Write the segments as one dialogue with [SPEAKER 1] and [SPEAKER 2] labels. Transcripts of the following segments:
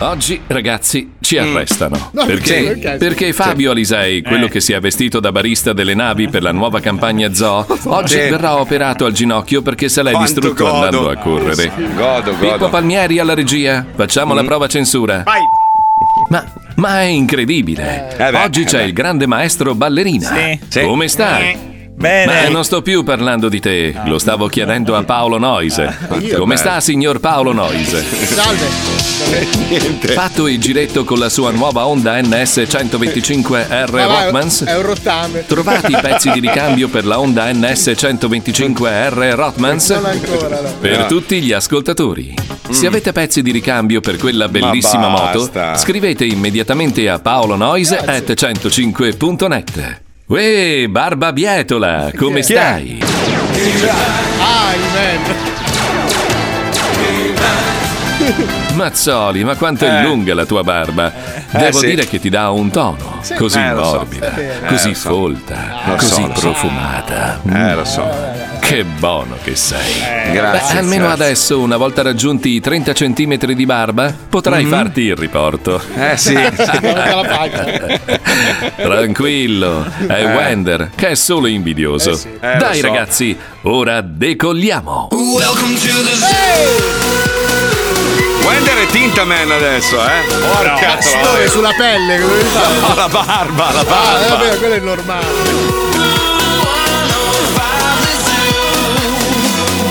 [SPEAKER 1] Oggi, ragazzi, ci
[SPEAKER 2] Mm.
[SPEAKER 1] arrestano.
[SPEAKER 3] No,
[SPEAKER 1] perché?
[SPEAKER 3] perché? Perché?
[SPEAKER 2] Cioè,
[SPEAKER 1] Perché Fabio
[SPEAKER 2] eh.
[SPEAKER 1] Alisei, quello che si è vestito da barista delle navi per la nuova campagna zoo, oggi
[SPEAKER 2] Sì.
[SPEAKER 1] verrà operato al ginocchio perché se l'è
[SPEAKER 2] Quanto
[SPEAKER 1] distrutto
[SPEAKER 2] godo.
[SPEAKER 1] andando a correre.
[SPEAKER 2] Godo, Mm.
[SPEAKER 1] Pippo
[SPEAKER 2] godo.
[SPEAKER 1] Palmieri alla regia, facciamo la prova censura.
[SPEAKER 4] Vai.
[SPEAKER 1] Ma, ma è incredibile.
[SPEAKER 2] Eh beh,
[SPEAKER 1] Oggi
[SPEAKER 2] eh
[SPEAKER 1] c'è
[SPEAKER 2] beh.
[SPEAKER 1] il grande maestro ballerina.
[SPEAKER 4] Sì.
[SPEAKER 2] Sì. Eh,
[SPEAKER 1] Come stai?
[SPEAKER 4] Bene.
[SPEAKER 1] Ma non sto più parlando di te, lo stavo chiedendo a Paolo Noise.
[SPEAKER 2] Ah,
[SPEAKER 1] Come sta, signor Paolo Noise?
[SPEAKER 3] Salve.
[SPEAKER 1] Fatto il giretto con la sua nuova Honda NS 125R
[SPEAKER 3] Ma eh. va,
[SPEAKER 1] Rockmans?
[SPEAKER 3] È un rottame.
[SPEAKER 1] Trovati i pezzi di ricambio per la Honda NS 125R Rockmans?
[SPEAKER 3] Non ancora, no.
[SPEAKER 1] Per
[SPEAKER 2] No.
[SPEAKER 1] tutti gli ascoltatori. Se avete pezzi di ricambio per quella bellissima moto,
[SPEAKER 2] basta.
[SPEAKER 1] scrivete immediatamente a paolonoise at 105.net. Uè, Barba Bietola, come
[SPEAKER 2] è?
[SPEAKER 1] stai?
[SPEAKER 3] Ah, il man.
[SPEAKER 1] Mazzoli, ma quanto è
[SPEAKER 2] Eh.
[SPEAKER 1] lunga la tua barba? Devo
[SPEAKER 2] sì.
[SPEAKER 1] dire che ti dà un tono, così
[SPEAKER 2] Eh, lo so.
[SPEAKER 1] morbida,
[SPEAKER 3] Eh,
[SPEAKER 1] così
[SPEAKER 2] lo so. Eh,
[SPEAKER 1] folta,
[SPEAKER 2] Lo
[SPEAKER 1] così
[SPEAKER 2] so, lo so.
[SPEAKER 1] profumata. Mm.
[SPEAKER 2] Eh, lo so. Eh,
[SPEAKER 1] Che buono che sei. Beh,
[SPEAKER 2] Grazie.
[SPEAKER 1] almeno
[SPEAKER 2] grazie.
[SPEAKER 1] adesso, una volta raggiunti i 30 cm di barba, potrai farti il riporto.
[SPEAKER 2] Mm-hmm. Eh sì, sì.
[SPEAKER 3] Guarda la faccia.
[SPEAKER 1] Tranquillo, è Wender che è solo invidioso.
[SPEAKER 2] Eh, lo
[SPEAKER 1] Dai
[SPEAKER 2] so.
[SPEAKER 1] ragazzi, ora decolliamo.
[SPEAKER 2] Wender e Tintaman adesso, eh. Porca troia.
[SPEAKER 3] Dove? Sulla pelle, come si fa?
[SPEAKER 2] Oh, la barba, la
[SPEAKER 3] Ah, eh,
[SPEAKER 2] barba.
[SPEAKER 3] vabbè, quello è normale.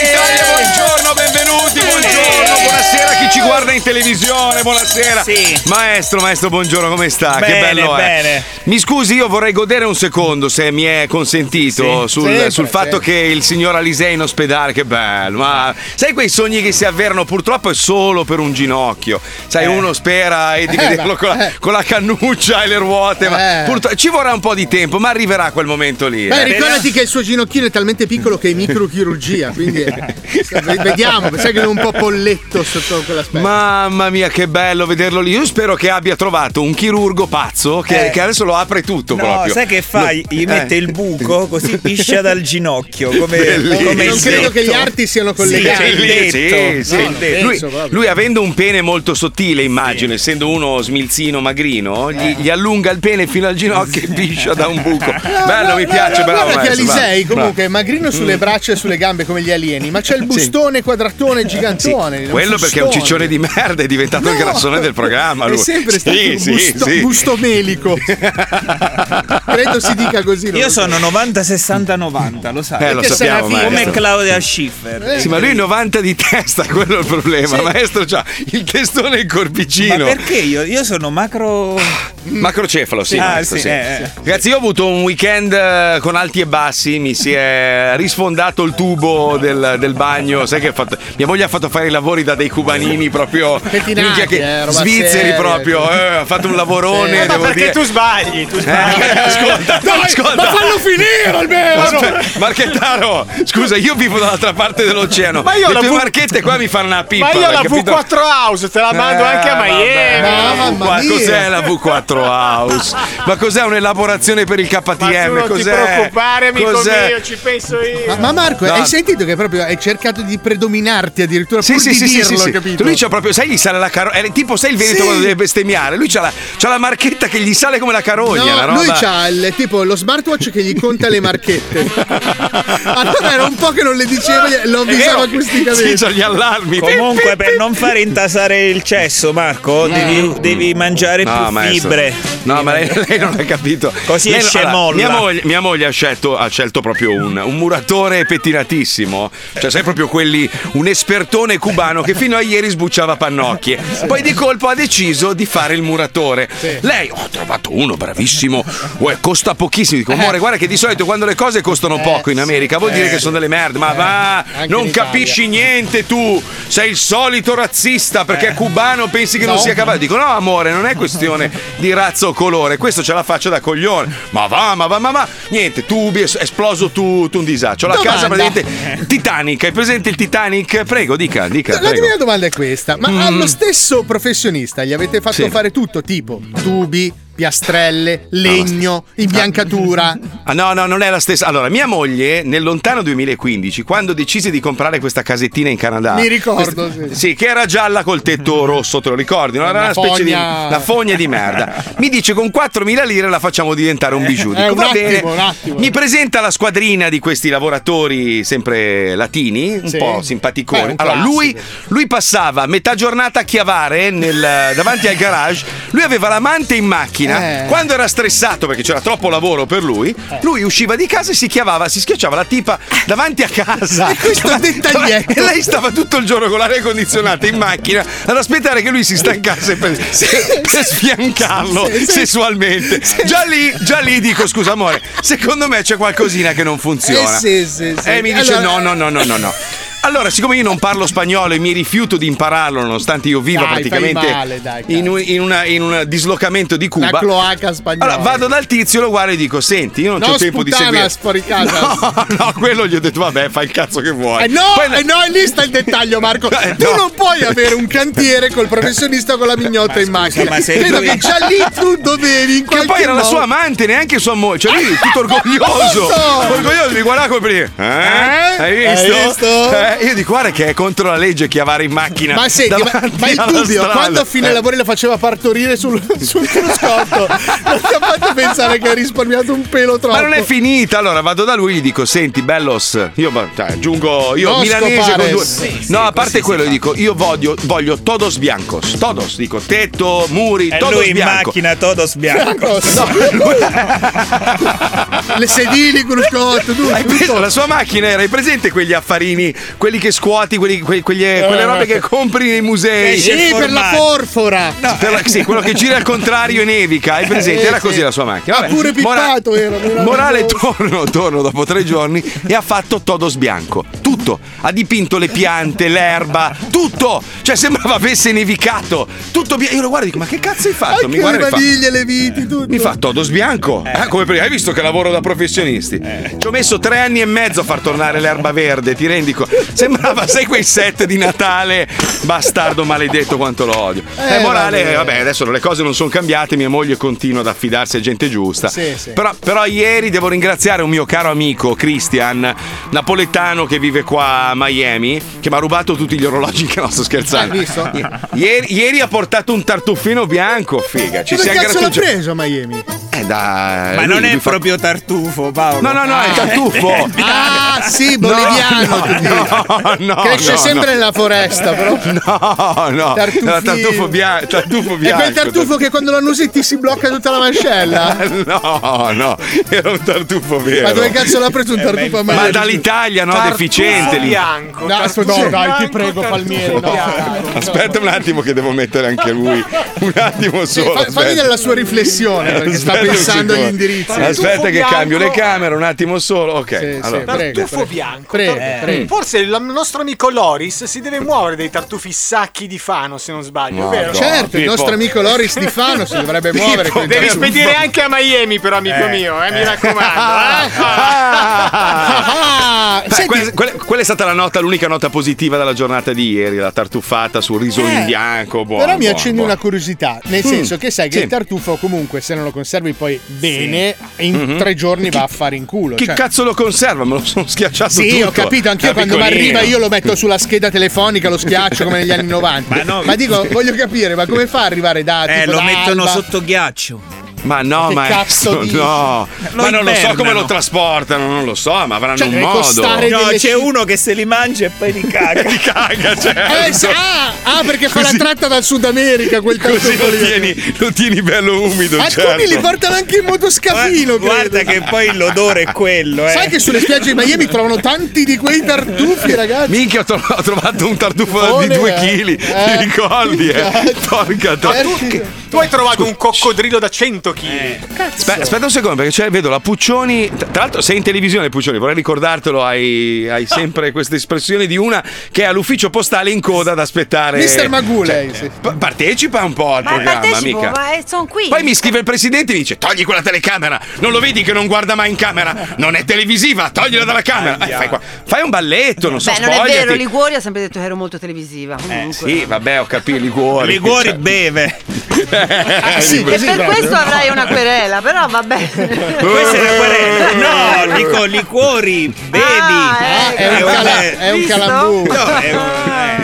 [SPEAKER 2] Italia, buongiorno, benvenuti, buongiorno, buonasera a chi ci guarda in televisione, buonasera.
[SPEAKER 4] Sì.
[SPEAKER 2] Maestro, maestro, buongiorno, come sta? che
[SPEAKER 4] Bene,
[SPEAKER 2] bello è.
[SPEAKER 4] bene.
[SPEAKER 2] Mi scusi, io vorrei godere un secondo, se mi è consentito, sul,
[SPEAKER 3] Sempre,
[SPEAKER 2] sul fatto
[SPEAKER 3] sempre.
[SPEAKER 2] che il signor Alisei in ospedale, che bello. Ma sai quei sogni che si avverano purtroppo è solo per un ginocchio. Sai, uno spera e di
[SPEAKER 3] Eh,
[SPEAKER 2] vederlo
[SPEAKER 3] ma-
[SPEAKER 2] con, la,
[SPEAKER 3] eh.
[SPEAKER 2] con la cannuccia e le ruote, ma
[SPEAKER 3] Eh.
[SPEAKER 2] purtroppo ci vorrà un po' di tempo, ma arriverà quel momento lì.
[SPEAKER 3] Beh,
[SPEAKER 2] eh.
[SPEAKER 3] ricordati che il suo ginocchino è talmente piccolo che è microchirurgia, quindi eh, vediamo, sai che è un po' polletto sotto quell'aspetto.
[SPEAKER 2] Mamma mia, che bello vederlo lì. Io spero che abbia trovato un chirurgo pazzo che,
[SPEAKER 4] Eh.
[SPEAKER 2] che adesso lo apre tutto
[SPEAKER 4] No,
[SPEAKER 2] proprio.
[SPEAKER 4] sai che fa? Gli gli
[SPEAKER 2] eh.
[SPEAKER 4] mette il buco così piscia dal ginocchio. Come,
[SPEAKER 2] Bellissimo.
[SPEAKER 4] come
[SPEAKER 3] non
[SPEAKER 4] il
[SPEAKER 3] credo
[SPEAKER 4] detto.
[SPEAKER 3] che gli arti siano collegati.
[SPEAKER 4] c'è il
[SPEAKER 2] Lì,
[SPEAKER 4] detto.
[SPEAKER 2] sì, sì.
[SPEAKER 3] No, non penso
[SPEAKER 2] lui,
[SPEAKER 3] proprio.
[SPEAKER 2] lui avendo un pene molto sottile, immagino, essendo uno smilzino
[SPEAKER 4] Eh.
[SPEAKER 2] magrino, gli, gli allunga il pene fino al ginocchio e piscia da un buco. bello, mi piace, bravo.
[SPEAKER 3] Guarda che
[SPEAKER 2] maestro, bravo. Mm.
[SPEAKER 3] Alisei comunque è magrino sulle braccia e sulle gambe come gli alieni, ma c'è il bustone quadratone
[SPEAKER 2] Sì,
[SPEAKER 3] gigantone.
[SPEAKER 2] quello perché è un ciccione di merda, è diventato il grassone del programma. Lui.
[SPEAKER 3] È sempre
[SPEAKER 2] Sì,
[SPEAKER 3] stato un
[SPEAKER 2] sì,
[SPEAKER 3] busto,
[SPEAKER 2] sì.
[SPEAKER 3] busto melico. Credo si dica così. non
[SPEAKER 4] Io
[SPEAKER 3] lo so.
[SPEAKER 4] sono 90, 60, 90, lo sai.
[SPEAKER 2] Eh, lo
[SPEAKER 3] Perché sarà
[SPEAKER 2] sappiamo,
[SPEAKER 3] figo.
[SPEAKER 4] Come
[SPEAKER 2] maestro.
[SPEAKER 4] Claudia Schiffer.
[SPEAKER 3] Eh.
[SPEAKER 2] Sì, ma lui 90 di testa, quello è il problema. Maestro c'ha il testone e il
[SPEAKER 4] Ma
[SPEAKER 2] corpicino. Mm.
[SPEAKER 4] perché io? Io sono macro.
[SPEAKER 2] Ah, Macrocefalo, sì.
[SPEAKER 4] Ah,
[SPEAKER 2] maestro,
[SPEAKER 4] sì,
[SPEAKER 2] sì.
[SPEAKER 4] eh, eh.
[SPEAKER 2] Ragazzi, io ho avuto un weekend eh, con alti e bassi, mi si è risfondato il tubo del, del bagno. Sai che ha fatto- mia moglie ha fatto fare i lavori da dei cubanini proprio
[SPEAKER 3] Pettinati,
[SPEAKER 2] minchia che
[SPEAKER 3] eh, roba
[SPEAKER 2] svizzeri
[SPEAKER 3] seria.
[SPEAKER 4] cioè.
[SPEAKER 2] proprio. eh, ha fatto un lavorone.
[SPEAKER 3] Sì.
[SPEAKER 2] devo dire.
[SPEAKER 4] sbagli? Eh, Tu
[SPEAKER 2] Eh, ascolta, ascolta.
[SPEAKER 3] Ma fallo finire almeno!
[SPEAKER 2] Aspetta, Marchettaro, scusa, io vivo dall'altra parte dell'oceano. Ma io Le tue marchette qua mi fanno una pippa. Eh, Ma io la V4 House Oh, te
[SPEAKER 3] Eh,
[SPEAKER 2] la mando anche a Miami.
[SPEAKER 3] No, mamma mia.
[SPEAKER 2] Cos'è la V4 House? Ma cos'è un'elaborazione per il KTM? Eh, cos'è? Cos'è?
[SPEAKER 5] ci penso io.
[SPEAKER 3] Ma, ma Marco,
[SPEAKER 2] No.
[SPEAKER 3] hai sentito che proprio hai cercato di predominarti addirittura
[SPEAKER 2] Sì,
[SPEAKER 3] pur
[SPEAKER 2] sì,
[SPEAKER 3] di
[SPEAKER 2] sì, sì,
[SPEAKER 3] dirlo,
[SPEAKER 2] sì, sì.
[SPEAKER 3] capito?
[SPEAKER 2] Lui c'ha proprio, sai, gli sale la carogna. Tipo, sai il veneto
[SPEAKER 3] Sì.
[SPEAKER 2] quando deve bestemmiare. Lui c'ha la, c'ha la marchetta che gli sale come la carogna.
[SPEAKER 3] No,
[SPEAKER 2] la roba.
[SPEAKER 3] lui c'ha il, tipo lo smartwatch che gli conta le marchette. allora era un po' che non le diceva, lo avvisava acusticamente.
[SPEAKER 2] Sì, c'ha gli allarmi.
[SPEAKER 4] Comunque, per non far intasare il cesso, Marco,
[SPEAKER 3] Eh.
[SPEAKER 4] devi, devi mangiare più
[SPEAKER 2] maestro.
[SPEAKER 4] fibre.
[SPEAKER 2] No, ma lei, lei non ha capito.
[SPEAKER 4] Così
[SPEAKER 2] Lei-
[SPEAKER 4] esce
[SPEAKER 2] allora,
[SPEAKER 4] molla.
[SPEAKER 2] Mia moglie, mia moglie ha, scelto, ha scelto proprio un, un muratore pettinatissimo. Cioè, sai proprio quelli, un espertone cubano che fino a ieri sbucciava pannocchie. Poi di colpo ha deciso di fare il muratore. Lei, "Oh, ho trovato uno bravissimo. Uè, costa pochissimo. Dico, amore,
[SPEAKER 3] Eh.
[SPEAKER 2] guarda che di solito quando le cose costano poco in America vuol dire che sono delle merde. Ma va,
[SPEAKER 3] Eh, Anche in
[SPEAKER 2] non
[SPEAKER 3] Italia.
[SPEAKER 2] capisci niente tu. Sei il solito razzista perché è cubano, pensi che non sia capace. Dico, no, amore, non è questione di razza o colore. Questo ce la faccia da coglione. Ma va, ma va, ma va. Niente, tubi, es- esploso tu, tu un disaccio. La
[SPEAKER 3] Domanda.
[SPEAKER 2] casa praticamente Titanic. Hai presente il Titanic? Prego, dica, dica.
[SPEAKER 3] La
[SPEAKER 2] prego. Mm.
[SPEAKER 3] mia domanda è questa: ma allo stesso professionista gli avete fatto
[SPEAKER 2] Sì.
[SPEAKER 3] fare tutto, tipo tubi, piastrelle, legno, imbiancatura.
[SPEAKER 2] Ah, no, no, non è la stessa. Allora, mia moglie, nel lontano 2015, quando decise di comprare questa casettina in Canada.
[SPEAKER 3] Mi ricordo, sì.
[SPEAKER 2] Sì, che era gialla col tetto rosso, te lo ricordi? No? Era
[SPEAKER 3] Una
[SPEAKER 2] una, specie di
[SPEAKER 3] fogna.
[SPEAKER 2] una fogna di merda. Mi dice con 4.000 lire la facciamo diventare un bijou. Dico,
[SPEAKER 3] Eh, un
[SPEAKER 2] va
[SPEAKER 3] attimo,
[SPEAKER 2] bene.
[SPEAKER 3] un attimo.
[SPEAKER 2] Mi presenta la squadrina di questi lavoratori sempre latini, un
[SPEAKER 3] Sì.
[SPEAKER 2] po' simpaticoni.
[SPEAKER 3] Beh, un
[SPEAKER 2] allora, lui,
[SPEAKER 3] classico.
[SPEAKER 2] lui passava metà giornata a chiavare nel- davanti al garage. Lui aveva l'amante in macchina.
[SPEAKER 3] Eh.
[SPEAKER 2] Quando era stressato perché c'era troppo lavoro per lui, lui usciva di casa e si chiavava, si schiacciava la tipa davanti a casa.
[SPEAKER 3] E questo
[SPEAKER 2] Davanti-
[SPEAKER 3] dettaglietto.
[SPEAKER 2] E lei stava tutto il giorno con l'aria condizionata in macchina ad aspettare che lui si stancasse per, per sfiancarlo sessualmente. Già lì, già lì dico: scusa, amore, secondo me c'è qualcosina che non funziona.
[SPEAKER 3] Eh, sì, sì, sì.
[SPEAKER 2] E mi dice:
[SPEAKER 3] Allora- eh,
[SPEAKER 2] no, no, no, no, no, no. Allora, siccome io non parlo spagnolo e mi rifiuto di impararlo, nonostante io viva
[SPEAKER 3] Dai, fai
[SPEAKER 2] praticamente
[SPEAKER 3] male, dai,
[SPEAKER 2] in, un, in una- in un dislocamento di Cuba,
[SPEAKER 3] La cloaca spagnola.
[SPEAKER 2] allora vado dal tizio, lo guardo e dico: Senti, io non
[SPEAKER 3] No,
[SPEAKER 2] ho tempo di
[SPEAKER 3] sputana,
[SPEAKER 2] seguire.
[SPEAKER 3] fuori casa.
[SPEAKER 2] No, no, quello gli ho detto: Vabbè, fai il cazzo che vuoi.
[SPEAKER 3] Eh no,
[SPEAKER 2] Poi-
[SPEAKER 3] eh no, e lì sta il dettaglio, Marco.
[SPEAKER 2] Eh,
[SPEAKER 3] Tu
[SPEAKER 2] no.
[SPEAKER 3] non puoi avere un cantiere col professionista con la mignotta in macchina.
[SPEAKER 4] ma se
[SPEAKER 3] Credo
[SPEAKER 4] lui-
[SPEAKER 3] che già lì tu dovevi in
[SPEAKER 2] Che
[SPEAKER 3] qualche
[SPEAKER 2] poi era la
[SPEAKER 3] modo-
[SPEAKER 2] sua amante, neanche sua moglie. Cioè, lui tutto orgoglioso.
[SPEAKER 3] Appunto!
[SPEAKER 2] orgoglioso di guardare come prima. Eh? Hai
[SPEAKER 3] Hai
[SPEAKER 2] visto?
[SPEAKER 3] visto?
[SPEAKER 2] Eh, io di guarda che è contro la legge chiavare in macchina.
[SPEAKER 3] Ma senti, ma,
[SPEAKER 2] davanti
[SPEAKER 3] ma il
[SPEAKER 2] alla
[SPEAKER 3] dubbio,
[SPEAKER 2] strada. Eh.
[SPEAKER 3] quando a fine lavori lo faceva partorire sul, sul cruscotto, non ti ha fatto pensare che hai risparmiato un pelo troppo.
[SPEAKER 2] Ma non è finita, allora vado da lui e gli dico: Senti, Bellos, io va- cioè, aggiungo io
[SPEAKER 3] No,
[SPEAKER 2] milanese
[SPEAKER 3] scopare.
[SPEAKER 2] con due.
[SPEAKER 3] Sì,
[SPEAKER 2] no, a parte quello, gli dico: Io voglio, voglio todos biancos. Todos, dico tetto, muri,
[SPEAKER 4] E
[SPEAKER 2] todos
[SPEAKER 4] lui in
[SPEAKER 2] bianco.
[SPEAKER 4] macchina, todos bianco.
[SPEAKER 3] Le sedili, cruscotto, tu,
[SPEAKER 2] Hai preso- la sua macchina era, hai presente quegli affarini, quelli che scuoti, quelli- que- quegli-
[SPEAKER 4] Eh,
[SPEAKER 2] quelle robe che compri nei musei?
[SPEAKER 4] Esce il
[SPEAKER 3] Eh, Sì, per la
[SPEAKER 4] formaggio.
[SPEAKER 3] porfora.
[SPEAKER 2] Per la- sì, quello che gira al contrario e nevica, hai presente?
[SPEAKER 3] Eh,
[SPEAKER 2] Era
[SPEAKER 3] sì.
[SPEAKER 2] così la sua macchina.
[SPEAKER 3] Ha pure pippato, era, era
[SPEAKER 2] morale,
[SPEAKER 3] nervoso.
[SPEAKER 2] torno, torno dopo tre giorni e ha fatto Todos Bianco. Tutto. Ha dipinto le piante, l'erba, tutto. Cioè sembrava avesse nevicato. Tutto bianco. Io lo guardo e dico, ma che cazzo hai fatto?
[SPEAKER 3] Anche
[SPEAKER 2] Mi
[SPEAKER 3] le
[SPEAKER 2] guarda e fa...
[SPEAKER 3] maniglie, le viti, tutto.
[SPEAKER 2] Mi fa Todos Bianco.
[SPEAKER 3] Eh.
[SPEAKER 2] Ah, come prima, hai visto che lavoro da professionisti. Ci ho messo tre anni e mezzo a far tornare l'erba verde, ti rendi conto? Sembrava, sai, quei set di Natale, bastardo maledetto quanto lo odio.
[SPEAKER 3] Eh,
[SPEAKER 2] Eh, morale,
[SPEAKER 3] vabbè.
[SPEAKER 2] vabbè. adesso le cose non sono cambiate, mia moglie continua ad affidarsi a gente giusta.
[SPEAKER 3] Sì, sì.
[SPEAKER 2] Però, però ieri devo ringraziare un mio caro amico, Christian, napoletano che vive qua a Miami, che mi ha rubato tutti gli orologi che non sto scherzando.
[SPEAKER 3] Eh, Hai visto?
[SPEAKER 2] Ieri, ieri ha portato un tartuffino bianco, figa. Ci
[SPEAKER 3] Dove
[SPEAKER 2] siamo
[SPEAKER 3] cazzo l'ha
[SPEAKER 2] grattugiati.
[SPEAKER 3] preso a Miami?
[SPEAKER 2] Eh, da-
[SPEAKER 4] Ma
[SPEAKER 2] lui
[SPEAKER 4] non è
[SPEAKER 2] mi fa-
[SPEAKER 4] proprio tartufo, Paolo.
[SPEAKER 2] No, no, no,
[SPEAKER 3] Eh.
[SPEAKER 2] è
[SPEAKER 3] Cioè,
[SPEAKER 2] tartufo.
[SPEAKER 3] Ah, sì, boliviano. tu dici.
[SPEAKER 2] No, no,
[SPEAKER 3] Cresce
[SPEAKER 2] no,
[SPEAKER 3] sempre nella foresta, però.
[SPEAKER 2] No, no,
[SPEAKER 3] Tartufino.
[SPEAKER 2] no, tartufo bianco, tartufo
[SPEAKER 3] È
[SPEAKER 2] bianco.
[SPEAKER 3] quel tartufo che quando lo usi ti si blocca tutta la mascella.
[SPEAKER 2] No, no, era un tartufo vero. Eh,
[SPEAKER 3] Ma dove cazzo l'ha preso un tartufo a
[SPEAKER 2] Ma
[SPEAKER 3] Miami?
[SPEAKER 2] dall'Italia, no, deficiente lì.
[SPEAKER 3] No, aspetta, no, dai, ti prego, Palmieri. No,
[SPEAKER 2] Aspetta un attimo che devo mettere anche lui. Un attimo
[SPEAKER 3] Sì,
[SPEAKER 2] solo.
[SPEAKER 3] fa- fammi
[SPEAKER 2] aspetta.
[SPEAKER 3] vedere la sua riflessione, perché sta
[SPEAKER 2] Aspetta un
[SPEAKER 3] pensando agli
[SPEAKER 2] secondo.
[SPEAKER 3] indirizzi.
[SPEAKER 2] Aspetta che
[SPEAKER 5] bianco.
[SPEAKER 2] cambio le camere, un attimo solo. Ok,
[SPEAKER 3] Sì, sì,
[SPEAKER 2] allora.
[SPEAKER 3] prego,
[SPEAKER 5] Tartufo
[SPEAKER 3] prego.
[SPEAKER 5] bianco.
[SPEAKER 3] Prego,
[SPEAKER 5] Tor-
[SPEAKER 3] prego.
[SPEAKER 5] Forse il nostro amico Loris si deve muovere dei tartufi sacchi di Fano, se non sbaglio,
[SPEAKER 2] Madonna.
[SPEAKER 5] vero?
[SPEAKER 3] Certo, il
[SPEAKER 2] Pippo.
[SPEAKER 3] nostro amico Loris Di Fano si dovrebbe muovere. con i
[SPEAKER 5] Devi
[SPEAKER 3] tartufi.
[SPEAKER 5] spedire anche a Miami, però, amico mio, eh, mi raccomando. eh.
[SPEAKER 3] Ah,
[SPEAKER 2] Beh,
[SPEAKER 3] senti,
[SPEAKER 2] quella, quella- quella è stata la nota, l'unica nota positiva della giornata di ieri, la tartuffata sul riso in bianco. Buono,
[SPEAKER 3] Eh, Però mi
[SPEAKER 2] buono,
[SPEAKER 3] accendi
[SPEAKER 2] buono. Mm,
[SPEAKER 3] una curiosità, nel senso che sai che
[SPEAKER 2] sì.
[SPEAKER 3] il tartufo comunque se non lo conservi poi bene, in tre giorni va a fare in culo.
[SPEAKER 2] Mm-hmm. Chi
[SPEAKER 3] cioè-
[SPEAKER 2] cazzo lo conserva? Me lo sono schiacciato
[SPEAKER 3] Sì,
[SPEAKER 2] tutto.
[SPEAKER 3] ho capito, anch'io
[SPEAKER 2] Da
[SPEAKER 3] quando mi
[SPEAKER 2] piccolino.
[SPEAKER 3] arriva io lo metto sulla scheda telefonica, lo schiaccio come negli anni 90. Ma,
[SPEAKER 4] Ma no.
[SPEAKER 3] dico, voglio capire, ma come fa a arrivare da...
[SPEAKER 4] Eh,
[SPEAKER 3] tipo
[SPEAKER 4] lo
[SPEAKER 3] da
[SPEAKER 4] mettono
[SPEAKER 3] Alba?
[SPEAKER 4] sotto ghiaccio.
[SPEAKER 2] Ma no,
[SPEAKER 3] Che
[SPEAKER 2] ma
[SPEAKER 3] cazzo dici?
[SPEAKER 2] no.
[SPEAKER 4] Lo
[SPEAKER 2] ma non lo so
[SPEAKER 4] invernano.
[SPEAKER 2] come lo trasportano, non lo so, ma avranno
[SPEAKER 3] Cioè,
[SPEAKER 2] un
[SPEAKER 3] deve
[SPEAKER 2] modo.
[SPEAKER 3] costare-
[SPEAKER 4] No,
[SPEAKER 3] delle
[SPEAKER 4] c'è
[SPEAKER 3] sci-
[SPEAKER 4] uno che se li mangia e poi li caga.
[SPEAKER 2] Ti caga, cioè.
[SPEAKER 3] Eh, sì, ah, ah, perché fa la tratta dal Sud America quel
[SPEAKER 2] Così
[SPEAKER 3] tartufo
[SPEAKER 6] eh,
[SPEAKER 2] lo
[SPEAKER 3] lì.
[SPEAKER 2] tieni, lo tieni bello umido. certo.
[SPEAKER 3] Alcuni li portano anche in motoscafino, credo.
[SPEAKER 4] Guarda che poi l'odore è quello, eh.
[SPEAKER 3] Sai che sulle spiagge di Miami trovano tanti di quei tartufi, ragazzi?
[SPEAKER 2] Minchia, ho, tro- ho trovato un tartufo
[SPEAKER 3] Ole,
[SPEAKER 2] di 2
[SPEAKER 3] eh.
[SPEAKER 2] kg.
[SPEAKER 3] Eh.
[SPEAKER 2] Ti ricordi? Eh?
[SPEAKER 6] esatto.
[SPEAKER 2] Porca troia.
[SPEAKER 3] Certo.
[SPEAKER 5] Tu hai trovato un coccodrillo da 100 kg.
[SPEAKER 6] Eh.
[SPEAKER 2] Aspe- aspetta un secondo, perché c'è- vedo la Puccioni. Tra tra l'altro, sei in televisione, Puccioni, vorrei ricordartelo. Hai, hai sempre questa espressione di una che è all'ufficio postale in coda ad aspettare. Cioè, eh,
[SPEAKER 3] Mister Magù, lei, sì.
[SPEAKER 2] Pa- partecipa un po' al
[SPEAKER 7] Ma
[SPEAKER 2] programma,
[SPEAKER 7] partecipo,
[SPEAKER 2] mica.
[SPEAKER 7] ma sono qui.
[SPEAKER 2] Poi mi scrive il presidente e mi dice: Togli quella telecamera, non lo vedi che non guarda mai in camera, non è televisiva, toglila dalla camera. Eh, fai, qua- fai un balletto, non so,
[SPEAKER 7] Beh, non è
[SPEAKER 2] spogliati.
[SPEAKER 7] vero, Liguori ha sempre detto che ero molto televisiva.
[SPEAKER 2] Eh,
[SPEAKER 7] Comunque.
[SPEAKER 2] Sì, vabbè, ho capito, Liguori.
[SPEAKER 4] Liguori
[SPEAKER 2] Cioè,
[SPEAKER 4] beve.
[SPEAKER 8] Ah,
[SPEAKER 3] Ah, sì,
[SPEAKER 8] esatto.
[SPEAKER 7] E per questo avrà fai una querela, però va
[SPEAKER 2] Eh,
[SPEAKER 7] bene.
[SPEAKER 4] Questa è una querela. No, dico liquori, bevi.
[SPEAKER 7] Ah,
[SPEAKER 3] È un,
[SPEAKER 4] Eh,
[SPEAKER 3] cala-
[SPEAKER 4] vabbè.
[SPEAKER 3] è un
[SPEAKER 7] Visto?
[SPEAKER 3] calambur.
[SPEAKER 4] No, è un-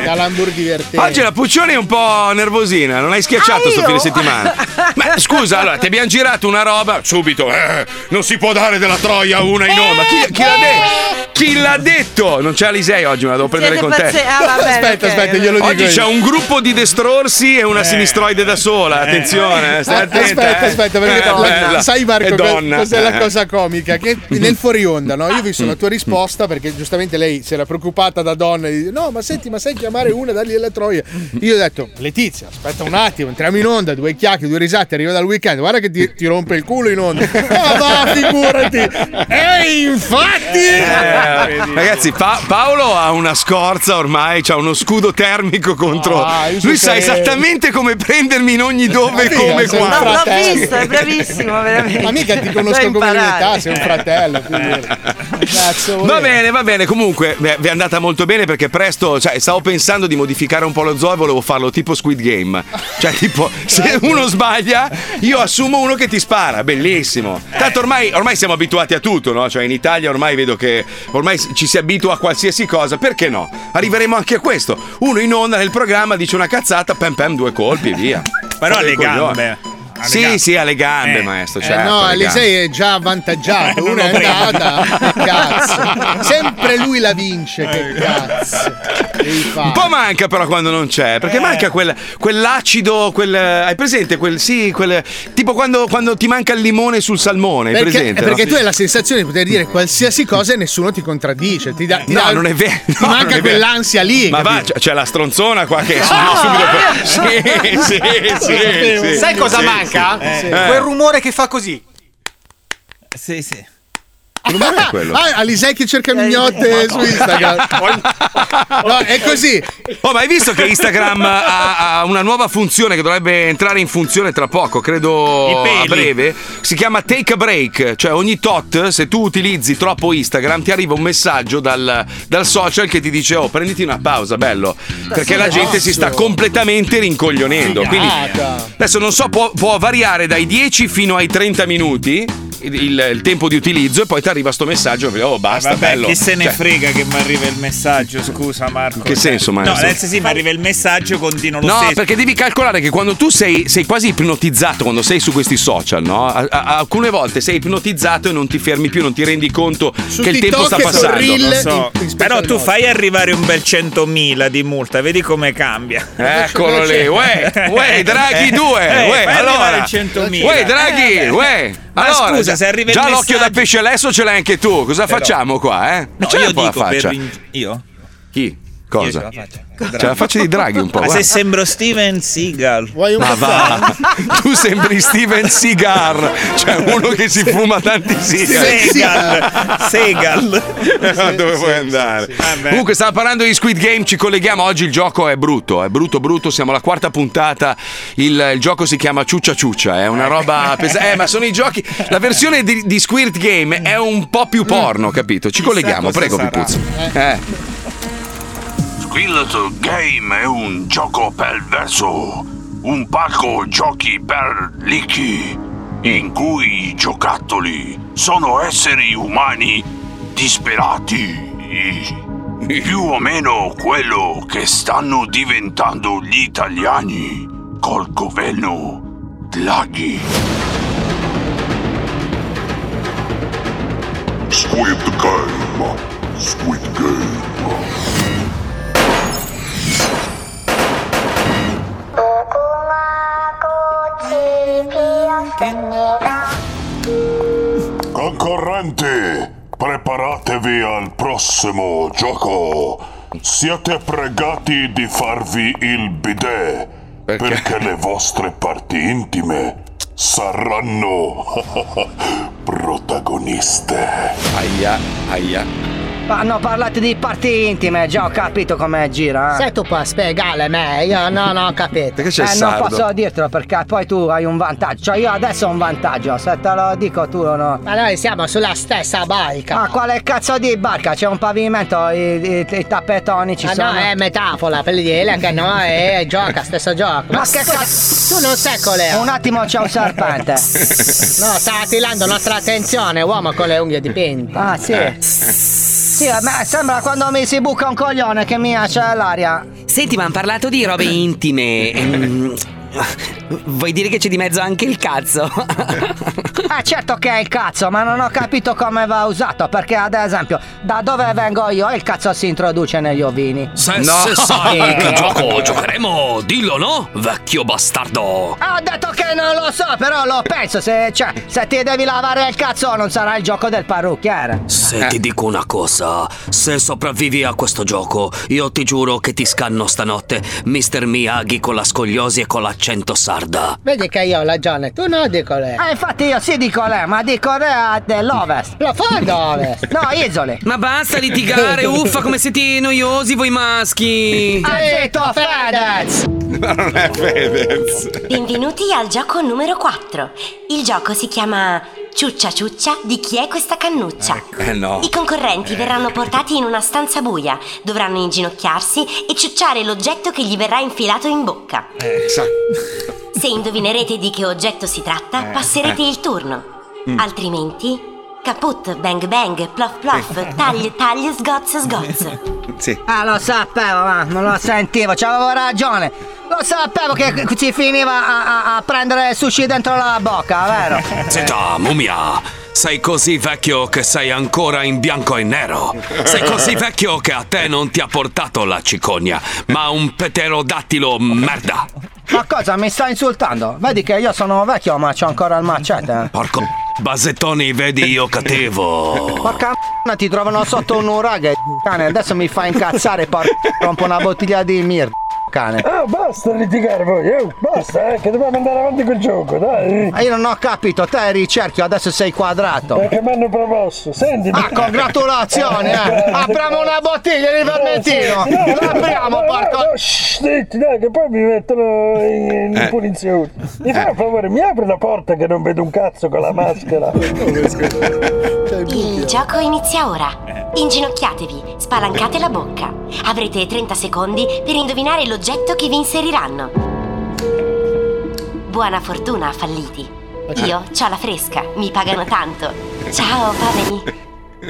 [SPEAKER 3] Calambur divertente.
[SPEAKER 2] Oggi la Puccioni è un po' nervosina, non hai schiacciato
[SPEAKER 7] Ah,
[SPEAKER 2] sto
[SPEAKER 7] io?
[SPEAKER 2] fine settimana. Ma scusa, allora ti abbiamo girato una roba subito. eh, non si può dare della troia una in onda. Chi, chi l'ha detto? Chi l'ha detto? Non c'è Alisei oggi, me la devo prendere
[SPEAKER 7] Siete
[SPEAKER 2] con te.
[SPEAKER 7] pazze- ah, va bene,
[SPEAKER 3] aspetta,
[SPEAKER 7] ok,
[SPEAKER 3] aspetta,
[SPEAKER 7] va
[SPEAKER 3] glielo dico.
[SPEAKER 2] Oggi
[SPEAKER 3] io.
[SPEAKER 2] c'è un gruppo di destrorsi e una sinistroide da sola. Attenzione, eh, stai
[SPEAKER 3] Aspetta,
[SPEAKER 2] attenta,
[SPEAKER 3] aspetta,
[SPEAKER 2] eh.
[SPEAKER 3] aspetta, perché
[SPEAKER 2] Eh,
[SPEAKER 3] la-
[SPEAKER 2] bella.
[SPEAKER 3] sai
[SPEAKER 2] È
[SPEAKER 3] Marco co-
[SPEAKER 2] donna.
[SPEAKER 3] cos'è
[SPEAKER 2] Eh. Mm.
[SPEAKER 3] la cosa comica? Che nel fuori onda, no? Io ho visto la tua risposta perché giustamente lei si era preoccupata da donna e dice, no ma senti ma sai chiamare una, dargli la troia. Io ho detto Letizia aspetta un attimo, entriamo in onda, due chiacchiere, due risate, arriva dal weekend, guarda che ti, ti rompe il culo in onda. "Eh, Ma va, figurati. E infatti...
[SPEAKER 2] Eh, ragazzi, Pa- Paolo ha una scorza ormai, ha uno scudo termico contro.
[SPEAKER 3] Ah, io so
[SPEAKER 2] Lui sa
[SPEAKER 3] che-
[SPEAKER 2] esattamente come prendermi in ogni dove e
[SPEAKER 3] Sì,
[SPEAKER 2] come
[SPEAKER 3] sono
[SPEAKER 2] qua.
[SPEAKER 7] No, l'ho
[SPEAKER 3] fratello.
[SPEAKER 7] visto, è bravissimo, veramente.
[SPEAKER 3] Ma mica
[SPEAKER 5] Cioè,
[SPEAKER 3] ti
[SPEAKER 7] Da
[SPEAKER 3] conosco come
[SPEAKER 7] imparare.
[SPEAKER 3] unità,
[SPEAKER 4] Eh.
[SPEAKER 3] sei un fratello. quindi- Cazzo,
[SPEAKER 2] Va
[SPEAKER 3] volevo.
[SPEAKER 2] bene, va bene. Comunque, beh, vi è andata molto bene perché presto, cioè, stavo pensando di modificare un po' lo zoo e volevo farlo tipo Squid Game. Cioè, tipo, se uno sbaglia, io assumo uno che ti spara. Bellissimo. Tanto ormai, ormai siamo abituati a tutto, no? Cioè, in Italia ormai vedo che ormai ci si abitua a qualsiasi cosa. Perché no? Arriveremo anche a questo. Uno in onda nel programma dice una cazzata, pam pam, due colpi, via.
[SPEAKER 4] Però ha le
[SPEAKER 2] Coglione.
[SPEAKER 4] gambe. Ha le
[SPEAKER 2] Sì,
[SPEAKER 4] gambe.
[SPEAKER 2] sì, alle gambe,
[SPEAKER 4] Eh.
[SPEAKER 2] maestro.
[SPEAKER 3] Eh,
[SPEAKER 2] certo,
[SPEAKER 3] no,
[SPEAKER 2] alle gambe.
[SPEAKER 3] Alisei è già avvantaggiato.
[SPEAKER 4] non
[SPEAKER 3] Una è
[SPEAKER 4] lo prendo.
[SPEAKER 3] andata. Cazzo. Sempre lui la
[SPEAKER 4] Eh,
[SPEAKER 3] vince. Che cazzo. Devi fare.
[SPEAKER 2] Un po' manca però quando non c'è,
[SPEAKER 3] Eh.
[SPEAKER 2] perché manca quel, quell'acido, quel. Hai presente? Quel sì, quel. Tipo quando, quando ti manca il limone sul salmone, hai
[SPEAKER 3] Perché, eh,
[SPEAKER 2] presente?
[SPEAKER 3] perché
[SPEAKER 2] no?
[SPEAKER 3] tu hai la sensazione di poter dire qualsiasi cosa e nessuno ti contraddice. Ti dà- ti
[SPEAKER 2] No,
[SPEAKER 3] dà-
[SPEAKER 2] non è vero.
[SPEAKER 3] Ti
[SPEAKER 2] no, non
[SPEAKER 3] manca
[SPEAKER 2] è vero.
[SPEAKER 3] quell'ansia lì.
[SPEAKER 2] Ma va,
[SPEAKER 3] capito? Ah!
[SPEAKER 2] c'è, c'è la stronzona qua che Eh, subito. Sì, sì, sì, sì.
[SPEAKER 5] Sai cosa
[SPEAKER 2] Sì,
[SPEAKER 5] manca?
[SPEAKER 2] sì. Eh.
[SPEAKER 5] Quel rumore che fa così.
[SPEAKER 4] Sì, sì.
[SPEAKER 2] rumore è quello?
[SPEAKER 3] Ah, Alisei che cerca
[SPEAKER 9] Eh,
[SPEAKER 3] mignotte su Instagram. No, è così.
[SPEAKER 2] Oh, ma hai visto che Instagram ha, ha una nuova funzione che dovrebbe entrare in funzione tra poco, credo
[SPEAKER 4] I peli.
[SPEAKER 2] a breve. Si chiama Take a Break, cioè ogni tot, se tu utilizzi troppo Instagram, ti arriva un messaggio dal, dal social che ti dice "Oh, prenditi una pausa, bello", perché la gente si sta completamente rincoglionendo. Quindi
[SPEAKER 3] Figata.
[SPEAKER 2] adesso non so può, può variare dai 10 fino ai 30 minuti il, il- il tempo di utilizzo e poi ti arriva sto messaggio "Oh, basta,
[SPEAKER 4] Eh, Vabbè,
[SPEAKER 2] bello".
[SPEAKER 4] chi se ne
[SPEAKER 2] Cioè,
[SPEAKER 4] frega che mi arriva il messaggio? Scusa, Marco.
[SPEAKER 2] che
[SPEAKER 4] Cioè,
[SPEAKER 2] senso,
[SPEAKER 4] No,
[SPEAKER 2] maestro?
[SPEAKER 4] adesso sì, mi arriva il messaggio, continuo lo
[SPEAKER 2] No,
[SPEAKER 4] stesso.
[SPEAKER 2] perché devi calcolare che quando tu sei, sei quasi ipnotizzato, quando sei su questi social, no? A- a- alcune volte sei ipnotizzato e non ti fermi più, non ti rendi conto
[SPEAKER 3] Su
[SPEAKER 2] che il tempo
[SPEAKER 3] TikTok
[SPEAKER 2] sta
[SPEAKER 3] e su
[SPEAKER 2] passando.
[SPEAKER 3] Reel.
[SPEAKER 4] Lo so.
[SPEAKER 3] in- in special
[SPEAKER 4] Però tu
[SPEAKER 3] mode.
[SPEAKER 4] fai arrivare un bel 100.000 di multa, vedi come cambia.
[SPEAKER 2] Eccolo lì, uè, uè, Draghi 2,
[SPEAKER 4] Eh,
[SPEAKER 2] uè,
[SPEAKER 4] fai arrivare
[SPEAKER 2] allora.
[SPEAKER 4] il 100.000.
[SPEAKER 2] Uè, Draghi,
[SPEAKER 4] Eh, vabbè.
[SPEAKER 2] uè.
[SPEAKER 4] Ma
[SPEAKER 2] allora,
[SPEAKER 4] scusa, se arriva il
[SPEAKER 2] già
[SPEAKER 4] messaggio-
[SPEAKER 2] l'occhio da pesce adesso ce l'hai anche tu. Cosa
[SPEAKER 4] Però-
[SPEAKER 2] facciamo qua, eh?
[SPEAKER 4] No,
[SPEAKER 2] Ce l'hai
[SPEAKER 4] io
[SPEAKER 2] un po' la
[SPEAKER 4] dico per
[SPEAKER 2] faccia.
[SPEAKER 4] rin- Io?
[SPEAKER 2] Chi?
[SPEAKER 4] Io ce
[SPEAKER 2] Cosa?
[SPEAKER 4] la
[SPEAKER 2] C'è
[SPEAKER 4] faccio.
[SPEAKER 3] Ecco.
[SPEAKER 2] Cioè, la faccia di Draghi un po'.
[SPEAKER 4] Ma
[SPEAKER 2] guarda.
[SPEAKER 4] se sembro Steven Seagal.
[SPEAKER 3] Vuoi un
[SPEAKER 2] Ma
[SPEAKER 3] caffè?
[SPEAKER 2] va, tu sembri Steven Seagar, cioè uno che si fuma tanti sigari.
[SPEAKER 4] Seagal. Seagal.
[SPEAKER 2] No, dove vuoi andare?
[SPEAKER 4] Vabbè.
[SPEAKER 2] Comunque, stavo parlando di Squid Game, ci colleghiamo. Oggi il gioco è brutto, è brutto, brutto. Siamo alla quarta puntata. Il, il gioco si chiama Ciuccia Ciuccia, è
[SPEAKER 4] Ecco.
[SPEAKER 2] una roba pesante. Eh, ma sono i giochi. La versione di, di Squid Game è un po' più porno, capito? Ci colleghiamo,
[SPEAKER 4] cosa
[SPEAKER 2] prego,
[SPEAKER 4] sarà.
[SPEAKER 2] Pipuzzo. Eh.
[SPEAKER 10] Squillet Game è un gioco perverso, un parco giochi per licchi, in cui i giocattoli sono esseri umani disperati. Più o meno quello che stanno diventando gli italiani col governo Draghi.
[SPEAKER 11] Squid Game. Squid Game. Concorrenti, preparatevi al prossimo gioco. Siete pregati di farvi il bidet
[SPEAKER 2] Perché?
[SPEAKER 11] perché, le vostre parti intime saranno protagoniste.
[SPEAKER 2] Aia, aia.
[SPEAKER 9] Ma no, parlate di parti intime, già ho capito come gira. eh.
[SPEAKER 3] Se tu puoi spiegare meglio, no, no, ho capito.
[SPEAKER 2] Perché c'è il
[SPEAKER 9] eh, non
[SPEAKER 2] sardo?
[SPEAKER 9] posso dirtelo perché poi tu hai un vantaggio. Cioè, io adesso ho un vantaggio. Se te lo dico tu, no.
[SPEAKER 3] Ma noi siamo sulla stessa barca.
[SPEAKER 9] Ma quale cazzo di barca? C'è un pavimento, i, i- i tappetoni ci
[SPEAKER 3] Ma
[SPEAKER 9] sono.
[SPEAKER 3] no, è metafora per dire che no, è gioca, stesso gioco. Ma che cazzo? Tu non sai qual è?
[SPEAKER 9] Un attimo c'è un serpente.
[SPEAKER 3] No, sta attirando nostra attenzione, uomo con le unghie dipinte.
[SPEAKER 9] Ah,
[SPEAKER 2] Eh.
[SPEAKER 9] sì. Sì, a me sembra quando mi si buca un coglione che mi c'è l'aria.
[SPEAKER 6] Senti, ma hanno parlato di
[SPEAKER 12] Eh.
[SPEAKER 6] robe intime. Ehm, Vuoi dire che c'è di mezzo anche il cazzo?
[SPEAKER 12] Cioè,
[SPEAKER 9] Ah, certo che è il cazzo, ma non ho capito come va usato. Perché, ad esempio, da dove vengo io, il cazzo si introduce negli ovini.
[SPEAKER 12] Se,
[SPEAKER 2] No.
[SPEAKER 12] se sai che gioco giocheremo, dillo no, vecchio bastardo.
[SPEAKER 9] Ah, Ho detto che non lo so, però lo penso. Se, cioè, se ti devi lavare il cazzo, non sarà il gioco del parrucchiere.
[SPEAKER 12] Se ti dico una cosa, se sopravvivi a questo gioco, io ti giuro che ti scanno stanotte, Mr. Miyagi con la scogliosi e con l'accento sarda.
[SPEAKER 3] Vedi che io ho ragione, tu no, dico lei.
[SPEAKER 9] Ah, infatti io sì di Corea, ma di Corea dell'Ovest.
[SPEAKER 3] Lo fa dove?
[SPEAKER 9] No, isole.
[SPEAKER 6] Ma basta litigare, uffa, come siete noiosi voi maschi!
[SPEAKER 9] Ah, zitto, Fedez!
[SPEAKER 2] No, non è Fedez.
[SPEAKER 13] Benvenuti al gioco numero 4. Il gioco si chiama Ciuccia ciuccia di chi è questa cannuccia.
[SPEAKER 2] Eh no.
[SPEAKER 13] I concorrenti verranno portati in una stanza buia, dovranno inginocchiarsi e ciucciare l'oggetto che gli verrà infilato in bocca.
[SPEAKER 2] Eh,
[SPEAKER 13] Se indovinerete di che oggetto si tratta, passerete il turno. Altrimenti, caput, bang bang, plof plof, tagli tagli, sgoz sgoz.
[SPEAKER 2] Sì.
[SPEAKER 9] Ah, lo sapevo, ma non lo sentivo, c'avevo ragione. Lo sapevo che si finiva a, a- a prendere il sushi dentro la bocca, vero?
[SPEAKER 12] Zeta, mummia, sei così vecchio che sei ancora in bianco e nero. Sei così vecchio che a te non ti ha portato la cicogna, ma un pterodattilo merda.
[SPEAKER 9] Ma cosa mi sta insultando? Vedi che io sono vecchio, ma c'ho ancora il eh. macete.
[SPEAKER 12] Porco basettoni, vedi io cattivo.
[SPEAKER 9] Porca m***a, ti trovano sotto un uragano, cane. Adesso mi fa incazzare, porca rompo una bottiglia di mir, cane.
[SPEAKER 14] Ah, basta litigare voi, eh, basta, eh, che dobbiamo andare avanti col gioco, dai.
[SPEAKER 9] Ma io non ho capito, te eri cerchio, adesso sei quadrato.
[SPEAKER 14] Perché mi hanno proposto, sentimi.
[SPEAKER 9] Ah, congratulazioni, eh! Apriamo una bottiglia di vermentino! L'apriamo, porco!
[SPEAKER 14] Eh, No, shh, zitti, dai, che poi mi mettono in, in punizione. Mi fai un favore, mi apri la porta che non vedo un cazzo con la maschera.
[SPEAKER 13] Il gioco inizia ora. Inginocchiatevi, spalancate la bocca. Avrete 30 secondi per indovinare l'oggetto che vi inseriranno. Buona fortuna, falliti. Io c'ho la fresca, mi pagano tanto. Ciao, Paveli.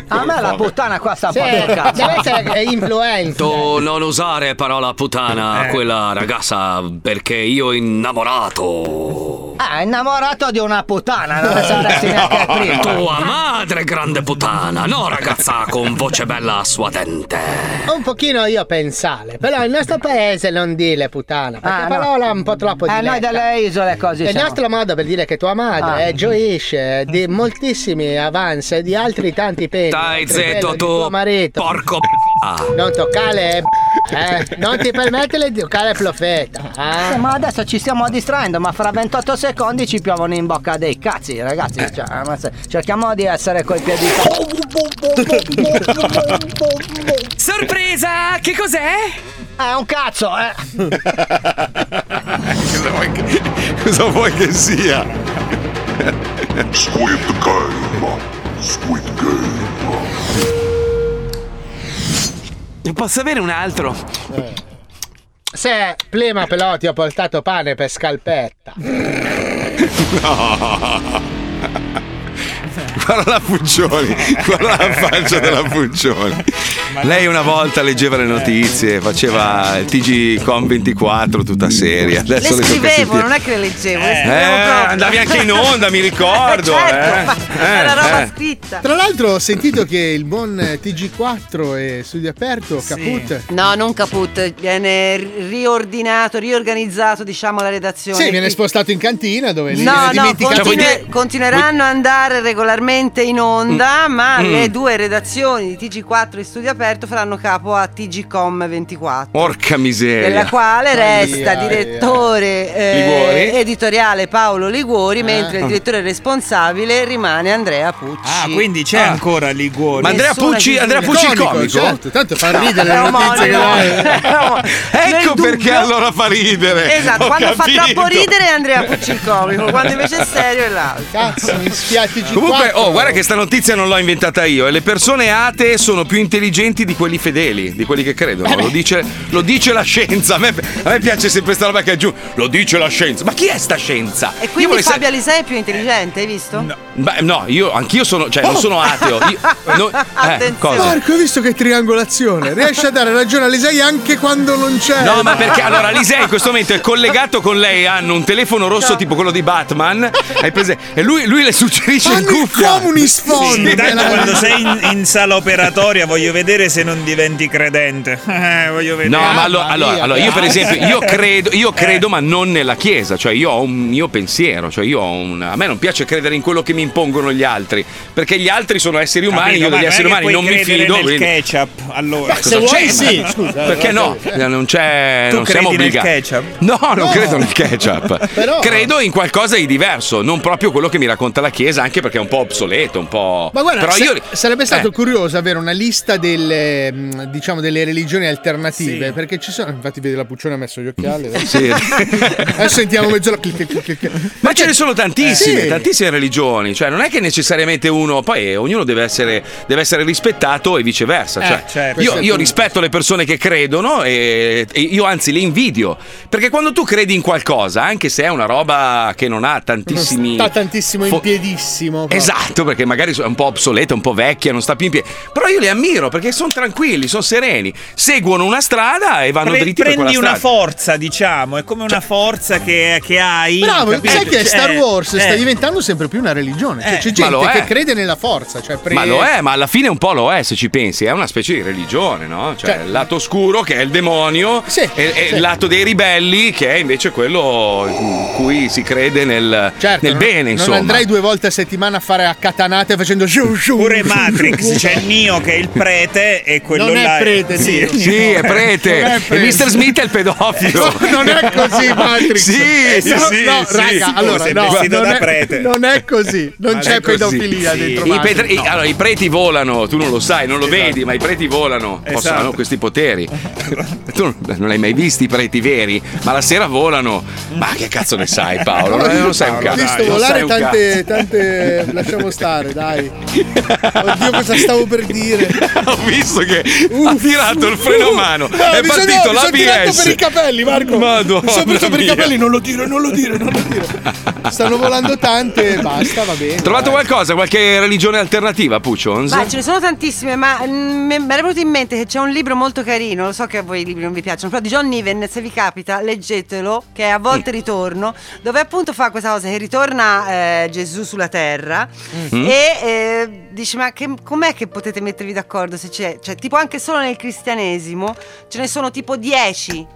[SPEAKER 9] A me la puttana qua sta un
[SPEAKER 3] Sì,
[SPEAKER 9] po' del cazzo.
[SPEAKER 3] deve essere influenza.
[SPEAKER 12] Tu non usare parola puttana a quella ragazza perché io innamorato.
[SPEAKER 9] Ah, innamorato di una puttana, non ne saresti neanche il primo.
[SPEAKER 12] Tua madre grande puttana, no ragazza con voce bella suadente.
[SPEAKER 3] Un pochino io pensale, però il nostro paese non dile puttana, perché
[SPEAKER 9] Ah, no.
[SPEAKER 3] parola un po' troppo
[SPEAKER 9] Eh,
[SPEAKER 3] diletta.
[SPEAKER 9] noi delle isole così
[SPEAKER 3] Il
[SPEAKER 9] siamo.
[SPEAKER 3] nostro modo per dire che tua madre
[SPEAKER 9] Ah.
[SPEAKER 3] eh, gioisce di moltissimi avanzi e di altri tanti peni.
[SPEAKER 12] Dai
[SPEAKER 3] oltre quello
[SPEAKER 12] zitto
[SPEAKER 3] di
[SPEAKER 12] tu,
[SPEAKER 3] tuo marito.
[SPEAKER 12] porco p***a.
[SPEAKER 3] Non toccare. Eh, non ti permettere di toccare il profeta.
[SPEAKER 9] Eh,
[SPEAKER 3] Eh?
[SPEAKER 9] Ma adesso ci stiamo distraendo, ma fra 28 secondi ci piovono in bocca dei cazzi, ragazzi. Cioè, eh, ma se- cerchiamo di essere coi piedi.
[SPEAKER 6] Sorpresa! Che cos'è?
[SPEAKER 9] È un cazzo, eh!
[SPEAKER 2] Cosa vuoi che, cosa vuoi che sia?
[SPEAKER 11] Squid Game. Squid Game.
[SPEAKER 6] Posso avere un altro?
[SPEAKER 3] Eh. Se prima però ti ho portato pane per scalpetta.
[SPEAKER 2] Guarda la Puccioni, guarda la faccia della Puccioni. Lei una volta leggeva le notizie, faceva il TG Con 24 tutta seria.
[SPEAKER 7] Le
[SPEAKER 2] Adesso tocca
[SPEAKER 7] scrivevo,
[SPEAKER 2] sentire.
[SPEAKER 7] non è che le leggevo, le
[SPEAKER 2] Eh,
[SPEAKER 7] scrivevo proprio.
[SPEAKER 2] andavi anche in onda, mi ricordo.
[SPEAKER 7] Certo, ma
[SPEAKER 2] eh.
[SPEAKER 7] era
[SPEAKER 2] Eh,
[SPEAKER 7] roba
[SPEAKER 2] eh.
[SPEAKER 7] scritta.
[SPEAKER 8] Tra l'altro ho sentito che il buon eh, TG4 e Studio Aperto, Caput,
[SPEAKER 7] No, non caput, viene ri- riordinato, riorganizzato, diciamo, la redazione.
[SPEAKER 8] sì, viene
[SPEAKER 7] Quindi-
[SPEAKER 8] spostato in cantina dove lì
[SPEAKER 7] No,
[SPEAKER 8] viene
[SPEAKER 7] no,
[SPEAKER 2] Cioè,
[SPEAKER 8] dimenticato.
[SPEAKER 7] continue- continueranno ad andare nuovamente in onda,
[SPEAKER 15] Mm.
[SPEAKER 7] ma
[SPEAKER 15] Mm.
[SPEAKER 7] le due redazioni di TG4 e Studio Aperto faranno capo a TGcom 24.
[SPEAKER 2] Porca miseria.
[SPEAKER 7] Della quale resta
[SPEAKER 2] Aia, aia.
[SPEAKER 7] direttore eh,
[SPEAKER 2] Liguori. Eh?
[SPEAKER 7] editoriale Paolo Liguori, mentre il direttore responsabile rimane Andrea Pucci.
[SPEAKER 4] Ah, quindi c'è
[SPEAKER 7] Ah.
[SPEAKER 4] ancora Liguori.
[SPEAKER 7] Ma Andrea Nessuna Pucci- Andrea Pucci il
[SPEAKER 3] Comico, comico? certo, tanto fa ridere
[SPEAKER 7] È
[SPEAKER 3] le notizie che
[SPEAKER 7] omonimo.
[SPEAKER 2] Ecco perché allora fa ridere.
[SPEAKER 7] Esatto,
[SPEAKER 2] Ho
[SPEAKER 7] quando
[SPEAKER 2] capito.
[SPEAKER 7] fa troppo ridere è Andrea Pucci il comico, quando invece è serio è l'altro.
[SPEAKER 3] Cazzo, mi spiace
[SPEAKER 2] Comunque, oh, guarda che sta notizia non l'ho inventata io. E le persone atee sono più intelligenti di quelli fedeli, di quelli che credono.
[SPEAKER 7] Eh
[SPEAKER 2] Lo dice, lo dice la scienza. A me, a me piace sempre sta roba che è giù. Lo dice la scienza. Ma chi è sta scienza?
[SPEAKER 7] E
[SPEAKER 2] Io
[SPEAKER 7] quindi
[SPEAKER 2] vorrei sa-
[SPEAKER 7] Fabio Alisei è più intelligente, hai visto?
[SPEAKER 2] Beh, no, io anch'io sono. Cioè, non
[SPEAKER 7] Oh!
[SPEAKER 2] sono ateo. Io, no- eh, cosa?
[SPEAKER 3] Marco, hai visto che triangolazione? Riesce a dare ragione a Lisei anche quando non c'è.
[SPEAKER 2] No, ma perché allora Lisei in questo momento è collegato con lei, hanno un telefono rosso tipo quello di Batman. Hai presente? E lui, lui le suggerisce in cuffia.
[SPEAKER 4] Sì, intanto quando sei in, in sala operatoria voglio vedere se non diventi credente. Eh, voglio vedere.
[SPEAKER 2] No, ma allo- allora, allora, io per
[SPEAKER 4] Ah,
[SPEAKER 2] esempio, io credo, io credo, ma non nella Chiesa, cioè io ho un mio pensiero, cioè io ho un. A me non piace credere in quello che mi impongono gli altri, perché gli altri sono esseri umani,
[SPEAKER 4] Capito,
[SPEAKER 2] io
[SPEAKER 4] ma non
[SPEAKER 2] degli
[SPEAKER 4] è
[SPEAKER 2] esseri
[SPEAKER 4] che
[SPEAKER 2] umani
[SPEAKER 4] puoi
[SPEAKER 2] non mi
[SPEAKER 4] credere
[SPEAKER 2] fido.
[SPEAKER 4] nel
[SPEAKER 2] quindi-
[SPEAKER 4] ketchup, allora.
[SPEAKER 2] Ma cosa c'è?
[SPEAKER 3] eh,
[SPEAKER 2] perché no? Eh, Non c'è.
[SPEAKER 4] eh, Tu
[SPEAKER 2] non siamo
[SPEAKER 4] credi nel
[SPEAKER 2] obbligati.
[SPEAKER 4] ketchup?
[SPEAKER 2] No, non
[SPEAKER 4] No.
[SPEAKER 2] credo nel ketchup.
[SPEAKER 4] Però-
[SPEAKER 2] Credo in qualcosa di diverso, non proprio quello che mi racconta la Chiesa, anche perché è un po' obsoleto, un po'.
[SPEAKER 3] Ma guarda,
[SPEAKER 2] Però
[SPEAKER 3] sa-
[SPEAKER 2] io-
[SPEAKER 3] sarebbe stato
[SPEAKER 2] eh.
[SPEAKER 3] curioso avere una lista delle, mh, diciamo, delle religioni alternative, perché ci sono, infatti vedi la Puccione ha messo gli occhiali.
[SPEAKER 2] Sì.
[SPEAKER 3] Adesso sentiamo mezz'ora clic, clic, clic, clic.
[SPEAKER 2] Ma ce ne sono tantissime,
[SPEAKER 3] Eh, sì.
[SPEAKER 2] tantissime religioni, cioè non è che necessariamente uno, poi eh, ognuno deve essere, deve essere rispettato e viceversa.
[SPEAKER 4] Eh,
[SPEAKER 2] cioè,
[SPEAKER 4] certo.
[SPEAKER 2] io,
[SPEAKER 4] Questo è
[SPEAKER 2] io
[SPEAKER 4] giusto.
[SPEAKER 2] rispetto le persone che credono e, e io anzi le invidio, perché quando tu credi in qualcosa, anche se è una roba che non ha tantissimi...
[SPEAKER 3] Sta tantissimo in
[SPEAKER 2] Fo-
[SPEAKER 3] piedissimo. proprio.
[SPEAKER 2] Esatto, perché magari è un po' obsoleta, un po' vecchia, non sta più in piedi. Però io li ammiro perché sono tranquilli, sono sereni, seguono una strada e vanno
[SPEAKER 4] Pre-
[SPEAKER 2] dritti per quella Cioè
[SPEAKER 4] prendi
[SPEAKER 2] strada.
[SPEAKER 4] una forza, diciamo, è come una forza che, che hai.
[SPEAKER 3] Bravo,
[SPEAKER 4] capito?
[SPEAKER 3] sai che
[SPEAKER 4] Cioè,
[SPEAKER 3] Star Wars sta
[SPEAKER 4] eh.
[SPEAKER 3] diventando sempre più una religione. Cioè,
[SPEAKER 4] Eh,
[SPEAKER 3] c'è
[SPEAKER 2] ma lo
[SPEAKER 3] gente
[SPEAKER 2] è.
[SPEAKER 3] che crede nella forza. Cioè pre-
[SPEAKER 2] Ma lo è, ma alla fine un po' lo è, se ci pensi, è una specie di religione, no? Cioè,
[SPEAKER 3] Cioè-
[SPEAKER 2] il lato oscuro che è il demonio e, e
[SPEAKER 3] sì.
[SPEAKER 2] il lato dei ribelli che è invece quello in cui si crede nel, nel bene,
[SPEAKER 3] Certo, non
[SPEAKER 2] insomma.
[SPEAKER 3] andrai due volte a settimana a fare a catanate facendo shu shu.
[SPEAKER 4] Pure Matrix, c'è Neo che è il prete e quello
[SPEAKER 3] Non è
[SPEAKER 4] là
[SPEAKER 3] prete, Neo.
[SPEAKER 4] Neo.
[SPEAKER 2] Sì, è prete.
[SPEAKER 4] Non è
[SPEAKER 2] E Mr. Smith è il pedofilo.
[SPEAKER 3] Non è così, Matrix.
[SPEAKER 2] Sì,
[SPEAKER 3] No,
[SPEAKER 2] sì,
[SPEAKER 3] no,
[SPEAKER 2] sì,
[SPEAKER 3] raga,
[SPEAKER 2] sì.
[SPEAKER 3] allora,
[SPEAKER 2] Sei
[SPEAKER 3] no,
[SPEAKER 2] vestito
[SPEAKER 3] non
[SPEAKER 2] da
[SPEAKER 3] è-
[SPEAKER 2] prete.
[SPEAKER 3] Non è così, non
[SPEAKER 2] Ma
[SPEAKER 3] c'è
[SPEAKER 2] è così.
[SPEAKER 3] pedofilia dentro
[SPEAKER 2] I,
[SPEAKER 3] Matrix.
[SPEAKER 2] petri- allora, i preti volano, tu non lo sai, non lo vedi, ma i preti volano, possono,
[SPEAKER 3] Esatto.
[SPEAKER 2] hanno questi poteri. tu non- non hai mai visto i preti veri, ma la sera volano. Ma che cazzo ne sai Paolo? Non, non sai un
[SPEAKER 3] Ho
[SPEAKER 2] cazzo.
[SPEAKER 3] visto
[SPEAKER 2] non
[SPEAKER 3] volare
[SPEAKER 2] sai un
[SPEAKER 3] tante, tante. Lasciamo stare, dai. Oddio, cosa stavo per dire?
[SPEAKER 2] cazzo. Ho visto che ha tirato il freno a mano,
[SPEAKER 3] No,
[SPEAKER 2] è
[SPEAKER 3] Eh, mi sono- no,
[SPEAKER 2] partito
[SPEAKER 3] mi sono tirato
[SPEAKER 2] l'ABS.
[SPEAKER 3] per i capelli, Marco.
[SPEAKER 2] Madonna
[SPEAKER 3] mi sono preso per i
[SPEAKER 2] mia.
[SPEAKER 3] capelli, non lo dire, non lo dire, non lo dire. Stanno volando tante, basta, va bene.
[SPEAKER 2] Trovato qualcosa, qualche religione alternativa, Puccio?
[SPEAKER 7] Ma ce ne sono tantissime, ma mm, mi mi era venuto in mente che c'è un libro molto carino, lo so che a voi i libri non vi piacciono, però di John Niven, se vi capita, leggetelo, che è A volte ritorno, dove appunto fa questa cosa che ritorna eh, Gesù sulla terra
[SPEAKER 16] Mm.
[SPEAKER 7] e eh, dice ma che- com'è che potete mettervi d'accordo se c'è, cioè tipo anche solo nel cristianesimo ce ne sono tipo 10.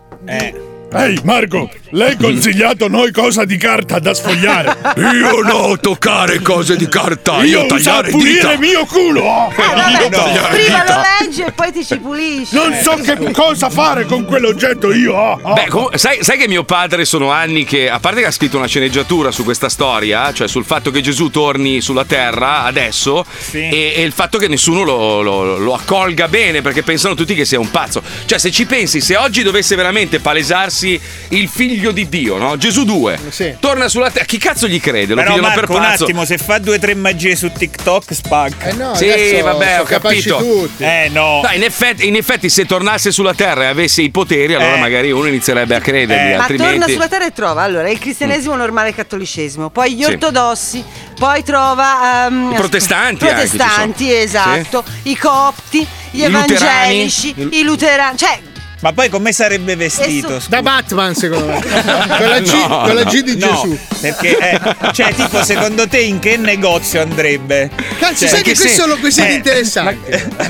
[SPEAKER 14] Ehi Marco, lei ha
[SPEAKER 3] Mm.
[SPEAKER 14] consigliato a noi cosa di carta da sfogliare?
[SPEAKER 2] Io no, toccare cose di carta, io,
[SPEAKER 14] uso a
[SPEAKER 2] tagliare
[SPEAKER 14] pulire
[SPEAKER 2] dita.
[SPEAKER 14] mio culo!
[SPEAKER 3] Eh,
[SPEAKER 14] oh!
[SPEAKER 7] Eh, Vabbè,
[SPEAKER 14] Io tagliare
[SPEAKER 7] prima
[SPEAKER 14] dita.
[SPEAKER 7] lo leggi e poi ti ci pulisci.
[SPEAKER 14] Non so che cosa fare con quell'oggetto io! oh, oh.
[SPEAKER 2] Beh, com- sai, sai che mio padre sono anni che, a parte che ha scritto una sceneggiatura su questa storia, cioè sul fatto che Gesù torni sulla terra adesso e, e il fatto che nessuno lo, lo- lo accolga bene perché pensano tutti che sia un pazzo. Cioè, se ci pensi, se oggi dovesse veramente palesarsi il figlio di Dio, no? Gesù 2, torna sulla terra, chi cazzo gli crede? Lo
[SPEAKER 4] Però
[SPEAKER 2] pigliano per
[SPEAKER 4] Marco, un
[SPEAKER 2] pazzo.
[SPEAKER 4] attimo, se fa due o tre magie su TikTok, spacca. Eh
[SPEAKER 3] no,
[SPEAKER 2] Sì, adesso vabbè, sono ho capaci capito. tutti.
[SPEAKER 4] Eh no.
[SPEAKER 2] Dai, in, effetti, in effetti, se tornasse sulla terra e avesse i poteri, allora
[SPEAKER 4] Eh.
[SPEAKER 2] magari uno inizierebbe a
[SPEAKER 7] Ma
[SPEAKER 2] credergli, Eh, altrimenti. Mm.
[SPEAKER 7] torna sulla terra e trova allora il cristianesimo normale e il cattolicesimo, poi gli
[SPEAKER 2] Sì.
[SPEAKER 7] ortodossi, poi trova ehm,
[SPEAKER 2] I protestanti anche ci
[SPEAKER 7] protestanti,
[SPEAKER 2] sono.
[SPEAKER 7] esatto, i copti, gli
[SPEAKER 2] I luterani.
[SPEAKER 7] evangelici, i luterani, cioè
[SPEAKER 4] Ma poi come sarebbe vestito? scusa?
[SPEAKER 3] Da Batman, secondo me. con, la G,
[SPEAKER 4] No,
[SPEAKER 3] con la G
[SPEAKER 4] no,
[SPEAKER 3] di
[SPEAKER 4] no,
[SPEAKER 3] Gesù.
[SPEAKER 4] Perché, eh, cioè, tipo, secondo te in che negozio andrebbe?
[SPEAKER 3] Cazzo,
[SPEAKER 4] Cioè,
[SPEAKER 3] sai
[SPEAKER 4] in
[SPEAKER 3] che
[SPEAKER 4] che
[SPEAKER 3] questi
[SPEAKER 4] sen-
[SPEAKER 3] sono questioni
[SPEAKER 4] eh,
[SPEAKER 3] interessanti.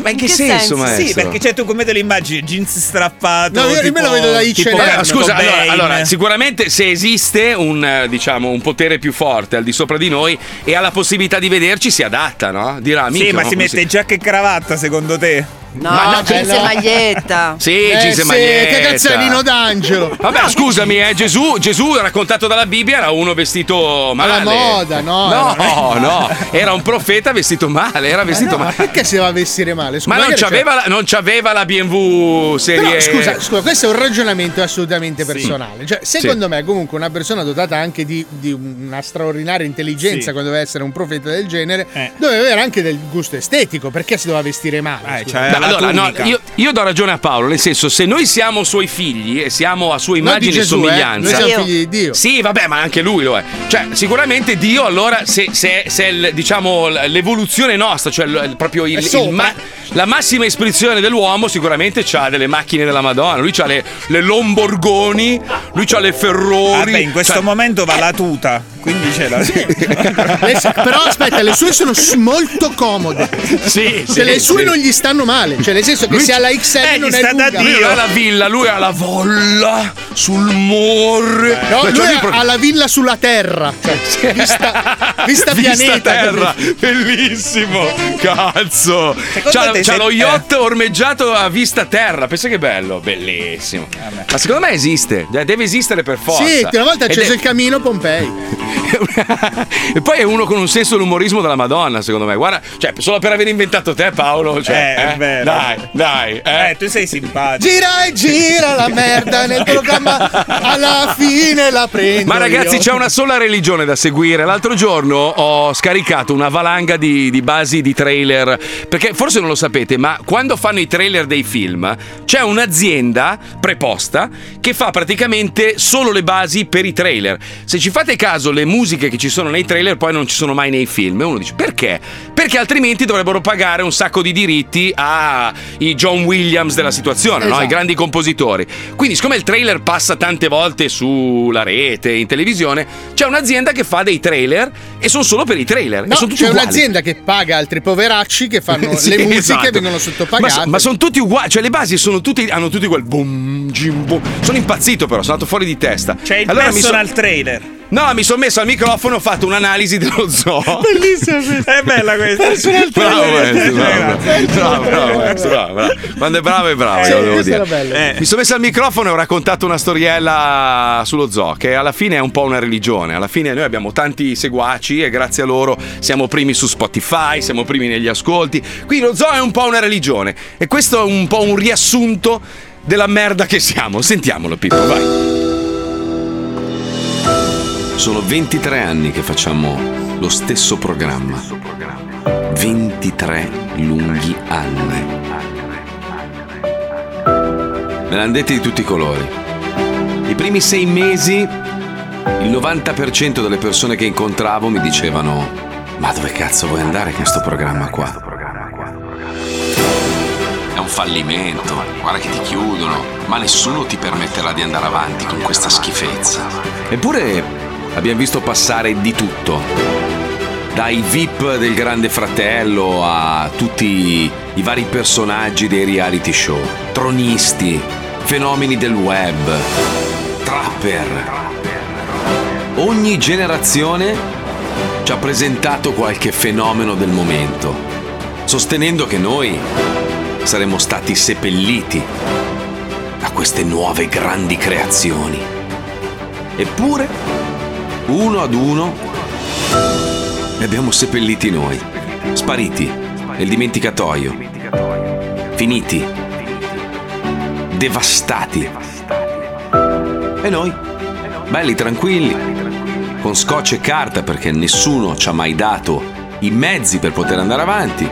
[SPEAKER 4] Ma,
[SPEAKER 3] in che senso, maestro?
[SPEAKER 4] Sì, perché cioè, tu come te lo immagini? Jeans strappato.
[SPEAKER 3] No, io- io me
[SPEAKER 4] tipo,
[SPEAKER 3] lo vedo ecco, da H&M, Hitch
[SPEAKER 4] tipo
[SPEAKER 3] and Hair.
[SPEAKER 4] Kurt
[SPEAKER 2] Ah, scusa, allora,
[SPEAKER 4] Cobain.
[SPEAKER 2] allora, sicuramente se esiste un, eh, diciamo, un potere più forte al di sopra di noi e ha la possibilità di vederci, si adatta, no? Dirà,
[SPEAKER 4] Sì,
[SPEAKER 2] "Minchia,
[SPEAKER 4] ma si
[SPEAKER 2] come
[SPEAKER 4] mette giacca e cravatta, secondo te?
[SPEAKER 7] No,
[SPEAKER 3] cioè,
[SPEAKER 7] jeans e maglietta.
[SPEAKER 2] Eh, Sì, Gise Maglietta.
[SPEAKER 3] Eh, che cazzo è Nino D'Angelo?
[SPEAKER 2] Vabbè, scusami, eh, Gesù, Gesù raccontato dalla Bibbia era uno vestito male.
[SPEAKER 3] Alla moda, no,
[SPEAKER 2] No,
[SPEAKER 3] era-
[SPEAKER 2] no, era un profeta vestito male, era vestito
[SPEAKER 3] Eh no, ma
[SPEAKER 2] male.
[SPEAKER 3] perché si va a vestire male? Scusa,
[SPEAKER 2] Ma non
[SPEAKER 3] magari c'è-
[SPEAKER 2] c'aveva, la, non c'aveva la BMW serie...
[SPEAKER 3] Però, scusa, scusa, questo è un ragionamento assolutamente personale. Cioè,
[SPEAKER 2] Sì.
[SPEAKER 3] secondo me, comunque, una persona dotata anche di, di una straordinaria intelligenza,
[SPEAKER 4] Sì.
[SPEAKER 3] quando deve essere un profeta del genere,
[SPEAKER 2] Eh.
[SPEAKER 3] doveva avere anche del gusto estetico. Perché si doveva vestire male? scusa?
[SPEAKER 2] No, allora, no, io, io do ragione a Paolo, nel senso, se noi siamo suoi figli e siamo a sua
[SPEAKER 3] Non di
[SPEAKER 2] immagine
[SPEAKER 3] Gesù,
[SPEAKER 2] e
[SPEAKER 3] eh,
[SPEAKER 2] somiglianza.
[SPEAKER 3] noi siamo figli di Dio.
[SPEAKER 2] Sì, vabbè, ma anche lui lo è. Cioè, sicuramente Dio, allora, se, se- se è il- diciamo, l- l'evoluzione nostra, cioè l- proprio il-
[SPEAKER 3] È
[SPEAKER 2] il
[SPEAKER 3] sopra.
[SPEAKER 2] ma- la massima espressione dell'uomo, sicuramente ha delle macchine della Madonna. Lui ha le, le Lomborghoni, lui ha le Ferrori.
[SPEAKER 3] cioè,
[SPEAKER 4] Vabbè, Ah, in questo
[SPEAKER 2] c'ha-
[SPEAKER 4] momento
[SPEAKER 3] eh.
[SPEAKER 4] va la tuta. Quindi c'è la.
[SPEAKER 3] Le- Però aspetta, le sue sono s- molto comode.
[SPEAKER 2] Sì,
[SPEAKER 3] Cioè,
[SPEAKER 2] sì,
[SPEAKER 3] le sue
[SPEAKER 2] sì.
[SPEAKER 3] non gli stanno male. Cioè, nel senso che
[SPEAKER 2] Lui
[SPEAKER 3] se
[SPEAKER 2] c-
[SPEAKER 3] ha la XL
[SPEAKER 2] eh, gli
[SPEAKER 3] non è
[SPEAKER 2] sta da
[SPEAKER 3] lunga.
[SPEAKER 2] Dio. Lui ha la villa, lui ha la volla sul morre.
[SPEAKER 3] No,
[SPEAKER 2] Cioè,
[SPEAKER 3] lui
[SPEAKER 2] lui
[SPEAKER 3] ha,
[SPEAKER 2] proprio-
[SPEAKER 3] ha la villa sulla terra. Cioè, vista, vista pianeta.
[SPEAKER 2] terra, bellissimo. Cazzo.
[SPEAKER 3] Secondo
[SPEAKER 2] C'ha,
[SPEAKER 3] te
[SPEAKER 2] c'ha
[SPEAKER 3] se-
[SPEAKER 2] lo yacht ormeggiato a vista terra. Pensa che bello, bellissimo. Ma secondo me esiste, eh, deve esistere per forza.
[SPEAKER 3] Ah, Sì, una volta ha
[SPEAKER 2] Ed
[SPEAKER 3] acceso
[SPEAKER 2] è-
[SPEAKER 3] il camino Pompei.
[SPEAKER 2] E poi è uno con un senso dell'umorismo della Madonna, secondo me. Guarda, cioè, solo per aver inventato te, Paolo. Cioè,
[SPEAKER 4] Eh, è
[SPEAKER 2] eh,
[SPEAKER 4] vero.
[SPEAKER 2] Dai, dai. Eh,
[SPEAKER 4] tu sei simpatico.
[SPEAKER 3] Gira e gira la merda nel programma, alla fine la prendo.
[SPEAKER 2] Ma ragazzi,
[SPEAKER 3] io.
[SPEAKER 2] c'è una sola religione da seguire. L'altro giorno ho scaricato una valanga di, di basi di trailer. Perché forse non lo sapete, ma quando fanno i trailer dei film, c'è un'azienda preposta che fa praticamente solo le basi per i trailer. Se ci fate caso, le musiche che ci sono nei trailer poi non ci sono mai nei film. E uno dice: perché? Perché altrimenti dovrebbero pagare un sacco di diritti ai John Williams della situazione, no? ai
[SPEAKER 12] Esatto.
[SPEAKER 2] grandi grandi compositori. Quindi, siccome il trailer passa tante volte sulla rete, in televisione, c'è un'azienda che fa dei trailer e sono solo per i trailer. e
[SPEAKER 3] No,
[SPEAKER 2] sono tutti
[SPEAKER 3] c'è
[SPEAKER 2] uguali.
[SPEAKER 3] un'azienda che paga altri poveracci che fanno
[SPEAKER 2] Sì,
[SPEAKER 3] le musiche
[SPEAKER 2] esatto.
[SPEAKER 3] vengono
[SPEAKER 2] Ma,
[SPEAKER 3] sottopagate.
[SPEAKER 2] so- ma sono tutti uguali, cioè le basi sono tutti, hanno tutti quel boom, gim, boom. Sono impazzito però, sono andato fuori di testa.
[SPEAKER 4] C'è il
[SPEAKER 2] Allora mi son-
[SPEAKER 4] personal trailer.
[SPEAKER 2] No, mi sono messo al microfono, ho fatto un'analisi dello zoo.
[SPEAKER 4] Bellissima questa. È bella questa. Personal
[SPEAKER 2] Bravo, maestro, bravo, bravo, bravo, maestro, bravo, bravo. Quando è bravo è bravo,
[SPEAKER 4] Eh,
[SPEAKER 2] lo devo
[SPEAKER 4] questo
[SPEAKER 2] dire.
[SPEAKER 4] era bello.
[SPEAKER 2] Eh. Mi sono messo al microfono e ho raccontato una storiella sullo zoo, che alla fine è un po' una religione. Alla fine noi abbiamo tanti seguaci e grazie a loro siamo primi su Spotify, siamo primi negli ascolti. Quindi lo zoo è un po' una religione. E questo è un po' un riassunto della merda che siamo. Sentiamolo, Pippo, vai.
[SPEAKER 12] Sono 23 anni che facciamo lo stesso programma. 23 lunghi anni. Me l'hanno dette di tutti i colori. I primi sei mesi il 90% delle persone che incontravo mi dicevano ma dove cazzo vuoi andare con questo programma qua? È un fallimento, guarda che ti chiudono, ma nessuno ti permetterà di andare avanti con questa schifezza. Eppure abbiamo visto passare di tutto. Dai VIP del Grande Fratello a tutti i vari personaggi dei reality show, tronisti, fenomeni del web, trapper. Ogni generazione ci ha presentato qualche fenomeno del momento, sostenendo che noi saremmo stati seppelliti da queste nuove grandi creazioni. Eppure, uno ad uno, li abbiamo seppelliti noi, spariti nel dimenticatoio, finiti, devastati. E noi, belli tranquilli, con scotch e carta perché nessuno ci ha mai dato i mezzi per poter andare avanti,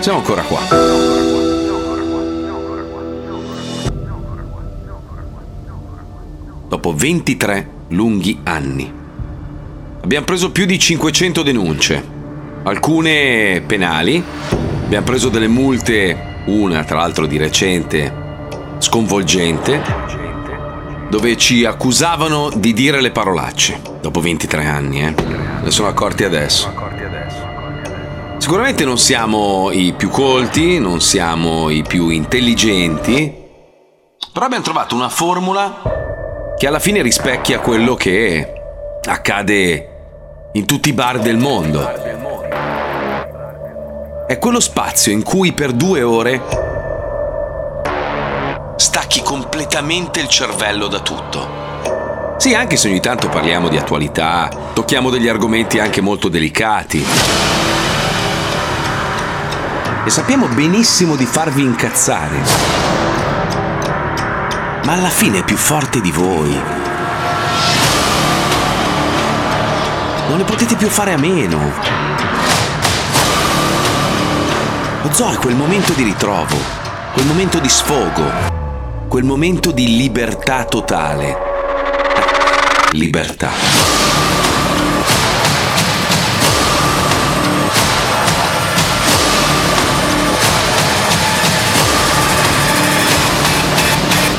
[SPEAKER 12] siamo ancora qua. Dopo 23 lunghi anni. Abbiamo preso più di 500 denunce, alcune penali, abbiamo preso delle multe, una tra l'altro di recente sconvolgente dove ci accusavano di dire le parolacce. Dopo 23 anni, eh. Ne sono accorti adesso. Sicuramente non siamo i più colti, non siamo i più intelligenti, però abbiamo trovato una formula che alla fine rispecchia quello che accade in tutti i bar del mondo. È quello spazio in cui per due ore stacchi completamente il cervello da tutto. Sì, anche se ogni tanto parliamo di attualità, tocchiamo degli argomenti anche molto delicati. E sappiamo benissimo di farvi incazzare. Ma alla fine è più forte di voi. Non ne potete più fare a meno. Lo zoo è quel momento di ritrovo, quel momento di sfogo, quel momento di libertà totale. Libertà.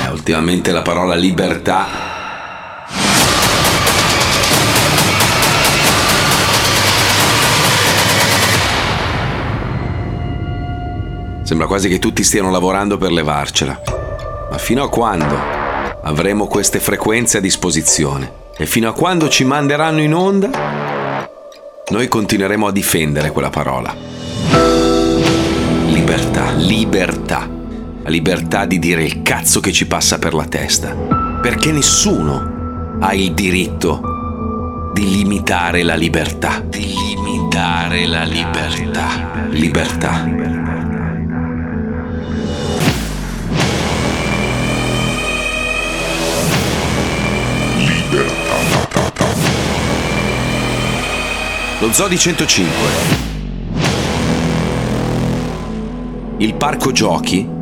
[SPEAKER 12] Eh, Ultimamente la parola libertà Sembra quasi che tutti stiano lavorando per levarcela. Ma fino a quando avremo queste frequenze a disposizione? E fino a quando ci manderanno in onda? Noi continueremo a difendere quella parola. Libertà, libertà. La libertà di dire il cazzo che ci passa per la testa. Perché nessuno ha il diritto di limitare la libertà. Di limitare la libertà. Libertà. Lo Zoo di 105. Il parco giochi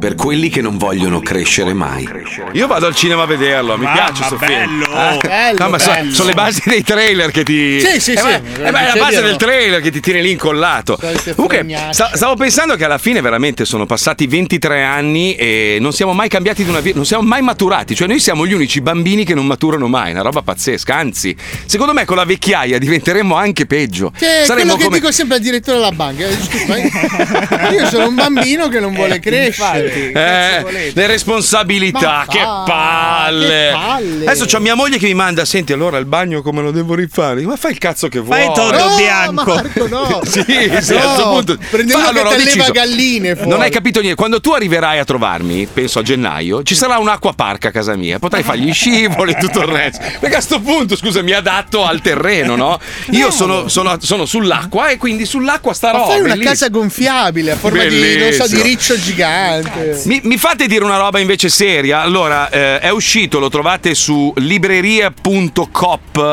[SPEAKER 12] per quelli che non vogliono crescere mai.
[SPEAKER 2] Io vado al cinema a vederlo, mi
[SPEAKER 12] Mamma,
[SPEAKER 2] piace sto film. Eh?
[SPEAKER 12] bello!
[SPEAKER 2] no, ma so-
[SPEAKER 12] bello.
[SPEAKER 2] sono le basi dei trailer che ti.
[SPEAKER 12] Sì, sì,
[SPEAKER 2] Eh,
[SPEAKER 12] sì.
[SPEAKER 2] ma- eh, ma è la
[SPEAKER 12] Dicevi,
[SPEAKER 2] base
[SPEAKER 12] no?
[SPEAKER 2] del trailer che ti tiene lì incollato. Comunque, sta- stavo pensando che alla fine veramente sono passati 23 anni e non siamo mai cambiati di una vita, non siamo mai maturati. Cioè, noi siamo gli unici bambini che non maturano mai, una roba pazzesca. Anzi, secondo me con la vecchiaia diventeremo anche peggio.
[SPEAKER 3] Che è quello
[SPEAKER 2] Saremo
[SPEAKER 3] che
[SPEAKER 2] come-
[SPEAKER 3] dico sempre al direttore della banca. eh, scusa, eh, Io sono un bambino che non vuole crescere.
[SPEAKER 2] Eh, le responsabilità,
[SPEAKER 3] Ma
[SPEAKER 2] che,
[SPEAKER 3] fa-
[SPEAKER 2] palle.
[SPEAKER 3] che palle.
[SPEAKER 2] Adesso c'ho mia moglie che mi manda: Senti, allora il bagno come lo devo rifare? Ma fai il cazzo che vuoi.
[SPEAKER 3] Fai Toro No, Bianco. Marco, no.
[SPEAKER 2] sì, sì, a
[SPEAKER 3] No,
[SPEAKER 2] questo punto.
[SPEAKER 3] prende uno che
[SPEAKER 2] ho
[SPEAKER 3] te leva
[SPEAKER 2] deciso.
[SPEAKER 3] galline fuori.
[SPEAKER 2] Non hai capito niente. Quando tu arriverai a trovarmi, penso a gennaio, ci sarà un acquaparca a casa mia. Potrai fargli gli scivoli e tutto il resto. Perché a sto punto, scusa, mi adatto al terreno, no? Io sono, sono- sono sull'acqua e quindi sull'acqua starò.
[SPEAKER 3] Ma fai una
[SPEAKER 2] bellissimo.
[SPEAKER 3] casa gonfiabile a forma di, non so, di
[SPEAKER 2] Bellissimo.
[SPEAKER 3] riccio gigante.
[SPEAKER 2] Mi, mi fate dire una roba invece seria? Allora, eh, è uscito, lo trovate su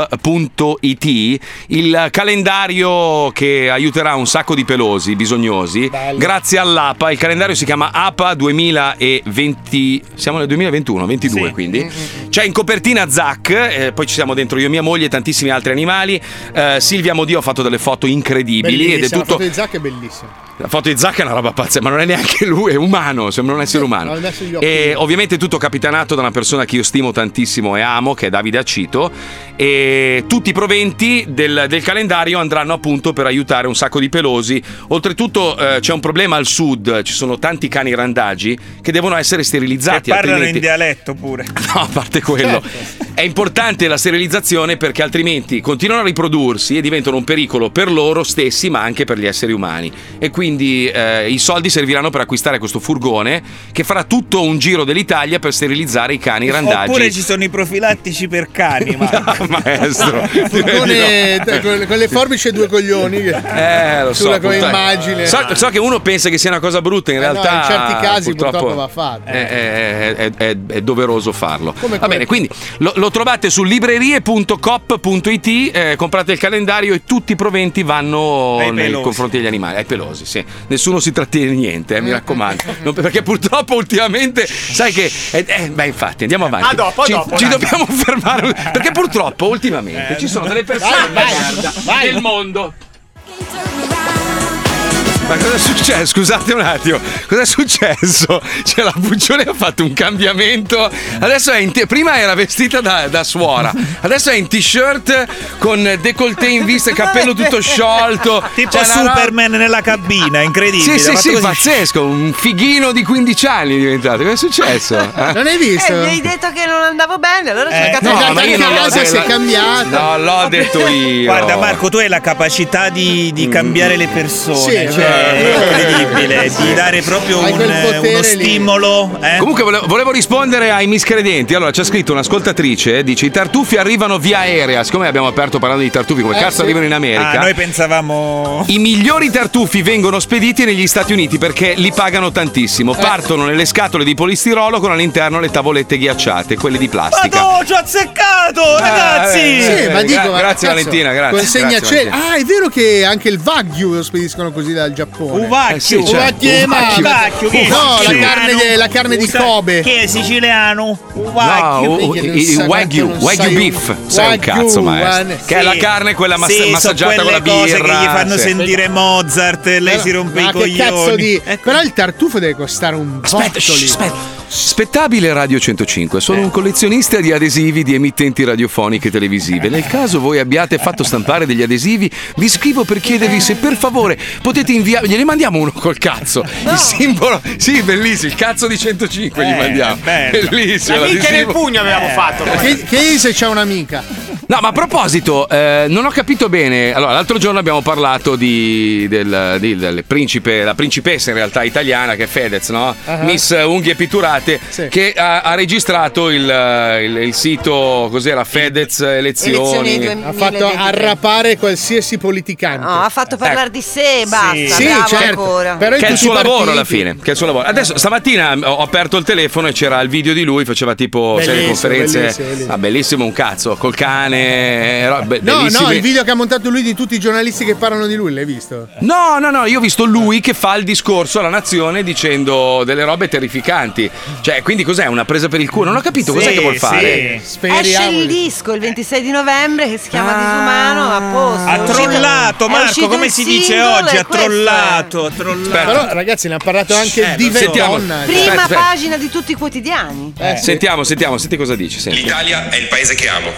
[SPEAKER 2] libreria.cop.it, il calendario che aiuterà un sacco di pelosi, bisognosi. Grazie all'APA, il calendario si chiama APA 2020, siamo nel 2021, 22
[SPEAKER 3] Mm,
[SPEAKER 2] quindi. C'è in copertina Zac, eh, poi ci siamo dentro io e mia moglie e tantissimi altri animali. Eh, Silvia Modio ha fatto delle foto incredibili
[SPEAKER 3] Bellissima,
[SPEAKER 2] ed è
[SPEAKER 3] la foto
[SPEAKER 2] tutto...
[SPEAKER 3] di Zac è bellissima.
[SPEAKER 2] La foto di Zacca è una roba pazza, ma non è neanche lui, è umano, sembra un essere
[SPEAKER 3] No,
[SPEAKER 2] umano.
[SPEAKER 3] adesso gli occhi.
[SPEAKER 2] E ovviamente tutto capitanato da una persona che io stimo tantissimo e amo, che è Davide Acito. E tutti i proventi del, del calendario andranno appunto per aiutare un sacco di pelosi. Oltretutto eh, c'è un problema al sud, ci sono tanti cani randagi che devono essere sterilizzati.
[SPEAKER 4] Parlano in
[SPEAKER 2] altrimenti-
[SPEAKER 4] dialetto pure.
[SPEAKER 2] No, a parte quello.
[SPEAKER 3] Certo.
[SPEAKER 2] È importante la sterilizzazione perché altrimenti continuano a riprodursi e diventano un pericolo per loro stessi, ma anche per gli esseri umani. E quindi eh, i soldi serviranno per acquistare questo furgone che farà tutto un giro dell'Italia per sterilizzare i cani
[SPEAKER 4] Eh,
[SPEAKER 2] randaggi.
[SPEAKER 4] Oppure ci sono i profilattici per cani, ma
[SPEAKER 2] Maestro.
[SPEAKER 3] Furgone t- con, con le forbici e due coglioni. che-
[SPEAKER 2] Eh, lo so.
[SPEAKER 3] Sulla
[SPEAKER 2] puttana-
[SPEAKER 3] coimmagine.
[SPEAKER 2] So, so che uno pensa che sia una cosa brutta, in
[SPEAKER 3] Eh no,
[SPEAKER 2] realtà.
[SPEAKER 3] in certi casi purtroppo va fatto.
[SPEAKER 2] È, è- è- è- è doveroso farlo.
[SPEAKER 3] Come
[SPEAKER 2] va bene, quindi lo, lo trovate su librerie.cop.it, eh, comprate il calendario e tutti i proventi vanno
[SPEAKER 12] Ai
[SPEAKER 2] nei
[SPEAKER 12] pelosi.
[SPEAKER 2] confronti degli animali. Ai pelosi, sì. Nessuno si trattiene niente, eh, mi raccomando. Non- perché purtroppo ultimamente, sai che. eh, eh, beh, infatti, andiamo avanti.
[SPEAKER 5] A Ah, dopo, a
[SPEAKER 2] ci,
[SPEAKER 5] dopo,
[SPEAKER 2] ci
[SPEAKER 5] dai. Eh,
[SPEAKER 2] dobbiamo fermare. Perché purtroppo ultimamente ci sono delle persone
[SPEAKER 5] Vai, vai,
[SPEAKER 2] merda
[SPEAKER 5] vai.
[SPEAKER 2] nel mondo. Ma cosa è successo? Scusate un attimo, cosa è successo? Cioè, la Puccione ha fatto un cambiamento. Adesso è in t- prima era vestita da, da suora, adesso è in t-shirt con décolleté in vista, cappello tutto sciolto.
[SPEAKER 4] Tipo
[SPEAKER 2] Cioè, una roba-
[SPEAKER 4] Superman nella cabina, incredibile.
[SPEAKER 2] Sì, sì,
[SPEAKER 4] Ma
[SPEAKER 2] sì,
[SPEAKER 4] così- Cioè,
[SPEAKER 2] pazzesco, un fighino di 15 anni è diventato. Cosa è successo? Eh?
[SPEAKER 7] Eh, mi hai detto che non andavo bene, allora sono
[SPEAKER 2] Eh,
[SPEAKER 7] andata
[SPEAKER 2] no,
[SPEAKER 7] a
[SPEAKER 2] ma io non l'ho
[SPEAKER 7] casa,
[SPEAKER 2] detto.
[SPEAKER 7] sei cambiato.
[SPEAKER 2] No, l'ho detto io. Mm.
[SPEAKER 4] Guarda Marco, tu hai la capacità di, di cambiare le persone,
[SPEAKER 2] Sì,
[SPEAKER 4] cioè,
[SPEAKER 2] eh.
[SPEAKER 4] è incredibile, di dare proprio
[SPEAKER 2] Hai
[SPEAKER 4] un-
[SPEAKER 2] quel
[SPEAKER 4] uno
[SPEAKER 2] potere lì.
[SPEAKER 4] stimolo. eh.
[SPEAKER 2] Comunque volevo, volevo rispondere ai miscredenti. Allora c'è scritto un'ascoltatrice, eh, dice i tartufi arrivano via aerea. Siccome abbiamo aperto parlando di tartufi, come
[SPEAKER 4] Eh,
[SPEAKER 2] cazzo
[SPEAKER 4] sì.
[SPEAKER 2] arrivano in America?
[SPEAKER 4] Ah, noi pensavamo...
[SPEAKER 2] I migliori tartufi vengono spediti negli Stati Uniti perché li pagano tantissimo.
[SPEAKER 3] Ecco.
[SPEAKER 2] Partono nelle scatole di polistirolo con all'interno le tavolette ghiacciate, quelle di plastica.
[SPEAKER 4] Oh, ci ho azzeccato, ragazzi!
[SPEAKER 2] Ah, eh,
[SPEAKER 3] Sì, ma
[SPEAKER 2] gra-
[SPEAKER 3] dico, ma cazzo,
[SPEAKER 2] grazie Valentina, grazie.
[SPEAKER 3] Consegna
[SPEAKER 2] grazie,
[SPEAKER 3] cielo.
[SPEAKER 2] Valentina.
[SPEAKER 3] Ah, è vero che anche il Wagyu lo spediscono così dal Giappone.
[SPEAKER 4] Uvacchio.
[SPEAKER 3] Eh sì, certo.
[SPEAKER 4] Uvacchio,
[SPEAKER 3] Uvacchio, ma-
[SPEAKER 4] Uvacchio, che è
[SPEAKER 3] No, la
[SPEAKER 4] siciliano.
[SPEAKER 3] carne, de- la carne di
[SPEAKER 4] Usa-
[SPEAKER 3] Kobe.
[SPEAKER 4] Che è siciliano?
[SPEAKER 2] No, o- o-
[SPEAKER 4] Minchia, non
[SPEAKER 2] il
[SPEAKER 4] sa-
[SPEAKER 2] wagyu,
[SPEAKER 4] non
[SPEAKER 2] wagyu
[SPEAKER 4] sai un-
[SPEAKER 2] beef, sai un
[SPEAKER 4] Wagyu,
[SPEAKER 2] cazzo maestro,
[SPEAKER 4] guarda.
[SPEAKER 2] che è la
[SPEAKER 4] Sì.
[SPEAKER 2] carne quella massa-
[SPEAKER 4] Sì, so
[SPEAKER 2] massaggiata con la birra.
[SPEAKER 4] quelle cose che gli fanno
[SPEAKER 2] sì.
[SPEAKER 4] sentire Mozart, lei si rompe
[SPEAKER 3] Ma
[SPEAKER 4] i
[SPEAKER 3] che
[SPEAKER 4] coglioni. Ecco.
[SPEAKER 3] cazzo di. Però il tartufo deve costare un
[SPEAKER 2] Aspetta,
[SPEAKER 3] botto
[SPEAKER 2] shh,
[SPEAKER 3] lì.
[SPEAKER 2] aspetta. Spettabile Radio 105,
[SPEAKER 3] Eh.
[SPEAKER 2] sono un collezionista di adesivi di emittenti radiofoniche e televisive. Nel caso voi abbiate fatto stampare degli adesivi, vi scrivo per chiedervi se per favore potete inviare. Gliene mandiamo uno col cazzo. Il simbolo. Sì, bellissimo. Il cazzo di 105 gli
[SPEAKER 3] Eh,
[SPEAKER 2] mandiamo.
[SPEAKER 3] bello.
[SPEAKER 2] Bellissimo. Eh.
[SPEAKER 3] La minchia
[SPEAKER 2] l'adesivo.
[SPEAKER 3] nel pugno avevamo fatto. Eh, Che, che se c'è un'amica?
[SPEAKER 2] No, ma a proposito, eh, non ho capito bene. Allora, l'altro giorno abbiamo parlato di, del, di- del principe, la principessa in realtà italiana che è Fedez, no?
[SPEAKER 12] Ah.
[SPEAKER 2] Miss Unghie Pitturate, che ha, ha registrato il, il- il sito, cos'era? Fedez Elezioni.
[SPEAKER 3] Ha fatto arrapare qualsiasi politicante.
[SPEAKER 7] No, ha fatto parlare di sé e basta,
[SPEAKER 3] Sì,
[SPEAKER 7] bravo
[SPEAKER 3] certo.
[SPEAKER 7] ancora.
[SPEAKER 3] Però in
[SPEAKER 2] che è il
[SPEAKER 3] tutti
[SPEAKER 2] suo
[SPEAKER 3] i
[SPEAKER 2] lavoro
[SPEAKER 3] partiti.
[SPEAKER 2] alla fine. Che è il suo lavoro. Adesso stamattina mh, ho aperto il telefono e c'era il video di lui, faceva tipo
[SPEAKER 3] Bellissimo,
[SPEAKER 2] serie conferenze.
[SPEAKER 3] bellissimo, bellissimo.
[SPEAKER 2] Ah, bellissimo un cazzo, col cane. eh, robe-
[SPEAKER 3] No, no,
[SPEAKER 2] bellissime.
[SPEAKER 3] il video che ha montato lui di tutti i giornalisti che parlano di lui, l'hai visto?
[SPEAKER 2] No, no, no, io ho visto lui che fa il discorso alla nazione dicendo delle robe terrificanti. Cioè, quindi cos'è? Una presa per il culo? Non ho capito cos'è
[SPEAKER 4] Sì,
[SPEAKER 2] che vuol
[SPEAKER 4] sì.
[SPEAKER 2] fare.
[SPEAKER 7] Esce il disco il 26 di novembre che si chiama Disumano a posto.
[SPEAKER 4] Ha
[SPEAKER 7] È uscito-
[SPEAKER 4] trollato,
[SPEAKER 7] è
[SPEAKER 4] Marco,
[SPEAKER 7] uscito
[SPEAKER 4] come
[SPEAKER 7] il
[SPEAKER 4] si dice
[SPEAKER 7] singolo
[SPEAKER 4] oggi?
[SPEAKER 7] e
[SPEAKER 4] Ha
[SPEAKER 7] questo è.
[SPEAKER 4] trollato, ha trollato.
[SPEAKER 3] Però ragazzi ne ha parlato anche
[SPEAKER 2] Eh,
[SPEAKER 3] di
[SPEAKER 2] lo so.
[SPEAKER 3] Vedonna.
[SPEAKER 2] Sentiamo.
[SPEAKER 7] Prima
[SPEAKER 2] Aspetta, aspetta.
[SPEAKER 7] pagina di tutti i quotidiani.
[SPEAKER 2] Eh,
[SPEAKER 3] Eh.
[SPEAKER 2] Sentiamo, sentiamo, senti cosa dice. senti.
[SPEAKER 16] L'Italia è il paese che amo.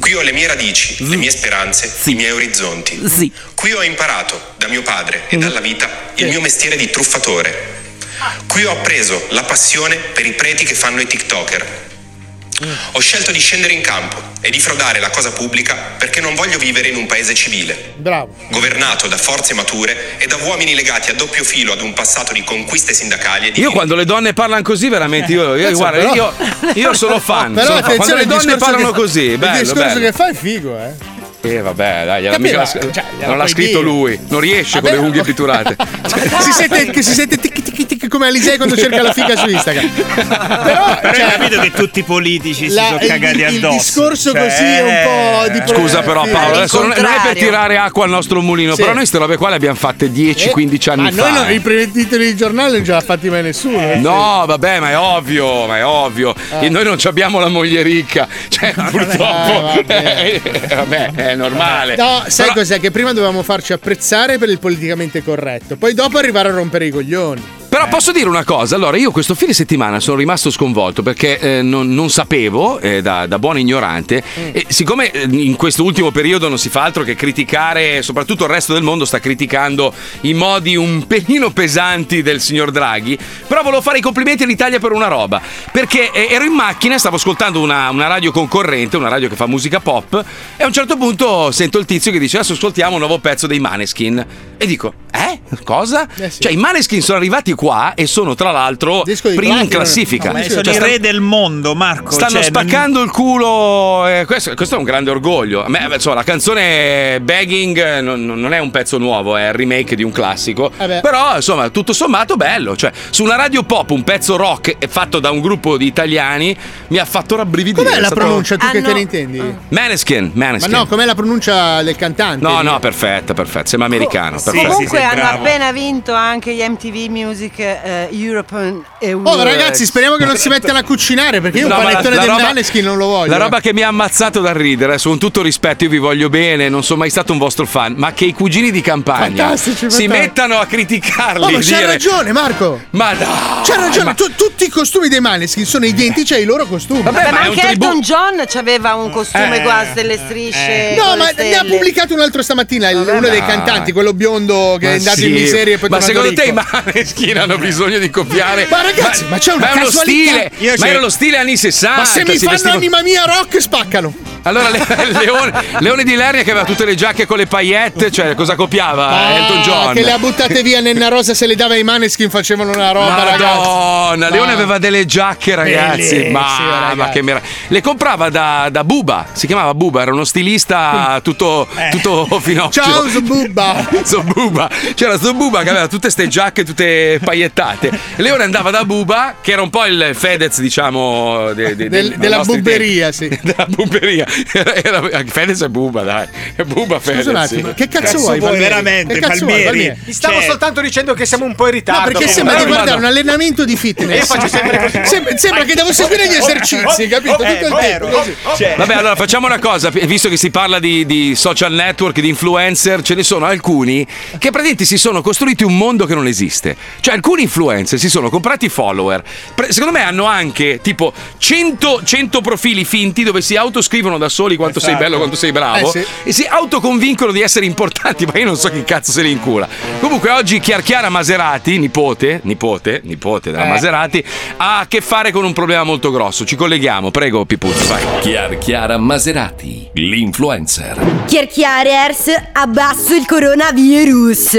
[SPEAKER 16] Qui ho le mie radici, le mie speranze, i miei orizzonti. Qui ho imparato da mio padre e dalla vita il mio mestiere di truffatore. Qui ho appreso la passione per i preti che fanno i TikToker. Ho scelto di scendere in campo e di frodare la cosa pubblica perché non voglio vivere in un paese civile,
[SPEAKER 3] Bravo.
[SPEAKER 16] governato da forze mature e da uomini legati a doppio filo ad un passato di conquiste sindacali e di
[SPEAKER 2] Io quando le donne parlano così, veramente io, io-
[SPEAKER 16] Cazzo,
[SPEAKER 2] guarda,
[SPEAKER 16] però-
[SPEAKER 2] io, io sono fan.
[SPEAKER 3] Però
[SPEAKER 2] sono fan. Quando
[SPEAKER 3] attenzione,
[SPEAKER 2] le
[SPEAKER 3] il
[SPEAKER 2] donne
[SPEAKER 3] discorso
[SPEAKER 2] parlano
[SPEAKER 3] che-
[SPEAKER 2] così, bello,
[SPEAKER 3] Il discorso
[SPEAKER 2] bello.
[SPEAKER 3] che fa è figo, eh.
[SPEAKER 2] Eh vabbè, dai, gliela-
[SPEAKER 3] Capiva?
[SPEAKER 2] mica l'ha-
[SPEAKER 3] Cioè, gliela
[SPEAKER 2] non l'ha
[SPEAKER 3] puoi
[SPEAKER 2] scritto
[SPEAKER 3] dire. Ah,
[SPEAKER 2] lui, non riesce
[SPEAKER 3] Vabbè,
[SPEAKER 2] con le unghie
[SPEAKER 3] ok.
[SPEAKER 2] pitturate.
[SPEAKER 3] si sente, che si sente tic tic tic come Alisei quando cerca la figa su Instagram.
[SPEAKER 4] Però hai capito che tutti i politici
[SPEAKER 3] cioè, La-
[SPEAKER 4] si sono
[SPEAKER 3] il-
[SPEAKER 4] cagati
[SPEAKER 3] il
[SPEAKER 4] addosso. Cioè, eh,
[SPEAKER 3] discorso così è un po' di-
[SPEAKER 2] Scusa però Paolo,
[SPEAKER 3] Al
[SPEAKER 2] adesso non non è per
[SPEAKER 3] contrario.
[SPEAKER 2] tirare acqua al nostro
[SPEAKER 3] Sì.
[SPEAKER 2] mulino,
[SPEAKER 3] Eh,
[SPEAKER 2] però noi queste robe qua le abbiamo fatte 10-15 anni
[SPEAKER 3] ma
[SPEAKER 2] fa.
[SPEAKER 3] noi no,
[SPEAKER 2] eh.
[SPEAKER 3] i primi titoli di giornale non ce l'ha fatti mai nessuno. eh.
[SPEAKER 2] No, vabbè, ma è ovvio, ma è ovvio. E noi non ci abbiamo la moglie ricca. Cioè, purtroppo. Eh, vabbè. è normale.
[SPEAKER 3] No, sai
[SPEAKER 2] Però-
[SPEAKER 3] cos'è? Che prima dovevamo farci apprezzare per il politicamente corretto, poi dopo arrivare a rompere i coglioni.
[SPEAKER 2] Però posso dire una cosa, allora io questo fine settimana sono rimasto sconvolto perché eh, non, non sapevo, eh, da, da buon ignorante, e siccome eh, in questo ultimo periodo non si fa altro che criticare, soprattutto il resto del mondo sta criticando i modi un pelino pesanti del signor Draghi, però volevo fare i complimenti all'Italia per una roba, perché eh, ero in macchina, stavo ascoltando una, una radio concorrente, una radio che fa musica pop, e a un certo punto sento il tizio che dice adesso ascoltiamo un nuovo pezzo dei Maneskin, e dico, eh? Cosa? Cioè i Maneskin sono arrivati qua e sono tra l'altro primi in classifica.
[SPEAKER 4] No, ma
[SPEAKER 2] Cioè,
[SPEAKER 4] Eh, sono i
[SPEAKER 2] stanno-
[SPEAKER 4] re del mondo, Marco.
[SPEAKER 2] Stanno
[SPEAKER 4] cioè,
[SPEAKER 2] spaccando il culo, eh, questo, questo è un grande orgoglio. A me, insomma, la canzone Begging eh, non, non è un pezzo nuovo, è il remake di un classico.
[SPEAKER 3] Eh beh.
[SPEAKER 2] Però, insomma, tutto sommato bello. Cioè, su una radio pop un pezzo rock eh, fatto da un gruppo di italiani mi ha fatto rabbrividire.
[SPEAKER 3] Com'è
[SPEAKER 2] è
[SPEAKER 3] la
[SPEAKER 2] stato- Ah,
[SPEAKER 3] pronuncia tu che te ne intendi?
[SPEAKER 2] Maneskin,
[SPEAKER 3] Ma
[SPEAKER 2] Maneskin.
[SPEAKER 3] no, com'è la pronuncia del cantante?
[SPEAKER 2] no, no, perfetta, perfetta. Sembra americano. perfetto.
[SPEAKER 7] Comunque hanno appena vinto anche gli MTV Music Magic eh, European Award.
[SPEAKER 3] Oh, ragazzi, speriamo che non si mettano a cucinare perché io un
[SPEAKER 2] No, ma la-
[SPEAKER 3] panettone
[SPEAKER 2] la
[SPEAKER 3] del
[SPEAKER 2] roba-
[SPEAKER 3] Maneskin non lo voglio.
[SPEAKER 2] La roba che mi ha ammazzato dal ridere, adesso con tutto rispetto, io vi voglio bene, non sono mai stato un vostro fan, ma che i cugini di campagna
[SPEAKER 3] Fantastici,
[SPEAKER 2] si
[SPEAKER 3] fantastici.
[SPEAKER 2] mettano a criticarli.
[SPEAKER 3] Oh, ma c'ha
[SPEAKER 2] dire-
[SPEAKER 3] ragione, Marco.
[SPEAKER 2] Ma dai!
[SPEAKER 3] C'ha ragione, tu- tutti i costumi dei Maneskin sono identici ai loro costumi.
[SPEAKER 7] Vabbè, ma anche Elton John aveva un costume
[SPEAKER 3] Eh,
[SPEAKER 7] quasi delle
[SPEAKER 2] Eh.
[SPEAKER 7] strisce.
[SPEAKER 3] No,
[SPEAKER 7] con
[SPEAKER 3] ma
[SPEAKER 7] le
[SPEAKER 3] ne ha
[SPEAKER 7] stelle.
[SPEAKER 3] pubblicato un altro stamattina, il- uno dei
[SPEAKER 2] dai.
[SPEAKER 3] cantanti, quello biondo che
[SPEAKER 2] Ma
[SPEAKER 3] è andato
[SPEAKER 2] sì,
[SPEAKER 3] in miseria e poi è
[SPEAKER 2] Ma
[SPEAKER 3] tornato
[SPEAKER 2] secondo te i
[SPEAKER 3] ricco.
[SPEAKER 2] Maneskin hanno bisogno di copiare?
[SPEAKER 3] Ma ragazzi, ma c'è una
[SPEAKER 2] è uno
[SPEAKER 3] casualità.
[SPEAKER 2] stile,
[SPEAKER 3] Io
[SPEAKER 2] ma
[SPEAKER 3] c'è-
[SPEAKER 2] era lo stile anni 60.
[SPEAKER 3] Ma se mi
[SPEAKER 2] si
[SPEAKER 3] fanno
[SPEAKER 2] vestivano-
[SPEAKER 3] anima mia rock, spaccano.
[SPEAKER 2] Allora Le- Leone, Leone di Lernia che aveva tutte le giacche con le paillette, cioè cosa copiava Elton John?
[SPEAKER 3] Ah, Che le ha buttate via Nenna Rosa se le dava ai Maneskin facevano una roba, ragazzi.
[SPEAKER 2] Madonna, Leone
[SPEAKER 3] Ma-
[SPEAKER 2] aveva delle giacche, ragazzi.
[SPEAKER 3] Bellissime,
[SPEAKER 2] Ma,
[SPEAKER 3] ragazzi.
[SPEAKER 2] ma che meraviglia. Le comprava da, da Buba. Si chiamava Buba, era uno stilista tutto, tutto finocchio.
[SPEAKER 3] Eh. Ciao Zububba.
[SPEAKER 2] Zobuba. C'era Zobuba che aveva tutte ste giacche tutte pagliettate. E Leone andava da Buba, che era un po' il Fedez, diciamo, de- de- de-
[SPEAKER 3] Del-
[SPEAKER 2] dei
[SPEAKER 3] della
[SPEAKER 2] nostri
[SPEAKER 3] bubberia, sì.
[SPEAKER 2] tempi. Della bubberia. Era, era- Fedez è Buba, dai. È Buba Fedez.
[SPEAKER 3] Scusa un attimo,
[SPEAKER 2] sì.
[SPEAKER 3] che cazzo vuoi, Palmieri? Che cazzo vuoi, Palmieri?
[SPEAKER 5] Ti stavo soltanto dicendo che siamo un po' in ritardo.
[SPEAKER 3] No, perché sembra di guardare un allenamento di fitness.
[SPEAKER 5] Io faccio sempre così.
[SPEAKER 3] Sembra, sembra che devo seguire gli esercizi, capito? Tutto il tempo. così. Cioè,
[SPEAKER 2] Vabbè, allora facciamo una cosa, visto che si parla di, di social network, di influencer, ce ne sono alcuni che praticamente si sono costruiti un mondo che non esiste. Cioè, alcuni influencer si sono comprati follower. Pre- secondo me hanno anche tipo 100, 100 profili finti dove si autoscrivono da soli quanto sei
[SPEAKER 12] Esatto.
[SPEAKER 2] bello, quanto sei bravo
[SPEAKER 12] Eh, sì.
[SPEAKER 2] e si autoconvincono di essere importanti, ma io non so chi cazzo se li incula. Comunque oggi Chiarchiara Maserati, nipote, nipote, nipote della
[SPEAKER 12] Eh.
[SPEAKER 2] Maserati, ha a che fare con un problema molto grosso. Ci colleghiamo, prego Pipuzzo, vai.
[SPEAKER 1] Chiara Maserati, l'influencer.
[SPEAKER 13] Chiarchiarers, abbasso il coronavirus.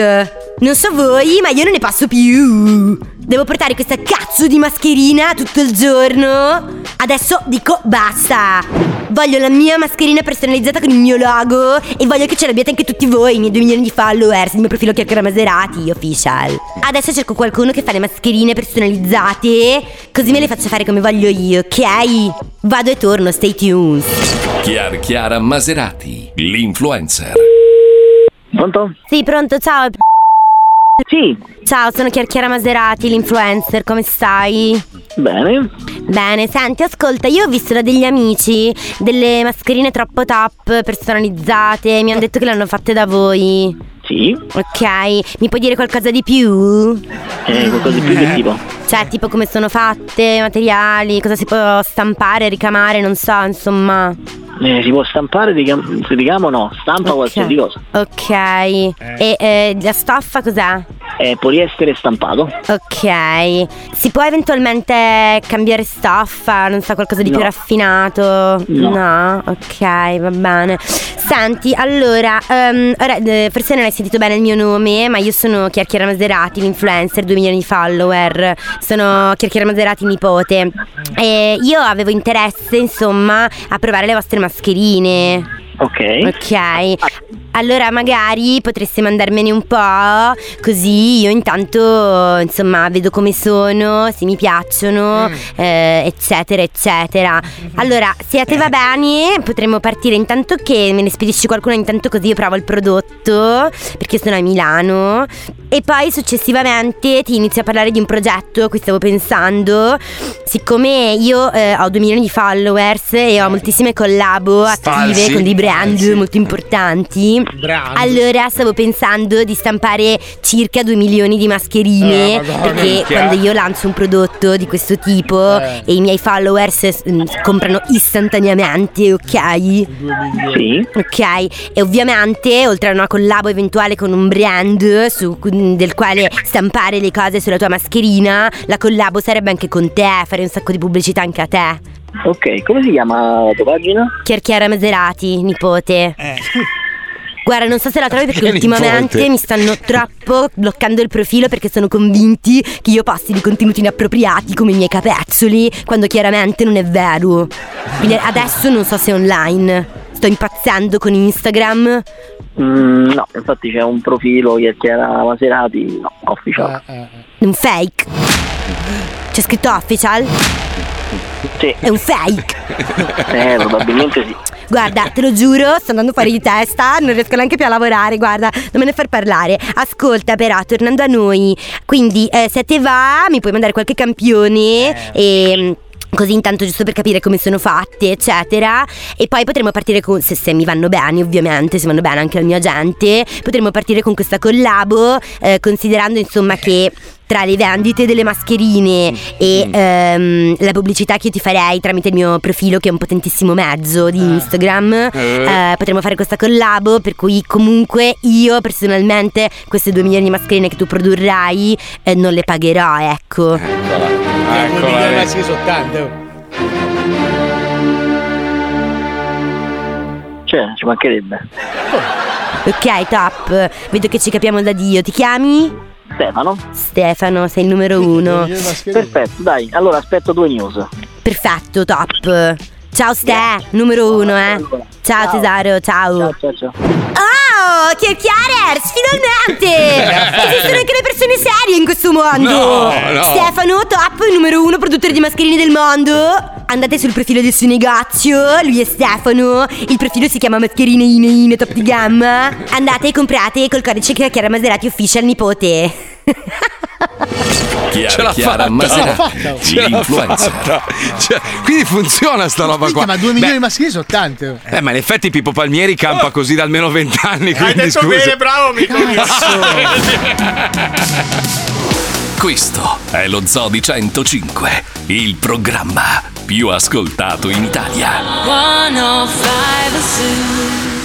[SPEAKER 13] Non so voi, ma io non ne passo più. Devo portare questa cazzo di mascherina tutto il giorno. Adesso dico basta. Voglio la mia mascherina personalizzata con il mio logo e voglio che ce l'abbiate anche tutti voi, i miei 2 milioni di followers, il mio profilo Chiacchiera Maserati, official. Adesso cerco qualcuno che fa le mascherine personalizzate, così me le faccio fare come voglio io, ok? Vado e torno, stay tuned.
[SPEAKER 1] Chiar Chiara Maserati, l'influencer.
[SPEAKER 13] Pronto? Sì, pronto, ciao. Sì. Ciao, sono Chiarchiara Maserati, l'influencer, come stai? Bene. Bene, senti, ascolta, io ho visto da degli amici delle mascherine troppo tap personalizzate, mi hanno detto che le hanno fatte da voi. Sì. Ok, mi puoi dire qualcosa di più?
[SPEAKER 17] Eh, qualcosa di più che tipo.
[SPEAKER 13] Cioè, tipo come sono fatte, materiali, cosa si può stampare, ricamare, non so, insomma.
[SPEAKER 17] Eh, si può stampare, ricam- ricamo no, stampa qualsiasi cosa.
[SPEAKER 13] Ok. E eh, la stoffa cos'è?
[SPEAKER 17] È poliestere stampato.
[SPEAKER 13] Ok, si può eventualmente cambiare stoffa, non so, qualcosa di più
[SPEAKER 17] No.
[SPEAKER 13] raffinato?
[SPEAKER 17] No.
[SPEAKER 13] ok, va bene. Senti, allora, ehm, ora, eh, forse non hai sentito bene il mio nome, ma io sono Chiarchiera Maserati, l'influencer, 2 milioni di follower, sono Chiarchiera Maserati nipote. E io avevo interesse, insomma, a provare le vostre mascherine.
[SPEAKER 17] Ok.
[SPEAKER 13] Ok, allora magari potreste mandarmene un po', così io intanto insomma vedo come sono, se mi piacciono, eh, eccetera, eccetera. Allora, se a te va bene, potremmo partire intanto che me ne spedisci qualcuno, intanto così io provo il prodotto, perché sono a Milano, e poi successivamente ti inizio a parlare di un progetto a cui stavo pensando, siccome io eh, ho 2 milioni di followers e ho moltissime collabo attive
[SPEAKER 17] Falsi.
[SPEAKER 13] con dei brand molto importanti.
[SPEAKER 17] Brand.
[SPEAKER 13] Allora stavo pensando di stampare circa 2 milioni di mascherine
[SPEAKER 17] Eh, madonna,
[SPEAKER 13] perché
[SPEAKER 17] minchia.
[SPEAKER 13] quando io lancio un prodotto di questo tipo
[SPEAKER 17] Eh.
[SPEAKER 13] e i miei followers s- m, comprano istantaneamente, ok?
[SPEAKER 17] Sì.
[SPEAKER 13] Ok, e ovviamente oltre a una collabo eventuale con un brand su- mm, del quale stampare le cose sulla tua mascherina, la collabo sarebbe anche con te, fare un sacco di pubblicità anche a te.
[SPEAKER 17] Ok, come si chiama la tua pagina?
[SPEAKER 13] Chiarchiara Maserati, nipote. Guarda, non so se la trovi perché
[SPEAKER 17] Perché
[SPEAKER 13] ultimamente
[SPEAKER 17] nipote?
[SPEAKER 13] mi stanno troppo bloccando il profilo perché sono convinti che io passi di contenuti inappropriati come i miei capezzoli, quando chiaramente non è vero. Quindi adesso non so se è online. Sto impazzendo con Instagram.
[SPEAKER 17] Mm, no, infatti c'è un profilo che era Maserati, no,
[SPEAKER 3] Ah,
[SPEAKER 17] ufficiale.
[SPEAKER 13] Un fake. C'è scritto official?
[SPEAKER 17] Sì.
[SPEAKER 13] È un fake.
[SPEAKER 3] ah.
[SPEAKER 17] Eh, probabilmente sì.
[SPEAKER 13] Guarda, te lo giuro, sto andando fuori di testa, non riesco neanche più a lavorare, guarda, non me ne far parlare. Ascolta, però, tornando a noi, quindi eh, se te va, mi puoi mandare qualche campione e. mm, Così intanto giusto per capire come sono fatte eccetera E poi potremmo partire con Se, se mi vanno bene ovviamente Se vanno bene anche al mio agente Potremmo partire con questa collabo eh, Considerando insomma che tra le vendite delle mascherine e ehm, la pubblicità che io ti farei tramite il mio profilo che è un potentissimo mezzo di Instagram eh, potremmo fare questa collabo per cui comunque io personalmente queste due milioni di mascherine che tu produrrai eh, non le pagherò ecco
[SPEAKER 3] Eh. Eccola lì. oh.
[SPEAKER 17] Cioè, ci mancherebbe.
[SPEAKER 13] Ok, top. Vedo che ci capiamo da Dio. Ti chiami?
[SPEAKER 17] Stefano.
[SPEAKER 13] Stefano, sei il numero uno.
[SPEAKER 17] Perfetto, dai, allora aspetto due news.
[SPEAKER 13] Perfetto, top. Ciao Ste, numero uno, eh. Ciao, tesoro, ciao.
[SPEAKER 17] Ciao, ciao.
[SPEAKER 2] Ah!
[SPEAKER 13] Oh, chiacchierers, finalmente! Esistono anche le persone serie in questo mondo.
[SPEAKER 6] No, no.
[SPEAKER 13] Stefano, top, numero uno produttore di mascherine del mondo. Andate sul profilo del suo negozio, lui è Stefano. Il profilo si chiama Mascherine Ine Ine Top di Gamma. Andate e comprate col codice che Chiara Maserati Official Nipote.
[SPEAKER 1] Chiara,
[SPEAKER 2] Ce l'ha
[SPEAKER 1] Chiara
[SPEAKER 2] fatta.
[SPEAKER 1] Masera,
[SPEAKER 3] oh.
[SPEAKER 2] Ce l'ha
[SPEAKER 1] l'influencer.
[SPEAKER 2] fatta. Cioè, quindi funziona sta roba qua.
[SPEAKER 3] Cioè, ma 2
[SPEAKER 2] Beh,
[SPEAKER 3] milioni di mascherine sono oh. tante.
[SPEAKER 2] Eh, ma in effetti Pippo Palmieri
[SPEAKER 12] Oh.
[SPEAKER 2] campa così da almeno vent'anni. Quindi, scusa.
[SPEAKER 5] bravo, mi
[SPEAKER 1] Questo è lo Zoo di 105, il programma più ascoltato in Italia.
[SPEAKER 6] 105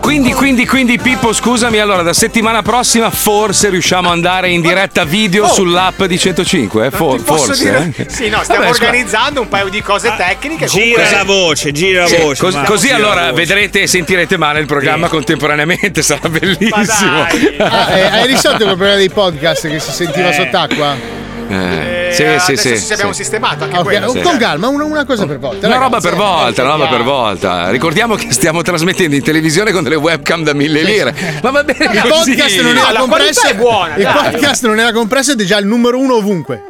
[SPEAKER 2] Quindi, quindi, quindi, Pippo, scusami, allora da settimana prossima forse riusciamo ad andare in diretta video
[SPEAKER 4] Oh.
[SPEAKER 2] sull'app di 105, eh? For-
[SPEAKER 5] Posso
[SPEAKER 2] forse.
[SPEAKER 5] dire?
[SPEAKER 2] eh?
[SPEAKER 5] Sì, no, stiamo
[SPEAKER 2] Vabbè, scusa. Ah,
[SPEAKER 5] organizzando un paio di cose tecniche.
[SPEAKER 4] Gira la voce, gira la
[SPEAKER 2] Sì,
[SPEAKER 4] voce.
[SPEAKER 2] cos-
[SPEAKER 4] Marco,
[SPEAKER 2] così
[SPEAKER 4] gira la
[SPEAKER 2] allora
[SPEAKER 4] voce.
[SPEAKER 2] vedrete e sentirete male il programma contemporaneamente, sarà bellissimo.
[SPEAKER 3] Ah, eh, hai risolto quel problema dei podcast che si sentiva sott'acqua?
[SPEAKER 2] Eh,
[SPEAKER 5] Eh,
[SPEAKER 2] sì,
[SPEAKER 5] adesso
[SPEAKER 2] sì,
[SPEAKER 5] ci abbiamo
[SPEAKER 2] sì.
[SPEAKER 5] sistemato anche
[SPEAKER 3] Ah, ok,
[SPEAKER 5] quello.
[SPEAKER 2] Sì.
[SPEAKER 3] Con calma, una, una cosa per volta.
[SPEAKER 2] Una
[SPEAKER 3] ragazzi.
[SPEAKER 2] roba per volta, una roba per volta. Ricordiamo che stiamo trasmettendo in televisione con delle webcam da mille lire. Ma va bene
[SPEAKER 3] Il
[SPEAKER 2] così.
[SPEAKER 3] podcast non
[SPEAKER 4] Ah,
[SPEAKER 3] era compresso. il podcast non era compresso ed è già il numero uno ovunque.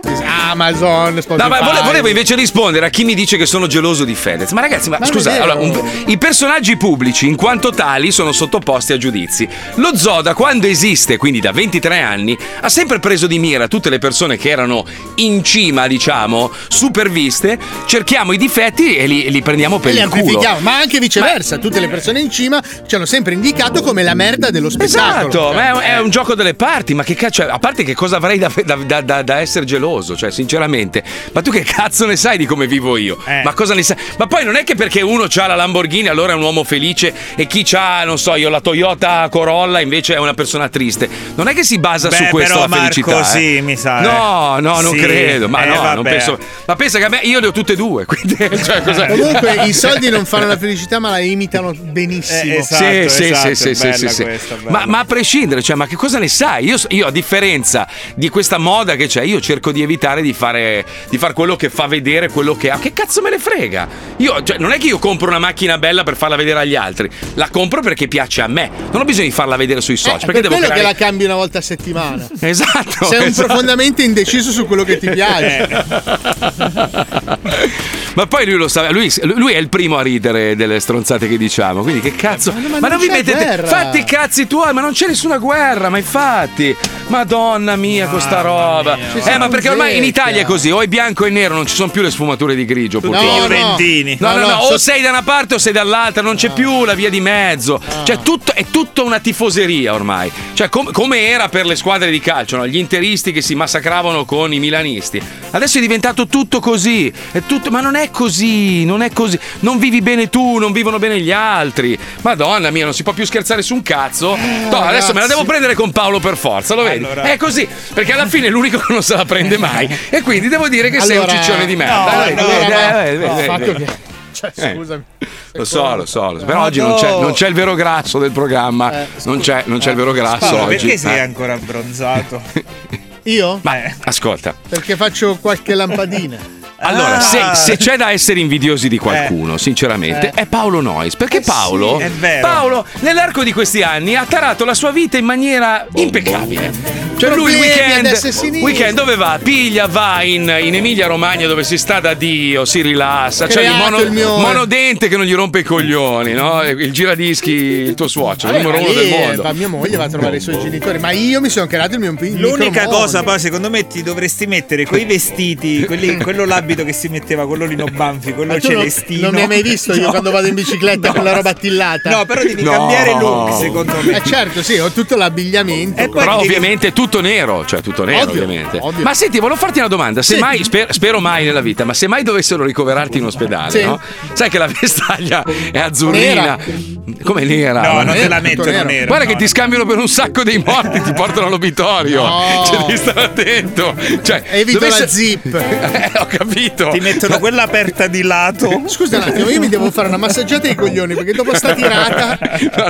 [SPEAKER 3] Amazon,
[SPEAKER 2] No,
[SPEAKER 3] Spotify.
[SPEAKER 2] ma vole- volevo invece rispondere a chi mi dice che sono geloso di Fedez. Ma ragazzi, ma,
[SPEAKER 3] Ma non
[SPEAKER 2] scusate,
[SPEAKER 3] è vero.
[SPEAKER 2] allora, un- i personaggi pubblici in quanto tali sono sottoposti a giudizi. Lo zoo da quando esiste, quindi da 23 anni, ha sempre preso di mira tutte le persone che erano in cima, diciamo, superviste, cerchiamo i difetti e li, e li prendiamo per
[SPEAKER 3] E li
[SPEAKER 2] il culo.
[SPEAKER 3] amplifichiamo, ma anche viceversa, tutte le persone in cima ci hanno sempre indicato come la merda dello spettacolo.
[SPEAKER 2] Esatto, ma è un,
[SPEAKER 4] Eh.
[SPEAKER 2] è un gioco delle parti, ma che cazzo, a parte che cosa avrei da, da- da- da- da essere geloso, cioè sinceramente, ma tu che cazzo ne sai di come vivo io?
[SPEAKER 4] Eh.
[SPEAKER 2] Ma cosa ne sai? Ma poi non è che perché uno ha la Lamborghini allora è un uomo felice e chi ha, non so, io la Toyota Corolla invece è una persona triste. Non è che si basa su
[SPEAKER 4] Beh,
[SPEAKER 2] questo
[SPEAKER 4] però,
[SPEAKER 2] la felicità.
[SPEAKER 4] Marco,
[SPEAKER 2] eh.
[SPEAKER 4] sì, mi sa,
[SPEAKER 2] No,
[SPEAKER 4] eh.
[SPEAKER 2] no, non
[SPEAKER 4] Sì,
[SPEAKER 2] credo, ma
[SPEAKER 4] eh,
[SPEAKER 2] no, non
[SPEAKER 4] vabbè.
[SPEAKER 2] penso. Ma pensa che a me io le ho tutte e due, quindi cioè, cos'è?
[SPEAKER 3] Comunque i soldi non fanno la felicità, ma la imitano benissimo.
[SPEAKER 2] Eh, sì, sì,
[SPEAKER 3] esatto,
[SPEAKER 2] sì, sì, sì, sì, sì. Ma, ma a prescindere, cioè, ma che cosa ne sai? Io, io, a differenza di questa moda che c'è, io cerco di evitare di fare, di far quello che fa vedere quello che ha. Che cazzo me ne frega? Io, cioè, non è che io compro una macchina bella per farla vedere agli altri, la compro perché piace a me. Non ho bisogno di farla vedere sui social.
[SPEAKER 3] Eh, È
[SPEAKER 2] perché
[SPEAKER 3] per
[SPEAKER 2] devo
[SPEAKER 3] quello
[SPEAKER 2] creare...
[SPEAKER 3] che la cambi una volta a settimana.
[SPEAKER 2] Esatto.
[SPEAKER 3] Sei un
[SPEAKER 2] esatto. Eh,
[SPEAKER 3] profondamente indeciso su quello che ti piace.
[SPEAKER 2] Ma poi lui lo sa, lui, lui è il primo a ridere delle stronzate che diciamo. Quindi che cazzo. Ma,
[SPEAKER 3] Eh, ma
[SPEAKER 2] non
[SPEAKER 3] non
[SPEAKER 2] vi
[SPEAKER 3] c'è
[SPEAKER 2] mettete.
[SPEAKER 3] guerra.
[SPEAKER 2] Fatti i cazzi tuoi, ma non c'è nessuna guerra, ma infatti. Madonna mia, con sta roba.
[SPEAKER 4] mia.
[SPEAKER 2] Eh, ma perché ormai in
[SPEAKER 4] Zecca.
[SPEAKER 2] Italia è così, o è bianco e nero, non ci sono più le sfumature di grigio.
[SPEAKER 4] Tutti
[SPEAKER 2] purtroppo.
[SPEAKER 4] fiorentini.
[SPEAKER 2] No, no, no, Ah.
[SPEAKER 4] No, no,
[SPEAKER 2] o
[SPEAKER 4] so-
[SPEAKER 2] sei da una parte o sei dall'altra, non c'è più la via di mezzo. Cioè, tutto, è tutta una tifoseria ormai. Cioè, com- come era per le squadre di calcio, no? gli interisti che si massacravano con i milanisti. Adesso è diventato tutto così. È tutto- ma non è così, non è così. Non vivi bene tu, non vivono bene gli altri. Madonna mia, non si può più scherzare su un cazzo. no, adesso me la
[SPEAKER 4] ragazzi.
[SPEAKER 2] devo prendere con Paolo per forza, lo vedi?
[SPEAKER 4] Allora.
[SPEAKER 2] È così, perché alla fine è l'unico che non se la prende mai. E quindi devo dire che sei un
[SPEAKER 3] Allora-
[SPEAKER 2] ciccione di merda.
[SPEAKER 3] No,
[SPEAKER 2] Eh,
[SPEAKER 3] no,
[SPEAKER 2] vedi,
[SPEAKER 3] no.
[SPEAKER 2] eh, vedi,
[SPEAKER 3] No,
[SPEAKER 2] vedi,
[SPEAKER 3] fatto
[SPEAKER 2] vedi.
[SPEAKER 3] che- cioè,
[SPEAKER 2] Eh.
[SPEAKER 3] scusami.
[SPEAKER 2] Lo so, lo so, lo so. però oggi non c'è, non c'è il vero grasso del programma,
[SPEAKER 3] Eh,
[SPEAKER 2] non c'è, non c'è il vero grasso
[SPEAKER 4] Paolo,
[SPEAKER 2] oggi.
[SPEAKER 4] perché sei
[SPEAKER 2] eh.
[SPEAKER 4] ancora abbronzato? Eh.
[SPEAKER 3] Io?
[SPEAKER 2] Ma ascolta,
[SPEAKER 3] Perché faccio qualche lampadina.
[SPEAKER 2] Allora,
[SPEAKER 12] Ah.
[SPEAKER 2] se, se c'è da essere invidiosi di qualcuno,
[SPEAKER 3] Eh.
[SPEAKER 2] sinceramente, è Paolo Noyes. Perché Paolo,
[SPEAKER 12] sì, è vero.
[SPEAKER 2] Paolo, nell'arco di questi anni, ha tarato la sua vita in maniera impeccabile. Cioè, lui il
[SPEAKER 3] Problemi a
[SPEAKER 2] weekend,
[SPEAKER 3] destra e a sinistra.
[SPEAKER 2] weekend dove va? Piglia, va in, in Emilia-Romagna dove si sta da Dio, si rilassa. C'è il,
[SPEAKER 3] Creato
[SPEAKER 2] mono-
[SPEAKER 3] il mio-
[SPEAKER 2] monodente che non gli rompe i coglioni, no? Il giradischi, il tuo suocero, il
[SPEAKER 3] Vabbè,
[SPEAKER 2] numero
[SPEAKER 3] ma
[SPEAKER 2] uno
[SPEAKER 3] lì,
[SPEAKER 2] del mondo.
[SPEAKER 3] eh, va- mia moglie va a trovare i suoi genitori, ma io mi sono creato il mio piccolo.
[SPEAKER 4] L'unica cosa poi secondo me ti dovresti mettere quei vestiti, quelli- quello l'abito che si metteva, quello lino banfi, quello
[SPEAKER 3] Ma tu non-
[SPEAKER 4] celestino.
[SPEAKER 3] Non mi hai mai visto io
[SPEAKER 4] No.
[SPEAKER 3] quando vado in bicicletta con la roba attillata?
[SPEAKER 4] No, però devi No. cambiare look, secondo me.
[SPEAKER 3] Eh certo, sì, ho tutto l'abbigliamento.
[SPEAKER 2] Però ovviamente tutto nero, cioè tutto nero
[SPEAKER 3] Ovvio,
[SPEAKER 2] ovviamente.
[SPEAKER 3] ovvio.
[SPEAKER 2] Ma senti, volevo farti una domanda, se
[SPEAKER 3] Sì.
[SPEAKER 2] mai, sper- spero mai nella vita, ma se mai dovessero ricoverarti in ospedale,
[SPEAKER 3] Sì.
[SPEAKER 2] no? Sai che la vestaglia è azzurrina.
[SPEAKER 3] Nera.
[SPEAKER 2] Come nera?
[SPEAKER 4] No,
[SPEAKER 2] Ma-
[SPEAKER 4] non te la mettono
[SPEAKER 2] Eh, Tutto
[SPEAKER 4] nera,
[SPEAKER 2] Guarda
[SPEAKER 4] no,
[SPEAKER 2] che ti scambiano per un sacco dei morti, ti portano all'obitorio.
[SPEAKER 4] No.
[SPEAKER 2] Cioè, devi stare attento. Cioè,
[SPEAKER 3] Evito la
[SPEAKER 2] dovesse-
[SPEAKER 3] zip.
[SPEAKER 2] Eh, ho capito.
[SPEAKER 4] Ti mettono quella aperta di lato.
[SPEAKER 3] Scusa un attimo, io mi devo fare una massaggiata ai coglioni perché dopo sta tirata.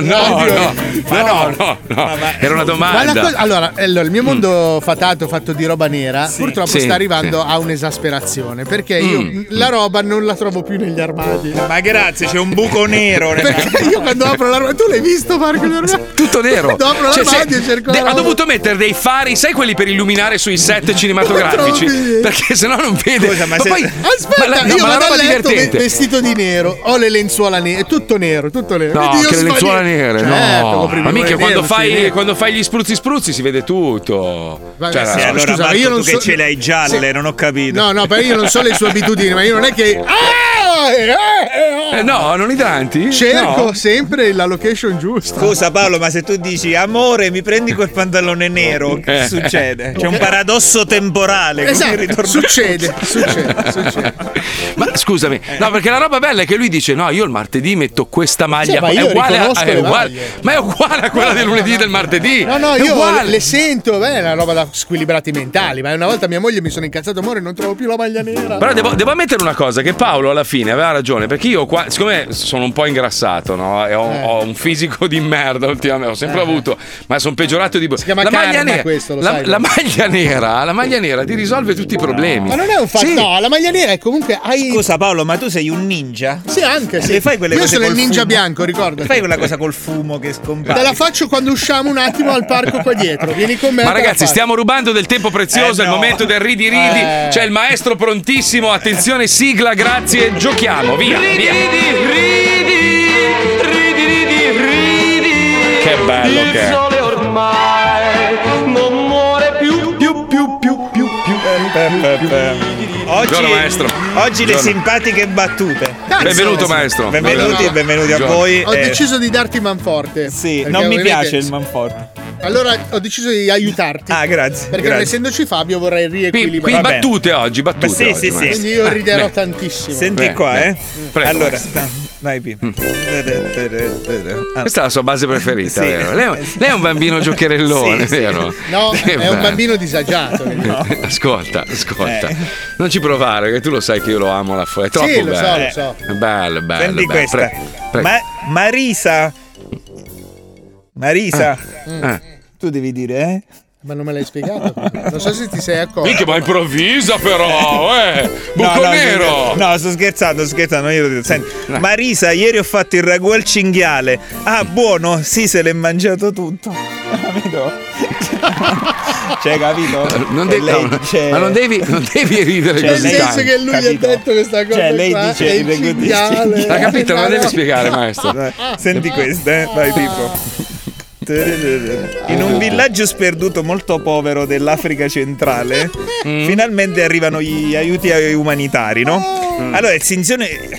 [SPEAKER 2] No, no, no, no, no, no. Era
[SPEAKER 3] Ma
[SPEAKER 2] una
[SPEAKER 3] la
[SPEAKER 2] domanda. Mm.
[SPEAKER 3] cosa- allora, allora, il mio mondo fatato fatto di roba nera purtroppo
[SPEAKER 2] Sì,
[SPEAKER 3] sta arrivando
[SPEAKER 2] sì.
[SPEAKER 3] a un'esasperazione perché io
[SPEAKER 4] Mm.
[SPEAKER 3] la roba non la trovo più negli armadi.
[SPEAKER 4] Ma grazie, c'è un buco nero.
[SPEAKER 3] Perché io quando apro la roba, tu l'hai visto Marco? gli armadi?
[SPEAKER 2] Tutto nero.
[SPEAKER 3] Quando apro
[SPEAKER 2] Cioè,
[SPEAKER 3] l'armadio
[SPEAKER 2] se-
[SPEAKER 3] cerco
[SPEAKER 2] de-
[SPEAKER 3] la
[SPEAKER 2] ha
[SPEAKER 3] roba.
[SPEAKER 2] dovuto mettere dei fari, sai quelli per illuminare sui set cinematografici?
[SPEAKER 3] Trovi.
[SPEAKER 2] perché sennò non vede.
[SPEAKER 4] Scusa, ma se-
[SPEAKER 3] Aspetta,
[SPEAKER 2] ma la, no,
[SPEAKER 3] io
[SPEAKER 2] ma la
[SPEAKER 3] vado
[SPEAKER 2] roba
[SPEAKER 3] a letto ve-
[SPEAKER 2] divertente.
[SPEAKER 3] vestito di nero, ho le lenzuola nere, tutto nero, tutto nero.
[SPEAKER 2] No,
[SPEAKER 3] Quindi io
[SPEAKER 2] che le
[SPEAKER 3] sbaglio-
[SPEAKER 2] lenzuola nere,
[SPEAKER 3] Certo,
[SPEAKER 2] no.
[SPEAKER 3] coprimi
[SPEAKER 2] Ma mica
[SPEAKER 3] nero,
[SPEAKER 2] quando,
[SPEAKER 3] sì,
[SPEAKER 2] fai,
[SPEAKER 3] nero.
[SPEAKER 2] quando fai gli spruzzi spruzzi si vede tutto.
[SPEAKER 3] Vabbè,
[SPEAKER 2] Cioè,
[SPEAKER 4] Sì,
[SPEAKER 2] no,
[SPEAKER 4] allora
[SPEAKER 2] scusa,
[SPEAKER 4] Marco,
[SPEAKER 2] io non
[SPEAKER 4] tu
[SPEAKER 2] so-
[SPEAKER 4] che ce le hai gialle,
[SPEAKER 2] Sì.
[SPEAKER 4] non ho capito.
[SPEAKER 3] Eh, No, no, però io non so le sue abitudini, ma io non è che. Ah, eh, eh, eh,
[SPEAKER 2] Eh,
[SPEAKER 3] oh.
[SPEAKER 2] no, non idranti?
[SPEAKER 3] Cerco
[SPEAKER 2] No.
[SPEAKER 3] sempre la location giusta.
[SPEAKER 4] Scusa Paolo, ma se tu dici amore, mi prendi quel pantalone nero, che
[SPEAKER 3] Eh.
[SPEAKER 4] succede? C'è un paradosso temporale. come
[SPEAKER 3] Esatto,
[SPEAKER 4] ritorno-
[SPEAKER 3] succede, succede,
[SPEAKER 2] Ma scusami,
[SPEAKER 4] Eh.
[SPEAKER 2] no, perché la roba bella è che lui dice: No, io il martedì metto questa maglia.
[SPEAKER 3] Sì, ma io
[SPEAKER 2] è uguale a,
[SPEAKER 3] riconosco
[SPEAKER 2] è
[SPEAKER 3] le
[SPEAKER 2] uguale-
[SPEAKER 3] maglie.
[SPEAKER 2] ma è uguale a quella del lunedì e del martedì.
[SPEAKER 3] No, no,
[SPEAKER 2] È
[SPEAKER 3] io
[SPEAKER 2] uguale.
[SPEAKER 3] le sento, beh, è una roba da squilibrati mentali, ma una volta mia moglie mi sono incazzato, amore, non trovo più la maglia nera.
[SPEAKER 2] Però devo, devo ammettere una cosa: che Paolo alla fine aveva ragione, perché io qua, siccome sono un po' ingrassato, no? E
[SPEAKER 3] Eh.
[SPEAKER 2] ho, ho un fisico di merda ultimamente, ho sempre avuto, ma sono peggiorato di. Si
[SPEAKER 3] chiama karma questo, lo
[SPEAKER 2] la,
[SPEAKER 3] sai,
[SPEAKER 2] la
[SPEAKER 3] no?
[SPEAKER 2] maglia nera, la maglia nera ti risolve tutti i problemi.
[SPEAKER 3] Ma non è un fatto, no, la maglia nera è comunque hai.
[SPEAKER 4] Scusa Paolo, ma tu sei un ninja?
[SPEAKER 3] Sì, anche sì.
[SPEAKER 4] Le fai quelle
[SPEAKER 3] Io
[SPEAKER 4] cose
[SPEAKER 3] sono il
[SPEAKER 4] col
[SPEAKER 3] ninja
[SPEAKER 4] fumo?
[SPEAKER 3] bianco, ricorda.
[SPEAKER 4] Fai quella cosa col fumo che scompare.
[SPEAKER 3] Te la faccio quando usciamo un attimo al parco qua dietro. Vieni con me.
[SPEAKER 2] Ma
[SPEAKER 3] te la
[SPEAKER 2] ragazzi,
[SPEAKER 3] faccio.
[SPEAKER 2] stiamo rubando del tempo prezioso.
[SPEAKER 3] Eh,
[SPEAKER 2] È il
[SPEAKER 3] no.
[SPEAKER 2] momento del ridi ridi.
[SPEAKER 3] Eh.
[SPEAKER 2] C'è il maestro prontissimo. Attenzione, sigla, grazie. Giochiamo, via. via. Che bello che è.
[SPEAKER 6] ormai non muore più, più, più, più, più, più.
[SPEAKER 4] Oggi,
[SPEAKER 2] Buongiorno, maestro.
[SPEAKER 4] oggi le
[SPEAKER 2] Buongiorno.
[SPEAKER 4] simpatiche battute.
[SPEAKER 3] Cazzo.
[SPEAKER 2] Benvenuto, maestro.
[SPEAKER 4] Benvenuti e benvenuti a
[SPEAKER 2] Buongiorno.
[SPEAKER 4] voi.
[SPEAKER 3] Ho
[SPEAKER 4] eh,
[SPEAKER 3] deciso di darti manforte. Sì,
[SPEAKER 4] non mi piace il manforte.
[SPEAKER 3] Allora ho deciso di aiutarti.
[SPEAKER 4] Ah, grazie.
[SPEAKER 3] Perché non
[SPEAKER 4] grazie.
[SPEAKER 3] essendoci Fabio vorrei
[SPEAKER 2] Quindi,
[SPEAKER 3] riequilibrare.
[SPEAKER 2] quindi battute oggi, battute.
[SPEAKER 4] Ma sì,
[SPEAKER 2] oggi,
[SPEAKER 4] sì, sì.
[SPEAKER 2] maestro.
[SPEAKER 3] Quindi io
[SPEAKER 4] Ah,
[SPEAKER 3] riderò
[SPEAKER 4] beh.
[SPEAKER 3] tantissimo.
[SPEAKER 4] Senti
[SPEAKER 2] Beh,
[SPEAKER 4] qua,
[SPEAKER 2] beh.
[SPEAKER 4] eh.
[SPEAKER 2] Prego,
[SPEAKER 4] allora,
[SPEAKER 2] maestro.
[SPEAKER 4] no, vai Ah, Pippo.
[SPEAKER 2] Questa è la sua base preferita,
[SPEAKER 4] Sì.
[SPEAKER 2] vero? Lei, lei è un bambino giocherellone,
[SPEAKER 3] Sì, sì.
[SPEAKER 2] vero?
[SPEAKER 3] No,
[SPEAKER 2] Che
[SPEAKER 3] è
[SPEAKER 2] bello.
[SPEAKER 3] un bambino disagiato.
[SPEAKER 2] Ascolta, ascolta. Non ci provare, che tu lo sai che io lo amo la foto. È troppo
[SPEAKER 4] Eh. Sì, lo so,
[SPEAKER 2] bello. Eh,
[SPEAKER 4] lo so.
[SPEAKER 2] Bello, bello.
[SPEAKER 4] Senti
[SPEAKER 2] bello.
[SPEAKER 4] questa.
[SPEAKER 2] Pre- pre-
[SPEAKER 4] Ma- Marisa. Marisa.
[SPEAKER 2] Ah.
[SPEAKER 4] Tu devi dire, eh?
[SPEAKER 3] Ma non me l'hai spiegato. Non so se ti sei accorto.
[SPEAKER 2] Minchia, ma improvvisa però, eh! Buco
[SPEAKER 4] no,
[SPEAKER 2] nero!
[SPEAKER 4] sto- No, sto scherzando, sto scherzando. Io lo dico. Senti, Marisa, ieri ho fatto il ragù al cinghiale. Ah, buono? Sì, se l'è mangiato tutto. Capito? Cioè, capito?
[SPEAKER 2] Non
[SPEAKER 4] Cioè,
[SPEAKER 2] devi,
[SPEAKER 4] lei
[SPEAKER 2] no,
[SPEAKER 4] dice-
[SPEAKER 2] ma non devi, non devi ridere
[SPEAKER 4] Cioè,
[SPEAKER 3] Nel
[SPEAKER 2] così
[SPEAKER 3] senso
[SPEAKER 2] tanto.
[SPEAKER 3] che lui gli ha detto questa cosa.
[SPEAKER 4] Cioè, lei
[SPEAKER 3] qua,
[SPEAKER 4] dice
[SPEAKER 3] è
[SPEAKER 4] il
[SPEAKER 3] il
[SPEAKER 4] regolista.
[SPEAKER 3] cinghiale.
[SPEAKER 2] L'ha capito, me la devi
[SPEAKER 3] No.
[SPEAKER 2] spiegare, maestro.
[SPEAKER 4] Senti questa, eh? Vai, Pippo. In un villaggio sperduto molto povero dell'Africa centrale,
[SPEAKER 2] Mm.
[SPEAKER 4] finalmente arrivano gli aiuti umanitari, no? Allora, il sinzione.
[SPEAKER 2] Mm.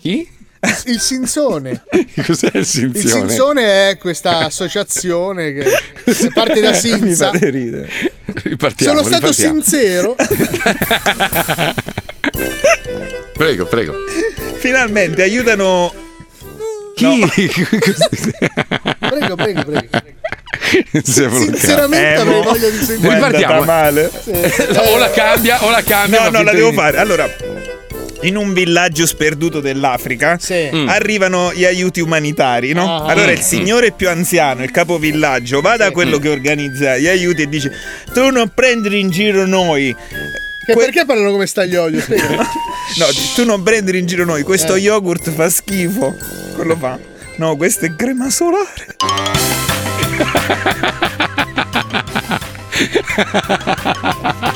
[SPEAKER 2] Chi?
[SPEAKER 3] Il Sinzone.
[SPEAKER 2] Cos'è il
[SPEAKER 3] Il
[SPEAKER 2] sinzione?
[SPEAKER 3] Sinzone è questa associazione che parte da Sinza.
[SPEAKER 2] Ripartiamo,
[SPEAKER 3] Sono stato
[SPEAKER 2] ripartiamo.
[SPEAKER 3] sincero.
[SPEAKER 2] Prego, prego.
[SPEAKER 4] Finalmente aiutano.
[SPEAKER 2] Chi?
[SPEAKER 3] Prego, prego, prego.
[SPEAKER 2] Si è bloccato.
[SPEAKER 3] Sinceramente
[SPEAKER 4] Eh,
[SPEAKER 3] avrei
[SPEAKER 4] mo-
[SPEAKER 3] voglia di sentire.
[SPEAKER 2] Ripartiamo.
[SPEAKER 4] male.
[SPEAKER 2] o la cambia o la cambia.
[SPEAKER 4] No,
[SPEAKER 2] ma
[SPEAKER 4] no, la
[SPEAKER 2] finta
[SPEAKER 4] devo
[SPEAKER 2] di-
[SPEAKER 4] fare. Allora, in un villaggio sperduto dell'Africa
[SPEAKER 3] Mm.
[SPEAKER 4] arrivano gli aiuti umanitari, no? Allora il
[SPEAKER 3] Mm.
[SPEAKER 4] signore più anziano, il capovillaggio, va da quello che organizza gli aiuti e dice: Tu non prendere in giro noi.
[SPEAKER 3] Che perché parlano come staglioglio? Spiega.
[SPEAKER 4] No, tu non prendere in giro noi, questo
[SPEAKER 3] Eh.
[SPEAKER 4] yogurt fa schifo. Quello fa. No, questo è crema solare.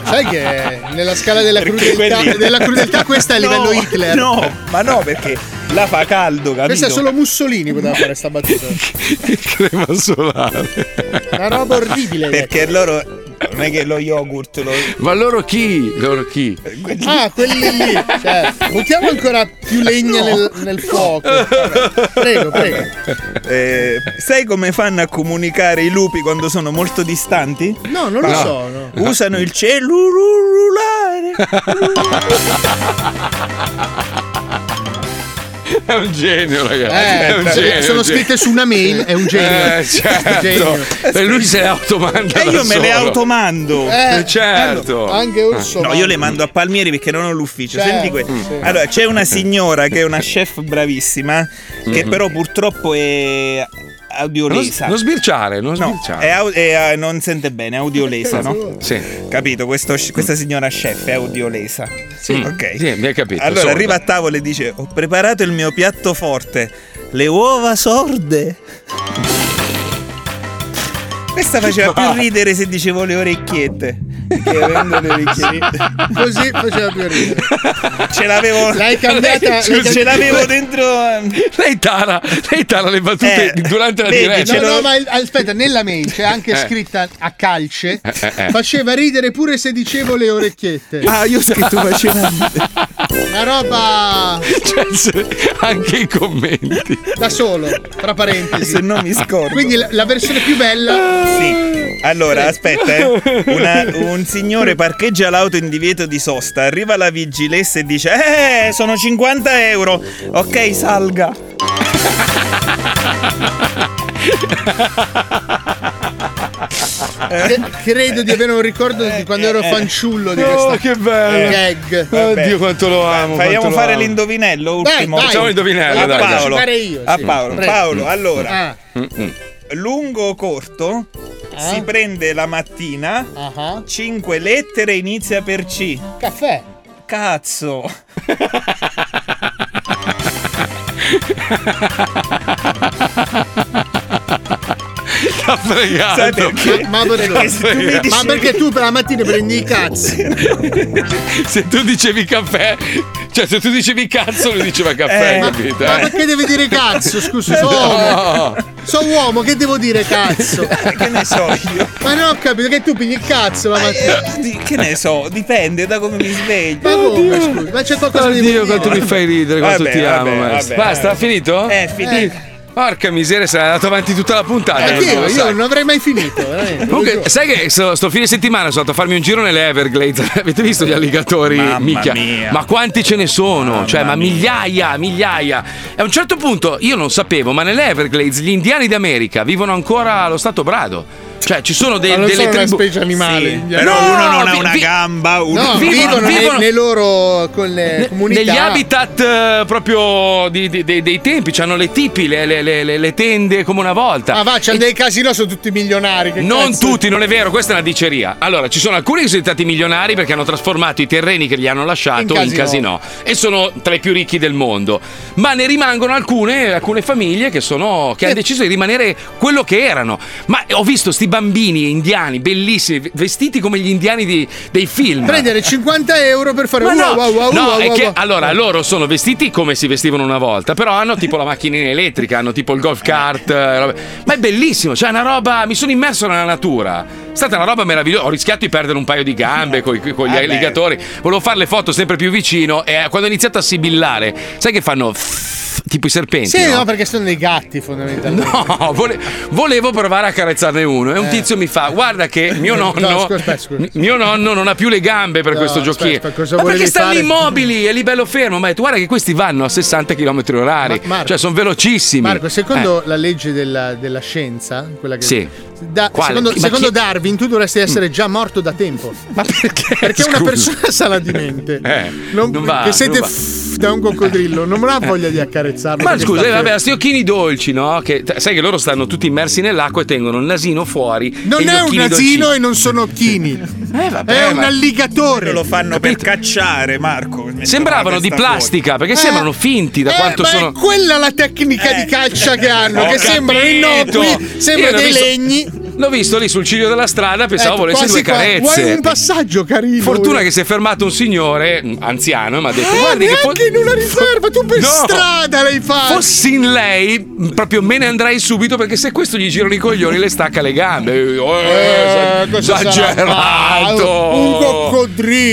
[SPEAKER 3] Sai che nella scala della
[SPEAKER 4] Perché
[SPEAKER 3] crudeltà,
[SPEAKER 4] quelli-
[SPEAKER 3] della crudeltà questa è a
[SPEAKER 4] No,
[SPEAKER 3] livello Hitler.
[SPEAKER 4] No, ma no, perché la fa caldo, capito?
[SPEAKER 3] Questa è solo Mussolini poteva fare sta battuta.
[SPEAKER 2] crema solare.
[SPEAKER 3] Una roba orribile.
[SPEAKER 4] Perché loro. Non è che lo yogurt lo.
[SPEAKER 2] Ma loro chi? Loro chi?
[SPEAKER 3] Ah, quelli lì. Certo. Buttiamo ancora più legna nel, nel fuoco. Vabbè. Prego, prego.
[SPEAKER 4] Eh, sai come fanno a comunicare i lupi quando sono molto distanti? Ah.
[SPEAKER 3] No, non lo so, no.
[SPEAKER 4] Usano il cellulare.
[SPEAKER 2] È un genio, ragazzi.
[SPEAKER 3] Eh,
[SPEAKER 2] è un
[SPEAKER 3] perché
[SPEAKER 2] genio,
[SPEAKER 3] sono
[SPEAKER 2] un genio.
[SPEAKER 3] scritte su una mail, è un genio.
[SPEAKER 2] Eh, certo.
[SPEAKER 3] Genio.
[SPEAKER 2] E lui se le automanda.
[SPEAKER 4] E
[SPEAKER 2] da
[SPEAKER 4] Eh, io me le
[SPEAKER 2] solo.
[SPEAKER 4] automando.
[SPEAKER 3] Eh, certo. Anche Orso
[SPEAKER 4] No,
[SPEAKER 3] manda.
[SPEAKER 4] io le mando a Palmieri perché non ho l'ufficio.
[SPEAKER 3] Certo,
[SPEAKER 4] Senti que-
[SPEAKER 3] sì.
[SPEAKER 4] Allora, c'è una signora che è una chef bravissima, che
[SPEAKER 2] Mhm.
[SPEAKER 4] però purtroppo è audiolesa.
[SPEAKER 2] Non- non sbirciare, non
[SPEAKER 4] No,
[SPEAKER 2] sbirciare.
[SPEAKER 4] è au- è, eh, non sente bene, è audiolesa, no?
[SPEAKER 2] Sì.
[SPEAKER 4] Capito? Questo- questa signora chef è audiolesa.
[SPEAKER 2] Sì,
[SPEAKER 4] Ok.
[SPEAKER 2] Mm. sì, mi hai capito.
[SPEAKER 4] Allora
[SPEAKER 2] sorda.
[SPEAKER 4] arriva a tavola e dice: Ho preparato il mio piatto forte, le uova sorde. Questa faceva più ridere se dicevo le orecchiette. Che avendo le orecchiette.
[SPEAKER 3] Così faceva più ridere.
[SPEAKER 4] Ce l'avevo.
[SPEAKER 3] L'hai cambiata- l'hai
[SPEAKER 4] Scusi, ce
[SPEAKER 3] cambiata-
[SPEAKER 4] l'avevo dentro.
[SPEAKER 2] Lei tara, lei tara le battute
[SPEAKER 4] Eh,
[SPEAKER 2] durante la
[SPEAKER 4] vedi,
[SPEAKER 2] diretta.
[SPEAKER 3] No, no, ma il- aspetta, nella mail c'è anche
[SPEAKER 2] Eh.
[SPEAKER 3] scritta a calce.
[SPEAKER 2] Eh, eh, eh.
[SPEAKER 3] Faceva ridere pure se dicevo le orecchiette.
[SPEAKER 4] Ah, io ho scritto faceva
[SPEAKER 3] Una roba
[SPEAKER 2] Cioè, se- anche i commenti.
[SPEAKER 3] da solo, tra parentesi.
[SPEAKER 4] Se no mi scordo.
[SPEAKER 3] Quindi la, la versione più bella.
[SPEAKER 2] Ah.
[SPEAKER 4] Sì. Allora, aspetta, eh. Una- un signore parcheggia l'auto in divieto di sosta. Arriva la vigilessa e dice: Eh, sono 50 euro. Ok, salga. Eh?
[SPEAKER 3] Cre- Eh, Credo di avere un ricordo di quando ero fanciullo di questa
[SPEAKER 2] Oh, che bello.
[SPEAKER 3] gag.
[SPEAKER 2] Oddio, quanto lo amo.
[SPEAKER 4] Eh, Vogliamo
[SPEAKER 2] quanto lo
[SPEAKER 4] fare
[SPEAKER 2] amo.
[SPEAKER 4] l'indovinello?
[SPEAKER 3] Dai,
[SPEAKER 4] Ultimo.
[SPEAKER 3] dai. Facciamo l'indovinello,
[SPEAKER 4] A
[SPEAKER 3] dai, dai.
[SPEAKER 4] Paolo.
[SPEAKER 3] Partecipare io,
[SPEAKER 4] A
[SPEAKER 3] sì.
[SPEAKER 4] Paolo.
[SPEAKER 3] Prego.
[SPEAKER 4] Paolo,
[SPEAKER 3] Mm.
[SPEAKER 4] allora.
[SPEAKER 3] Ah.
[SPEAKER 4] Lungo o corto? Si prende la mattina. 5 lettere inizia per C.
[SPEAKER 3] Caffè.
[SPEAKER 4] Cazzo.
[SPEAKER 2] T'ha fregato.
[SPEAKER 3] Sai perché? Ma, ma perché?
[SPEAKER 2] T'ha fregato.
[SPEAKER 3] ma perché tu per la mattina prendi i cazzi?
[SPEAKER 2] se tu dicevi caffè, cioè se tu dicevi cazzo, lui diceva caffè,
[SPEAKER 3] Eh, ma-
[SPEAKER 2] capito?
[SPEAKER 3] ma
[SPEAKER 2] eh?
[SPEAKER 3] perché deve dire cazzo? Scusa, sono
[SPEAKER 2] No.
[SPEAKER 3] uomo. Sono uomo, che devo dire cazzo?
[SPEAKER 4] Eh, che ne so io? eh,
[SPEAKER 3] Ma non ho capito che tu pigli il cazzo la mattina.
[SPEAKER 4] Di- che ne so, dipende da come mi sveglio.
[SPEAKER 3] Ma come, scusa? Ma c'è qualcosa di
[SPEAKER 2] Oddio, quanto mi fai ridere, quanto
[SPEAKER 4] Vabbè,
[SPEAKER 2] ti
[SPEAKER 4] vabbè,
[SPEAKER 2] amo. Max.
[SPEAKER 4] vabbè.
[SPEAKER 2] Basta, finito?
[SPEAKER 4] Eh, finito.
[SPEAKER 2] Porca miseria, sarà andato avanti tutta la puntata.
[SPEAKER 3] Eh, Dio,
[SPEAKER 2] lo
[SPEAKER 3] io
[SPEAKER 2] sai.
[SPEAKER 3] non avrei mai finito, veramente.
[SPEAKER 2] Comunque, sai che sto, sto fine settimana sono andato a farmi un giro nelle Everglades. Avete visto gli alligatori?
[SPEAKER 12] Mamma
[SPEAKER 2] Minchia.
[SPEAKER 12] mia.
[SPEAKER 2] Ma quanti ce ne sono? cioè, ma migliaia, migliaia. E a un certo punto io non sapevo, ma nelle Everglades gli indiani d'America vivono ancora allo stato brado. Cioè, ci sono de-
[SPEAKER 3] Ma non
[SPEAKER 2] delle
[SPEAKER 3] sono una
[SPEAKER 2] tribù.
[SPEAKER 3] specie animale, gli indiani.
[SPEAKER 4] Però
[SPEAKER 2] No,
[SPEAKER 4] uno non ha
[SPEAKER 2] vi-
[SPEAKER 4] una
[SPEAKER 2] vi-
[SPEAKER 4] gamba, uno
[SPEAKER 3] No, vivono, nei- nei loro con le comunità.
[SPEAKER 2] Negli habitat eh, proprio di- di- dei, dei tempi, hanno le tipi, le, le- le- le- le tende come una volta.
[SPEAKER 3] Ah, va, c'hanno dei casino, sono tutti milionari. Che
[SPEAKER 2] Non
[SPEAKER 3] cazzo?
[SPEAKER 2] tutti, non è vero, questa è una diceria. Allora, ci sono alcuni che sono diventati milionari perché hanno trasformato i terreni che gli hanno lasciato in,
[SPEAKER 3] In
[SPEAKER 2] casino.
[SPEAKER 3] casinò.
[SPEAKER 2] e sono tra i più ricchi del mondo. Ma ne rimangono alcune, alcune famiglie che, sono, che hanno deciso di rimanere quello che erano. Ma ho visto sti bambini indiani, bellissimi, vestiti come gli indiani di- dei film.
[SPEAKER 3] Prendere 50 euro per fare
[SPEAKER 2] Ma
[SPEAKER 3] wow,
[SPEAKER 2] no,
[SPEAKER 3] wow, wow,
[SPEAKER 2] no,
[SPEAKER 3] wow,
[SPEAKER 2] è
[SPEAKER 3] wow,
[SPEAKER 2] che ah,
[SPEAKER 3] wow.
[SPEAKER 2] allora loro sono vestiti come si vestivano una volta, però hanno tipo la macchinina elettrica, hanno tipo il golf cart, eh, robe- ma è bellissimo, cioè è una roba, mi sono immerso nella natura. È stata una roba meravigliosa, ho rischiato di perdere un paio di gambe coi- coi-
[SPEAKER 3] Eh
[SPEAKER 2] con gli
[SPEAKER 4] Vabbè.
[SPEAKER 2] alligatori, volevo fare le foto sempre più vicino e eh, quando ho iniziato a sibillare, sai che fanno tipo i serpenti?
[SPEAKER 3] Sì,
[SPEAKER 2] no?
[SPEAKER 3] no, perché sono dei gatti fondamentalmente.
[SPEAKER 2] No, vole- volevo provare a carezzarne uno e un
[SPEAKER 3] Eh.
[SPEAKER 2] tizio mi fa guarda che mio
[SPEAKER 3] No,
[SPEAKER 2] nonno
[SPEAKER 3] scusa, aspetta, scusa.
[SPEAKER 2] m- mio nonno non ha più le gambe per
[SPEAKER 3] No,
[SPEAKER 2] questo
[SPEAKER 3] aspetta,
[SPEAKER 2] giochino
[SPEAKER 3] aspetta, cosa
[SPEAKER 2] ma
[SPEAKER 3] volevi
[SPEAKER 2] perché stanno
[SPEAKER 3] fare?
[SPEAKER 2] immobili e lì bello fermo ma ho detto, guarda che questi vanno a 60 km orari
[SPEAKER 3] Ma- Marco-
[SPEAKER 2] cioè sono velocissimi
[SPEAKER 3] Marco,
[SPEAKER 2] Eh,
[SPEAKER 3] secondo la legge della, della scienza, quella che
[SPEAKER 2] Sì.
[SPEAKER 3] da-
[SPEAKER 2] Quale?
[SPEAKER 3] secondo,
[SPEAKER 2] Ma
[SPEAKER 3] secondo
[SPEAKER 2] chi- Mm.
[SPEAKER 3] Darwin tu dovresti essere già morto da tempo. Ma perché? Perché una
[SPEAKER 2] Scusa.
[SPEAKER 3] persona sana di mente
[SPEAKER 2] Eh,
[SPEAKER 3] non-
[SPEAKER 2] non va,
[SPEAKER 3] che siete
[SPEAKER 2] non va.
[SPEAKER 3] f- da un coccodrillo non ha voglia di accarezzarlo.
[SPEAKER 2] Ma
[SPEAKER 3] perché
[SPEAKER 2] scusa,
[SPEAKER 3] sta
[SPEAKER 2] eh, vabbè,
[SPEAKER 3] fermo.
[SPEAKER 2] sti occhini dolci, no? Che, t- sai che loro stanno tutti immersi nell'acqua e tengono il nasino fuori. e
[SPEAKER 3] Non
[SPEAKER 2] gli
[SPEAKER 3] è un
[SPEAKER 2] occhini
[SPEAKER 3] asino
[SPEAKER 2] dolcini.
[SPEAKER 3] e non sono occhini.
[SPEAKER 2] Eh, vabbè,
[SPEAKER 3] è un
[SPEAKER 2] ma-
[SPEAKER 3] alligatore.
[SPEAKER 4] Lo fanno per cacciare, Marco.
[SPEAKER 2] Sembravano di plastica, perché sembrano finti da
[SPEAKER 3] Eh,
[SPEAKER 2] quanto
[SPEAKER 3] ma
[SPEAKER 2] sono. Eh.
[SPEAKER 3] è quella la tecnica di caccia che hanno,
[SPEAKER 2] Ho
[SPEAKER 3] eh, che sembrano
[SPEAKER 2] capito.
[SPEAKER 3] innocui,
[SPEAKER 2] Io
[SPEAKER 3] sembrano
[SPEAKER 2] l'ho
[SPEAKER 3] dei
[SPEAKER 2] visto-
[SPEAKER 3] legni.
[SPEAKER 2] L'ho visto lì sul ciglio della strada, pensavo
[SPEAKER 3] Ecco,
[SPEAKER 2] volesse
[SPEAKER 3] quasi
[SPEAKER 2] due
[SPEAKER 3] qua. Vuoi
[SPEAKER 2] carezze.
[SPEAKER 3] un passaggio carino?
[SPEAKER 2] Fortuna che si è fermato un signore mh, anziano e mi ha detto:
[SPEAKER 3] Eh,
[SPEAKER 2] Guardi, che
[SPEAKER 3] neanche
[SPEAKER 2] fo-
[SPEAKER 3] in una riserva, tu per
[SPEAKER 2] No.
[SPEAKER 3] strada l'hai fatto.
[SPEAKER 2] fossi in lei, mh, proprio me ne andrei subito perché se questo gli girano i coglioni le stacca le gambe. Eh,
[SPEAKER 3] Eh, questo sarà-
[SPEAKER 2] esagerato!
[SPEAKER 3] Ah, Un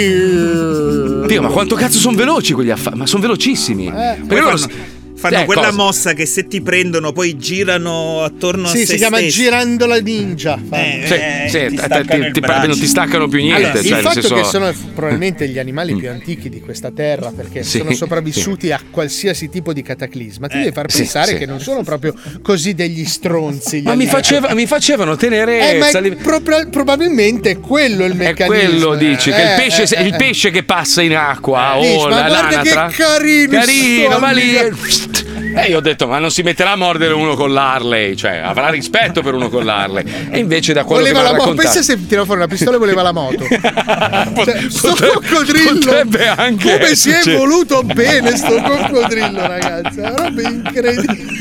[SPEAKER 3] coccodrillo.
[SPEAKER 2] Dio, ma quanto cazzo sono veloci quegli affari? Ma sono velocissimi.
[SPEAKER 3] eh,
[SPEAKER 2] Perché
[SPEAKER 4] fanno,
[SPEAKER 2] loro si-
[SPEAKER 4] fanno
[SPEAKER 2] Eh,
[SPEAKER 4] quella
[SPEAKER 2] cosa?
[SPEAKER 4] mossa che se ti prendono poi girano attorno a
[SPEAKER 3] Sì,
[SPEAKER 4] se
[SPEAKER 3] si chiama
[SPEAKER 4] stessi. Eh,
[SPEAKER 3] girandola ninja. Fanno.
[SPEAKER 2] Sì, sì,
[SPEAKER 4] ti
[SPEAKER 2] te-
[SPEAKER 4] staccano
[SPEAKER 2] te-
[SPEAKER 4] il
[SPEAKER 2] ti- ti-
[SPEAKER 4] braccio.
[SPEAKER 2] non ti staccano più niente.
[SPEAKER 3] Allora,
[SPEAKER 2] cioè,
[SPEAKER 3] il
[SPEAKER 2] nel
[SPEAKER 3] fatto
[SPEAKER 2] senso- Mm.
[SPEAKER 3] che sono probabilmente gli animali più antichi di questa terra perché
[SPEAKER 2] Sì,
[SPEAKER 3] sono sopravvissuti a qualsiasi tipo di cataclisma
[SPEAKER 4] Eh.
[SPEAKER 3] ti deve far
[SPEAKER 2] sì,
[SPEAKER 3] pensare
[SPEAKER 2] sì.
[SPEAKER 3] che non sono proprio così degli stronzi gli
[SPEAKER 2] Ma mi,
[SPEAKER 3] animali.
[SPEAKER 2] faceva- mi facevano
[SPEAKER 3] Eh, ma
[SPEAKER 2] tenerezza.
[SPEAKER 3] è
[SPEAKER 2] li-
[SPEAKER 3] proprio- probabilmente è quello il
[SPEAKER 2] È
[SPEAKER 3] meccanismo
[SPEAKER 2] quello dici, che il
[SPEAKER 3] Eh,
[SPEAKER 2] pesce,
[SPEAKER 3] eh,
[SPEAKER 2] il
[SPEAKER 3] eh.
[SPEAKER 2] pesce che passa in acqua
[SPEAKER 3] Dici, ma
[SPEAKER 2] o Ah, oh, la
[SPEAKER 3] guarda
[SPEAKER 2] lanatra.
[SPEAKER 3] che carino, sto
[SPEAKER 2] carino, ma lì. ecco
[SPEAKER 3] alligatore.
[SPEAKER 2] E io ho detto, ma non si metterà a mordere uno con l'Harley, cioè avrà rispetto per uno con l'Harley. E invece da quello
[SPEAKER 3] voleva
[SPEAKER 2] che
[SPEAKER 3] la
[SPEAKER 2] mi
[SPEAKER 3] moto
[SPEAKER 2] hanno
[SPEAKER 3] pensa
[SPEAKER 2] raccontato
[SPEAKER 3] se tirava fuori una pistola e voleva la moto Cioè, sto
[SPEAKER 2] potrebbe- potrebbe
[SPEAKER 3] coccodrillo
[SPEAKER 2] anche
[SPEAKER 3] come si è
[SPEAKER 2] succedere.
[SPEAKER 3] voluto bene sto coccodrillo eh. ragazzi è una roba incredibile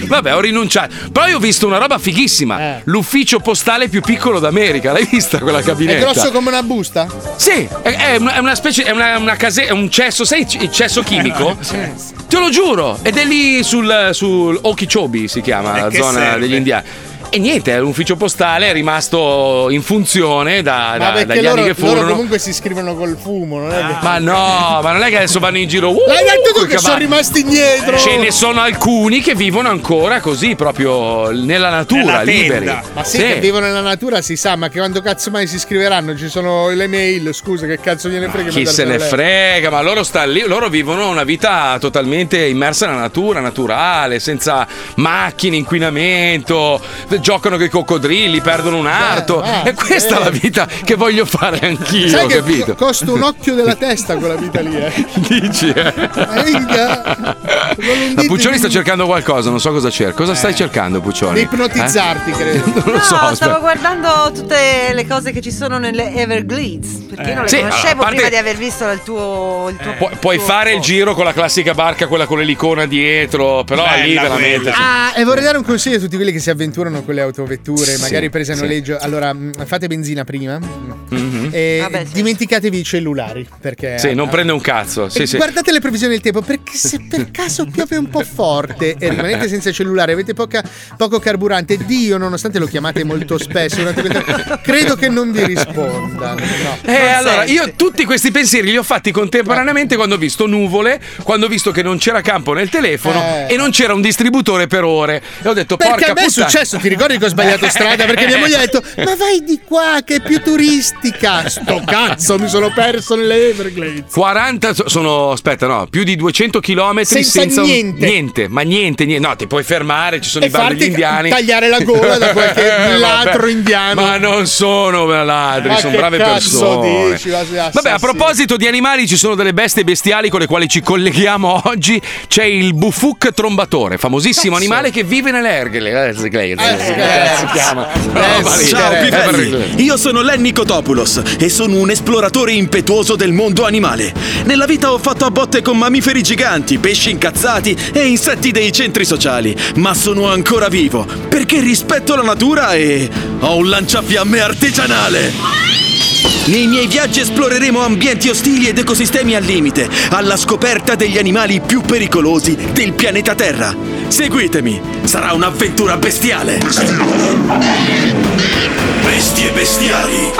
[SPEAKER 2] Vabbè, ho rinunciato. Poi ho visto una roba fighissima. L'ufficio postale più piccolo d'America. L'hai vista quella
[SPEAKER 3] Eh. è
[SPEAKER 2] cabinetta?
[SPEAKER 3] grosso come una busta?
[SPEAKER 2] Sì, è, è una, è una specie, è una, una case- è un cesso, sai il c- il cesso chimico?
[SPEAKER 12] Eh,
[SPEAKER 2] Te lo giuro, ed è lì sul, sul Okeechobee si chiama, la
[SPEAKER 12] Eh, che
[SPEAKER 2] zona
[SPEAKER 12] serve?
[SPEAKER 2] degli indiani. E niente, l'ufficio postale è rimasto in funzione da-
[SPEAKER 3] Ma
[SPEAKER 2] da-
[SPEAKER 3] perché
[SPEAKER 2] dagli
[SPEAKER 3] loro,
[SPEAKER 2] anni che
[SPEAKER 3] loro
[SPEAKER 2] furono.
[SPEAKER 3] comunque si scrivono col fumo, non è che...
[SPEAKER 2] Ma no, ma non è che adesso vanno in giro. uh,
[SPEAKER 3] L'hai detto tu
[SPEAKER 2] coi
[SPEAKER 3] che sono
[SPEAKER 2] cavalli.
[SPEAKER 3] rimasti indietro!
[SPEAKER 2] Ce ne sono alcuni che vivono ancora così, proprio nella natura, liberi.
[SPEAKER 3] Ma sì, che vivono nella natura si sa, ma che quando cazzo mai si scriveranno? Ci sono le mail, scusa, che cazzo gliene frega?
[SPEAKER 2] Chi se
[SPEAKER 3] mandarsene
[SPEAKER 2] ne
[SPEAKER 3] lei.
[SPEAKER 2] frega, ma loro stanno lì, loro vivono una vita totalmente immersa nella natura, naturale, senza macchine, inquinamento, giocano con i coccodrilli, perdono un arto.
[SPEAKER 3] va,
[SPEAKER 2] è questa
[SPEAKER 3] sì.
[SPEAKER 2] la vita che voglio fare anch'io,
[SPEAKER 3] Sai che
[SPEAKER 2] capito?
[SPEAKER 3] co- costa un occhio della testa quella vita lì, eh?
[SPEAKER 2] Dici, eh? Ma Puccioni sta cercando qualcosa, non so cosa cerca. Cosa stai cercando, Puccioni?
[SPEAKER 3] Eh. Di ipnotizzarti,
[SPEAKER 2] Eh?
[SPEAKER 3] credo.
[SPEAKER 2] non lo
[SPEAKER 7] No,
[SPEAKER 2] so.
[SPEAKER 7] stavo
[SPEAKER 2] aspetta.
[SPEAKER 7] guardando tutte le cose che ci sono nelle Everglades, perché io non le
[SPEAKER 2] Sì,
[SPEAKER 7] conoscevo
[SPEAKER 2] allora, a parte-
[SPEAKER 7] prima di aver visto il tuo... Il
[SPEAKER 3] Eh.
[SPEAKER 7] tuo...
[SPEAKER 2] Pu- puoi fare il giro con la classica barca, quella con l'icona dietro, però
[SPEAKER 3] Bella
[SPEAKER 2] lì veramente.
[SPEAKER 3] Ah, e vorrei dare un consiglio a tutti quelli che si avventurano con le autovetture,
[SPEAKER 2] Sì,
[SPEAKER 3] magari prese a
[SPEAKER 2] sì.
[SPEAKER 3] noleggio. Allora, mh, fate benzina prima
[SPEAKER 2] Mhm.
[SPEAKER 3] e dimenticatevi i cellulari, perché...
[SPEAKER 2] Sì, non prende un cazzo. Sì,
[SPEAKER 3] E
[SPEAKER 2] sì.
[SPEAKER 3] Guardate le previsioni del tempo, perché se per caso piove un po' forte e rimanete senza cellulare, avete poca- poco carburante, Dio, nonostante lo chiamate molto spesso, durante questa- credo che non vi risponda. No.
[SPEAKER 2] Eh, allora, io tutti questi pensieri li ho fatti contemporaneamente quando ho visto nuvole, quando ho visto che non c'era campo nel telefono
[SPEAKER 3] Eh.
[SPEAKER 2] e non c'era un distributore per ore. E ho detto,
[SPEAKER 3] Perché
[SPEAKER 2] porca
[SPEAKER 3] a me è
[SPEAKER 2] puttana.
[SPEAKER 3] successo, ti ricordi che ho sbagliato strada? Perché mia moglie ha detto: Ma vai di qua che è più turistica! Sto cazzo, mi sono perso nelle Everglades.
[SPEAKER 2] 40 so- sono, aspetta, no, più di 200 km
[SPEAKER 3] Senza
[SPEAKER 2] senza, un-
[SPEAKER 3] niente.
[SPEAKER 2] niente, ma niente, niente. No, ti puoi fermare, ci sono
[SPEAKER 3] E
[SPEAKER 2] i bar degli
[SPEAKER 3] farti
[SPEAKER 2] indiani. Eh,
[SPEAKER 3] tagliare la gola da qualche
[SPEAKER 2] Vabbè,
[SPEAKER 3] ladro indiano.
[SPEAKER 2] Ma non sono ladri,
[SPEAKER 3] Ma
[SPEAKER 2] sono
[SPEAKER 3] che
[SPEAKER 2] brave
[SPEAKER 3] cazzo
[SPEAKER 2] persone.
[SPEAKER 3] dici? Ma sei
[SPEAKER 2] Vabbè, a
[SPEAKER 3] assassino.
[SPEAKER 2] proposito di animali, ci sono delle bestie bestiali con le quali ci colleghiamo oggi. C'è il bufuc trombatore, famosissimo
[SPEAKER 12] Cazzo.
[SPEAKER 2] animale che vive nelle erghe.
[SPEAKER 3] Eh,
[SPEAKER 18] Eh,
[SPEAKER 2] Eh,
[SPEAKER 12] cazzo
[SPEAKER 18] Ciao
[SPEAKER 2] per
[SPEAKER 18] Piperelli, io sono Lenny Kotopoulos e sono un esploratore impetuoso del mondo animale. Nella vita ho fatto a botte con mammiferi giganti, pesci incazzati e insetti dei centri sociali, ma sono ancora vivo perché rispetto la natura e ho un lanciafiamme artigianale. Nei miei viaggi esploreremo ambienti ostili ed ecosistemi al limite, alla scoperta degli animali più pericolosi del pianeta Terra. Seguitemi, sarà un'avventura bestiale. Bestie bestiali.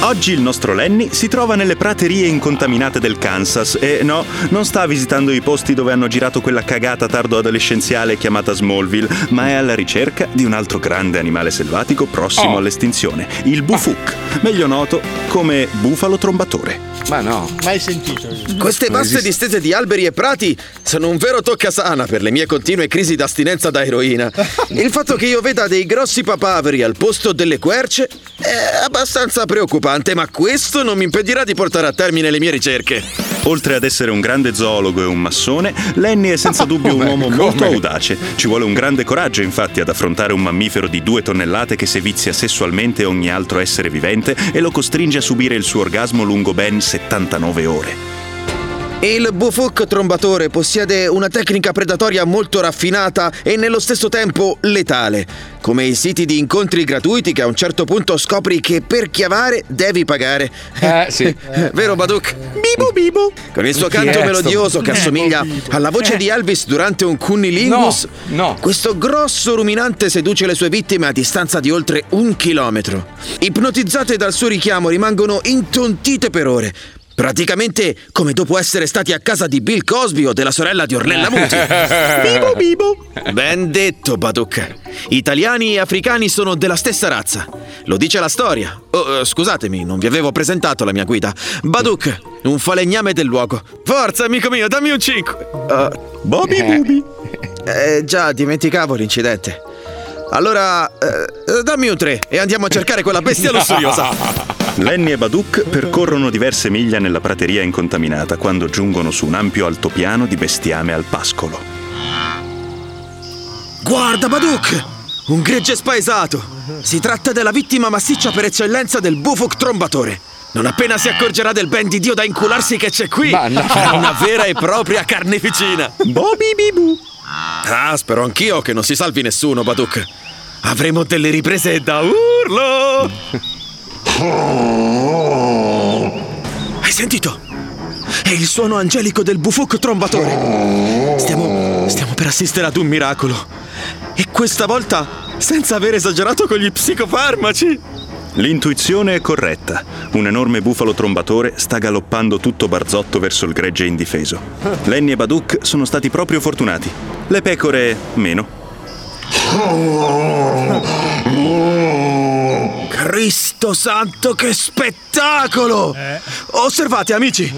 [SPEAKER 19] Oggi il nostro Lenny si trova nelle praterie incontaminate del Kansas e no, non sta visitando i posti dove hanno girato quella cagata tardo adolescenziale chiamata Smallville, ma è alla ricerca di un altro grande animale selvatico prossimo
[SPEAKER 2] Oh.
[SPEAKER 19] all'estinzione, il bufuk, meglio noto come bufalo trombatore.
[SPEAKER 2] Ma no.
[SPEAKER 3] Mai sentito. io.
[SPEAKER 20] Queste vaste distese di alberi e prati sono un vero toccasana per le mie continue crisi d'astinenza da eroina. Il fatto che io veda dei grossi papaveri al posto delle querce è abbastanza preoccupante, ma questo non mi impedirà di portare a termine le mie ricerche.
[SPEAKER 19] Oltre ad essere un grande zoologo e un massone, Lenny è senza dubbio un uomo molto audace. Ci vuole un grande coraggio, infatti, ad affrontare un mammifero di due tonnellate che se vizia sessualmente ogni altro essere vivente e lo costringe a subire il suo orgasmo lungo ben 79 ore.
[SPEAKER 20] Il bufuk trombatore possiede una tecnica predatoria molto raffinata e nello stesso tempo letale, come i siti di incontri gratuiti che a un certo punto scopri che per chiavare devi pagare.
[SPEAKER 2] Eh, sì.
[SPEAKER 20] Vero Baduk? Bibo bibo. Con il suo
[SPEAKER 2] Chi è
[SPEAKER 20] canto
[SPEAKER 2] sto-
[SPEAKER 20] melodioso che
[SPEAKER 2] Bibo,
[SPEAKER 20] assomiglia
[SPEAKER 2] bibo.
[SPEAKER 20] alla voce di Elvis durante un cunnilingus, questo grosso ruminante seduce le sue vittime a distanza di oltre un chilometro. Ipnotizzate dal suo richiamo rimangono intontite per ore. Praticamente come dopo essere stati a casa di Bill Cosby o della sorella di Ornella Muti. Bibo bibo. Ben detto, Baducca. Italiani e africani sono della stessa razza. Lo dice la storia. Oh, eh, scusatemi, non vi avevo presentato la mia guida. Baduc, un falegname del luogo. Forza, amico mio, dammi un 5. Bobby Bubi. Eh, già, dimenticavo l'incidente. Allora, eh, dammi un 3 e andiamo a cercare quella bestia lussuriosa.
[SPEAKER 19] Lenny e Baduk percorrono diverse miglia nella prateria incontaminata quando giungono su un ampio altopiano di bestiame al pascolo.
[SPEAKER 20] Guarda, Baduk! Un gregge spaesato! Si tratta della vittima massiccia per eccellenza del bufok trombatore. Non appena si accorgerà del ben di Dio da incularsi che c'è qui, Ma no. è una vera e propria carneficina.
[SPEAKER 19] Bobby bibu!
[SPEAKER 20] Ah, spero anch'io che non si salvi nessuno, Baduk. Avremo delle riprese da urlo! Hai sentito? È il suono angelico del bufuk trombatore. Stiamo, stiamo per assistere ad un miracolo. E questa volta senza aver esagerato con gli psicofarmaci.
[SPEAKER 19] L'intuizione è corretta. Un enorme bufalo trombatore sta galoppando tutto barzotto verso il gregge indifeso. Lenny e Baduk sono stati proprio fortunati. Le pecore meno.
[SPEAKER 20] Cristo santo, che spettacolo! Osservate, amici!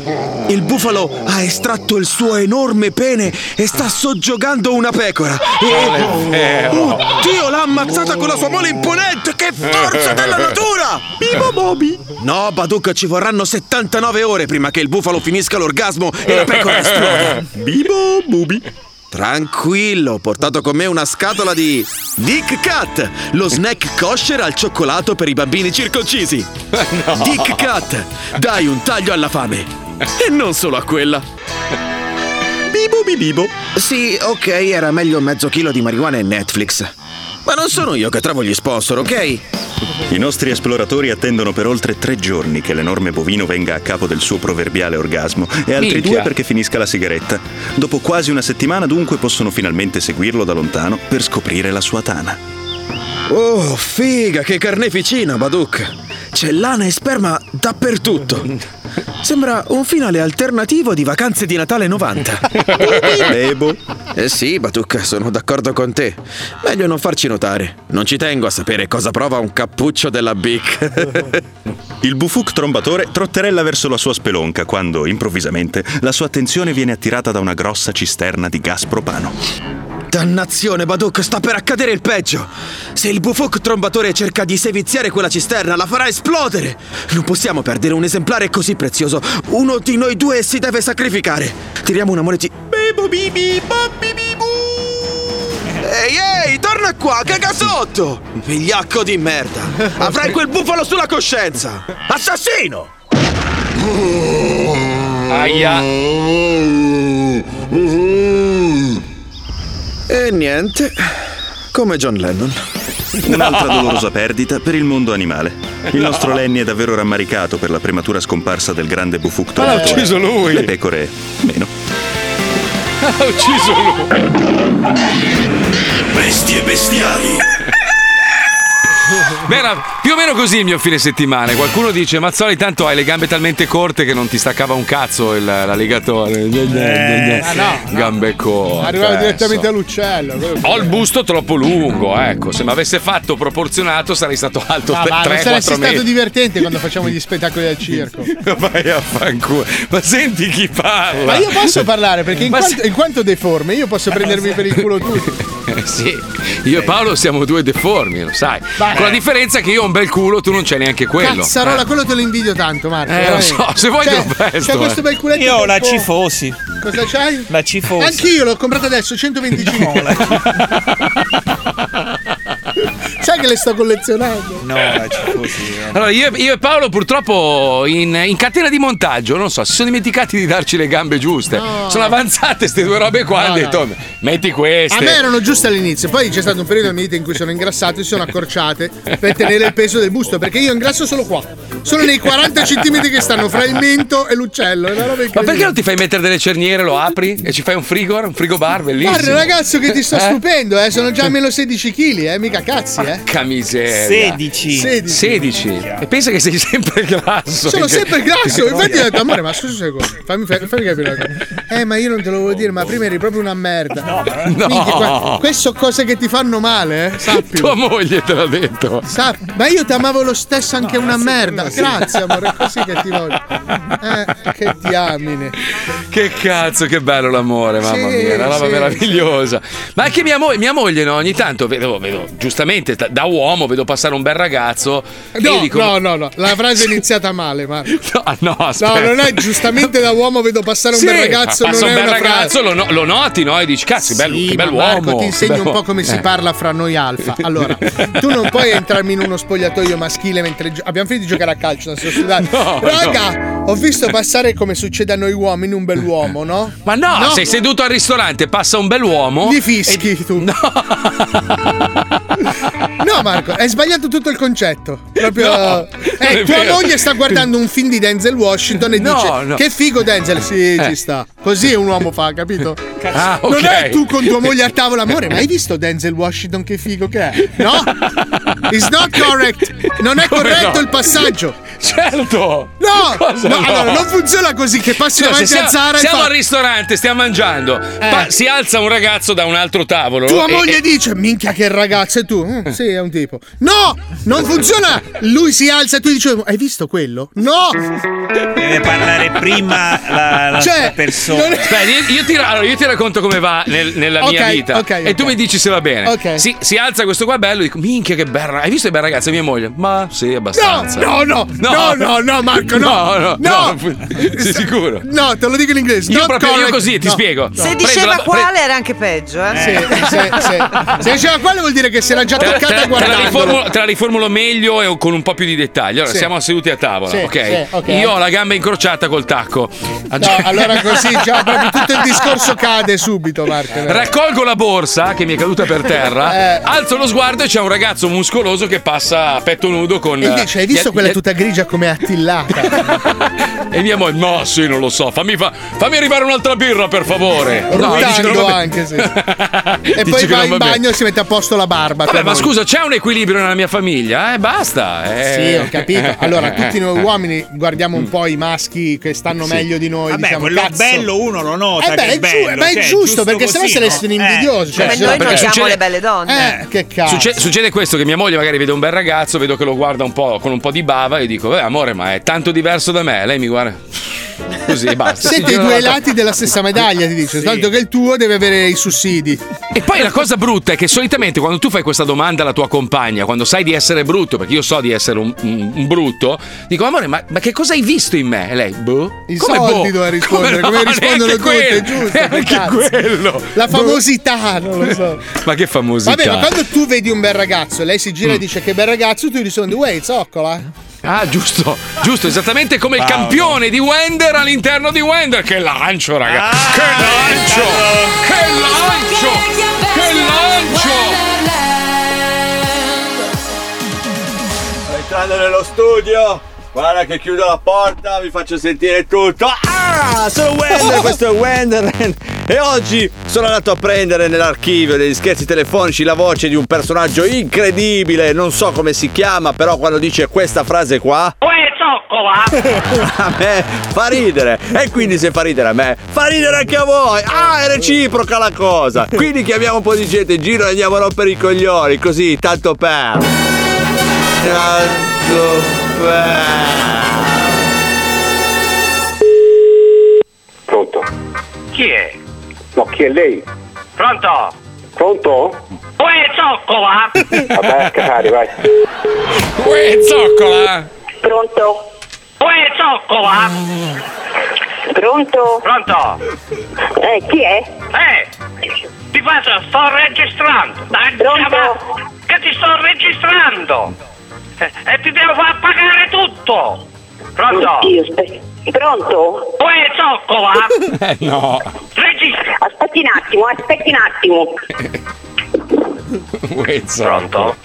[SPEAKER 20] Il bufalo ha estratto il suo enorme pene e sta soggiogando una pecora.
[SPEAKER 3] Oh.
[SPEAKER 2] Non è
[SPEAKER 20] E...
[SPEAKER 2] vero.
[SPEAKER 20] Dio l'ha ammazzata con la sua mole imponente! Che forza della natura! Viva Bobby! No, Baduca, ci vorranno 79 ore prima che il bufalo finisca l'orgasmo e la pecora esploda.
[SPEAKER 19] Bibo Bubi.
[SPEAKER 20] Tranquillo, ho portato con me una scatola di Dick Cat, lo snack kosher al cioccolato per i bambini circoncisi.
[SPEAKER 2] No.
[SPEAKER 20] Dick Cat, dai un taglio alla fame. E non solo a quella. Bibo bibibo. Sì, ok, era meglio mezzo chilo di marijuana e Netflix. Ma non sono io che trovo gli sponsor, ok?
[SPEAKER 19] I nostri esploratori attendono per oltre tre giorni che l'enorme bovino venga a capo del suo proverbiale orgasmo e altri
[SPEAKER 2] Minchia.
[SPEAKER 19] due perché finisca la sigaretta. Dopo quasi una settimana dunque possono finalmente seguirlo da lontano per scoprire la sua tana.
[SPEAKER 20] Oh, figa, che carneficina, Baduk! C'è lana e sperma dappertutto. Sembra un finale alternativo di Vacanze di Natale 90. Bebo. Eh sì, Baduk, sono d'accordo con te. Meglio non farci notare. Non ci tengo a sapere cosa prova un cappuccio della Bic.
[SPEAKER 19] Il bufuk trombatore trotterella verso la sua spelonca quando, improvvisamente, la sua attenzione viene attirata da una grossa cisterna di gas propano.
[SPEAKER 20] Dannazione, Baduk, sta per accadere il peggio! Se il bufok trombatore cerca di seviziare quella cisterna, la farà esplodere! Non possiamo perdere un esemplare così prezioso. Uno di noi due si deve sacrificare. Tiriamo una moneta. Bibu bibi, babbi bibu! Ehi, ehi, torna qua, caga sotto! Vigliacco di merda! Avrai quel bufalo sulla coscienza! Assassino! Aia! E niente, come John Lennon.
[SPEAKER 19] Un'altra dolorosa perdita per il mondo animale. Il nostro Lenny è davvero rammaricato per la prematura scomparsa del grande bufuk
[SPEAKER 2] Ma l'ha
[SPEAKER 19] trombatore.
[SPEAKER 2] ucciso lui!
[SPEAKER 19] Le pecore, meno.
[SPEAKER 2] Ha ucciso lui.
[SPEAKER 18] Bestie bestiali.
[SPEAKER 12] Merav-
[SPEAKER 2] Più o meno così il mio fine settimana. Qualcuno dice: Mazzoli, tanto hai le gambe talmente corte che non ti staccava un cazzo il, l'alligatore.
[SPEAKER 3] Eh, no,
[SPEAKER 2] Gambe corte.
[SPEAKER 3] Arrivava
[SPEAKER 2] eh,
[SPEAKER 3] direttamente
[SPEAKER 2] so.
[SPEAKER 3] all'uccello. quello che-
[SPEAKER 2] Ho il busto troppo lungo, ecco. Se mi avesse fatto proporzionato sarei stato alto
[SPEAKER 3] No,
[SPEAKER 2] tre-
[SPEAKER 3] va, Ah, non
[SPEAKER 2] 3-4
[SPEAKER 3] saresti
[SPEAKER 2] metri.
[SPEAKER 3] stato divertente quando facciamo gli spettacoli al circo.
[SPEAKER 2] Vai a fanculo. Ma senti chi parla.
[SPEAKER 3] Ma io posso parlare perché in
[SPEAKER 2] Ma
[SPEAKER 3] quanto, in quanto deforme io posso prendermi per il culo tutti.
[SPEAKER 2] Eh, sì, io e Paolo siamo due deformi, lo sai.
[SPEAKER 3] Vai.
[SPEAKER 2] Con la differenza che io ho un bel culo, tu non c'hai neanche quello.
[SPEAKER 3] Cazzarola,
[SPEAKER 2] Eh.
[SPEAKER 3] quello te lo invidio tanto, Marco.
[SPEAKER 2] Eh, lo
[SPEAKER 3] veramente.
[SPEAKER 2] so, se vuoi te
[SPEAKER 3] Cioè,
[SPEAKER 2] lo presto,
[SPEAKER 3] C'è questo
[SPEAKER 2] eh.
[SPEAKER 3] bel culetto.
[SPEAKER 4] Io ho la
[SPEAKER 3] troppo-
[SPEAKER 4] cifosi.
[SPEAKER 3] Cosa c'hai?
[SPEAKER 4] La cifosi.
[SPEAKER 3] Anch'io l'ho comprato adesso, 125. Sai che le sto collezionando?
[SPEAKER 4] No, la cifosi.
[SPEAKER 2] Allora, io, io e Paolo purtroppo in, in catena di montaggio, non so, si sono dimenticati di darci le gambe giuste. Sono avanzate queste due robe qua, hanno detto metti
[SPEAKER 3] A
[SPEAKER 2] queste.
[SPEAKER 3] me erano giuste all'inizio, poi c'è stato un periodo della mia vita in cui sono ingrassato e si sono accorciate per tenere il peso del busto, perché io ingrasso solo qua, solo nei 40 cm che stanno fra il mento e l'uccello. È una roba
[SPEAKER 2] Ma perché
[SPEAKER 3] incredibile.
[SPEAKER 2] non ti fai mettere delle cerniere, lo apri e ci fai un frigor, un frigobar, bellissimo.
[SPEAKER 3] Guarda ragazzo che ti sto
[SPEAKER 2] Eh?
[SPEAKER 3] stupendo, eh, sono già a meno 16 kg, eh, mica cazzi, eh.
[SPEAKER 2] Porca miseria.
[SPEAKER 3] 16.
[SPEAKER 2] 16. E pensa che sei sempre grasso.
[SPEAKER 3] Sono sempre grasso,
[SPEAKER 2] Che
[SPEAKER 3] infatti ho
[SPEAKER 2] noia.
[SPEAKER 3] detto amore, ma scusa un secondo, fammi, fammi capire. una cosa." Eh, ma io non te lo volevo dire, ma prima eri proprio una merda.
[SPEAKER 2] No.
[SPEAKER 3] Minchia, qua- queste sono cose che ti fanno male, eh? sappi.
[SPEAKER 2] Tua moglie te l'ha detto.
[SPEAKER 3] Sappi. Ma io ti amavo lo stesso anche una merda. Grazie, amore, è così che ti voglio. Eh, che diamine.
[SPEAKER 2] Che cazzo, che bello l'amore, mamma
[SPEAKER 3] Sì,
[SPEAKER 2] mia, una roba
[SPEAKER 3] sì,
[SPEAKER 2] meravigliosa. Ma anche mia, mo- mia moglie, no, ogni tanto vedo, vedo, giustamente da- da uomo, vedo passare un bel ragazzo. e io
[SPEAKER 3] No,
[SPEAKER 2] dico,
[SPEAKER 3] no, no, no, la frase è iniziata male, Marco.
[SPEAKER 2] Ah, no,
[SPEAKER 3] No,
[SPEAKER 2] aspetta.
[SPEAKER 3] non è giustamente da uomo vedo passare un
[SPEAKER 2] Sì,
[SPEAKER 3] bel ragazzo,
[SPEAKER 2] passa
[SPEAKER 3] non
[SPEAKER 2] un
[SPEAKER 3] è
[SPEAKER 2] bel
[SPEAKER 3] una
[SPEAKER 2] ragazzo,
[SPEAKER 3] frase.
[SPEAKER 2] lo, no- lo noti, no? E dici, cazzo, che bel,
[SPEAKER 3] Sì,
[SPEAKER 2] che
[SPEAKER 3] ma
[SPEAKER 2] bel uomo. Eh.
[SPEAKER 3] Marco, ti
[SPEAKER 2] che
[SPEAKER 3] insegno
[SPEAKER 2] bel
[SPEAKER 3] un po' come si
[SPEAKER 2] uomo.
[SPEAKER 3] parla fra noi alfa. Allora, tu non puoi entrarmi in uno spogliatoio maschile mentre gio- abbiamo finito di giocare a calcio. adesso scusate.
[SPEAKER 2] No,
[SPEAKER 3] Raga,
[SPEAKER 2] no.
[SPEAKER 3] ho visto passare come succede a noi uomini un bell'uomo, no?
[SPEAKER 2] Ma Ah, No, sei seduto al ristorante, passa un bel uomo.
[SPEAKER 3] Gli fischi tu. No. Marco, hai sbagliato tutto il concetto. Proprio.
[SPEAKER 2] No, non
[SPEAKER 3] eh,
[SPEAKER 2] è
[SPEAKER 3] tua
[SPEAKER 2] vero.
[SPEAKER 3] moglie sta guardando un film di Denzel Washington e
[SPEAKER 2] No,
[SPEAKER 3] dice:
[SPEAKER 2] no.
[SPEAKER 3] Che figo Denzel! Sì,
[SPEAKER 2] Eh.
[SPEAKER 3] ci sta. Così un uomo fa, capito?
[SPEAKER 2] Ah, ok.
[SPEAKER 3] Non è tu con tua moglie a tavola, amore, ma hai visto Denzel Washington che figo che è? No? It's not correct! Non è
[SPEAKER 2] Come
[SPEAKER 3] corretto
[SPEAKER 2] no?
[SPEAKER 3] il passaggio!
[SPEAKER 2] Certo!
[SPEAKER 3] No!
[SPEAKER 2] Cosa
[SPEAKER 3] No,
[SPEAKER 2] no?
[SPEAKER 3] Allora, non funziona così che passi
[SPEAKER 2] Scusa, se
[SPEAKER 3] davanti
[SPEAKER 2] siamo
[SPEAKER 3] a Zara
[SPEAKER 2] siamo
[SPEAKER 3] e
[SPEAKER 2] al
[SPEAKER 3] fa... Eh.
[SPEAKER 2] ristorante, stiamo mangiando. Pa- si alza un ragazzo da un altro tavolo.
[SPEAKER 3] Tua
[SPEAKER 2] e-
[SPEAKER 3] moglie
[SPEAKER 2] e-
[SPEAKER 3] dice, minchia che ragazzo, e tu?
[SPEAKER 2] Eh.
[SPEAKER 3] "Mm, sì, è un tipo. No! Non funziona! Lui si alza e tu dici, hai visto quello? No!
[SPEAKER 4] Deve parlare prima la, la
[SPEAKER 3] Cioè,
[SPEAKER 4] persona.
[SPEAKER 3] non è-
[SPEAKER 2] Aspetta, io, io ti, allora, io ti racconto come va nel- nella mia
[SPEAKER 4] Ok,
[SPEAKER 2] vita.
[SPEAKER 4] ok,
[SPEAKER 2] e tu
[SPEAKER 4] ok.
[SPEAKER 2] mi dici se va bene.
[SPEAKER 3] Ok.
[SPEAKER 2] Si, si alza questo qua bello, dico: Minchia, che bel ragazzo. Hai visto che bel ragazzo? Mia moglie. Ma sì,
[SPEAKER 3] No,
[SPEAKER 2] abbastanza.
[SPEAKER 3] no, no, no, no, no, Marco, no,
[SPEAKER 2] no, no,
[SPEAKER 3] no.
[SPEAKER 2] Sei sicuro?
[SPEAKER 3] No, te lo dico in inglese.
[SPEAKER 2] Io
[SPEAKER 3] not
[SPEAKER 2] proprio- io
[SPEAKER 3] correct.
[SPEAKER 2] così ti
[SPEAKER 3] No,
[SPEAKER 2] spiego.
[SPEAKER 3] no.
[SPEAKER 7] Se diceva quale era anche peggio, eh?
[SPEAKER 3] Sì, se, se- se diceva quello vuol dire che se l'ha già
[SPEAKER 2] Te, te-
[SPEAKER 3] toccata
[SPEAKER 2] te la
[SPEAKER 3] guardando.
[SPEAKER 2] riformulo, te la riformulo meglio e con un po' più di dettaglio. Allora,
[SPEAKER 3] Sì.
[SPEAKER 2] siamo seduti a tavola,
[SPEAKER 3] Sì,
[SPEAKER 2] ok?
[SPEAKER 3] sì, ok.
[SPEAKER 2] Io ho la gamba incrociata col tacco.
[SPEAKER 3] No, allora così già proprio tutto il discorso cade subito, Marco.
[SPEAKER 2] Raccolgo la borsa che mi è caduta per terra,
[SPEAKER 3] Eh.
[SPEAKER 2] alzo lo sguardo e c'è un ragazzo muscoloso che passa a petto nudo con. eh,
[SPEAKER 3] E dice, hai visto
[SPEAKER 2] gli-
[SPEAKER 3] quella
[SPEAKER 2] gli-
[SPEAKER 3] tutta grigia come attillata?
[SPEAKER 2] E mia moglie, no, sì, non lo so. Fammi, fa- fammi arrivare un'altra birra, per favore. No, dice che non
[SPEAKER 3] Ruttando eh,
[SPEAKER 2] va
[SPEAKER 3] anche, sì.
[SPEAKER 2] bene.
[SPEAKER 3] E
[SPEAKER 2] Dice
[SPEAKER 3] poi
[SPEAKER 2] che
[SPEAKER 3] va
[SPEAKER 2] non
[SPEAKER 3] in
[SPEAKER 2] bene.
[SPEAKER 3] bagno e si mette a posto la barba.
[SPEAKER 2] Vabbè,
[SPEAKER 3] tua
[SPEAKER 2] ma
[SPEAKER 3] moglie.
[SPEAKER 2] scusa, c'è un equilibrio nella mia famiglia, eh? Basta. eh.
[SPEAKER 3] Sì, ho capito. Allora, tutti noi uomini guardiamo un po' i maschi che stanno
[SPEAKER 2] Sì.
[SPEAKER 3] meglio di noi.
[SPEAKER 2] Vabbè,
[SPEAKER 3] diciamo,
[SPEAKER 2] quello
[SPEAKER 3] cazzo.
[SPEAKER 2] bello
[SPEAKER 4] uno lo nota
[SPEAKER 3] Eh
[SPEAKER 4] che
[SPEAKER 3] beh,
[SPEAKER 4] è
[SPEAKER 3] è giu-
[SPEAKER 4] bello,
[SPEAKER 3] ma è
[SPEAKER 4] cioè, è
[SPEAKER 3] giusto,
[SPEAKER 4] giusto
[SPEAKER 3] perché sennò
[SPEAKER 4] così,
[SPEAKER 3] se ne
[SPEAKER 4] no?
[SPEAKER 3] sono invidiosi.
[SPEAKER 4] Eh,
[SPEAKER 3] cioè,
[SPEAKER 4] come
[SPEAKER 3] se-
[SPEAKER 4] noi
[SPEAKER 3] perché
[SPEAKER 4] non siamo
[SPEAKER 3] succede-
[SPEAKER 4] le
[SPEAKER 7] belle
[SPEAKER 3] Eh, che cazzo.
[SPEAKER 2] Succede, succede questo che mia moglie magari vede un bel ragazzo, vedo che lo guarda un po' con un po' di bava e dico, "Eh, amore, ma è tanto diverso da me. Lei mi guarda così e basta.
[SPEAKER 3] Siete
[SPEAKER 2] Si
[SPEAKER 3] i
[SPEAKER 2] gira
[SPEAKER 3] due
[SPEAKER 2] dall'altra-
[SPEAKER 3] lati della stessa medaglia, ti dice. Tanto che il tuo deve avere i sussidi.
[SPEAKER 2] E poi la cosa brutta è che solitamente quando tu fai questa domanda alla tua compagna, quando sai di essere brutto, perché io so di essere un, un- un brutto, dico, amore, ma, ma che cosa hai visto in me? E lei, boh.
[SPEAKER 3] I soldi doveva rispondere, come,
[SPEAKER 2] no,
[SPEAKER 3] rispondono tutti,
[SPEAKER 2] neanche
[SPEAKER 3] è
[SPEAKER 2] quello,
[SPEAKER 3] giusto. che
[SPEAKER 2] neanche
[SPEAKER 3] cazzo.
[SPEAKER 2] quello.
[SPEAKER 3] La
[SPEAKER 2] Boh.
[SPEAKER 3] famosità, non lo so.
[SPEAKER 2] Ma che famosità.
[SPEAKER 3] Vabbè, ma quando tu vedi un bel ragazzo, lei si gira e dice che bel ragazzo, tu rispondi, uè, zoccola.
[SPEAKER 2] Mm. Ah, giusto, giusto, esattamente come il
[SPEAKER 3] Paolo.
[SPEAKER 2] campione di Wender all'interno di Wender. Che lancio, raga! che lancio! Che lancio! Che
[SPEAKER 10] Sto entrando nello studio. Guarda che chiudo la porta, vi faccio sentire tutto. Ah, sono Wender, questo è Wonderland E oggi sono andato a prendere nell'archivio degli scherzi telefonici la voce di un personaggio incredibile, non so come si chiama, però quando dice questa frase qua,
[SPEAKER 6] Uè, zoccola!
[SPEAKER 10] a me fa ridere. E quindi se fa ridere a me, fa ridere anche a voi. Ah, è reciproca la cosa. Quindi chiamiamo un po' di gente in giro e andiamo a rompere i coglioni, così, tanto per... Tanto per...
[SPEAKER 21] Pronto?
[SPEAKER 6] Chi è?
[SPEAKER 21] No, chi è lei?
[SPEAKER 6] Pronto?
[SPEAKER 21] Pronto?
[SPEAKER 6] Uè, zoccola!
[SPEAKER 21] Vabbè, cari, vai.
[SPEAKER 6] Uè, zoccola!
[SPEAKER 21] Pronto?
[SPEAKER 6] Uè, zoccola!
[SPEAKER 21] Pronto?
[SPEAKER 6] Pronto?
[SPEAKER 21] Eh, chi è?
[SPEAKER 6] Eh! Ti faccio, sto registrando! Dai, chiama- Che ti sto registrando! Eh, E, ti devo far pagare tutto! Pronto?
[SPEAKER 21] Oddio, aspe- Pronto?
[SPEAKER 6] Uè, zoccola!
[SPEAKER 2] Eh no.
[SPEAKER 6] Registra!
[SPEAKER 21] Aspetti un attimo, aspetti un attimo.
[SPEAKER 2] Pronto?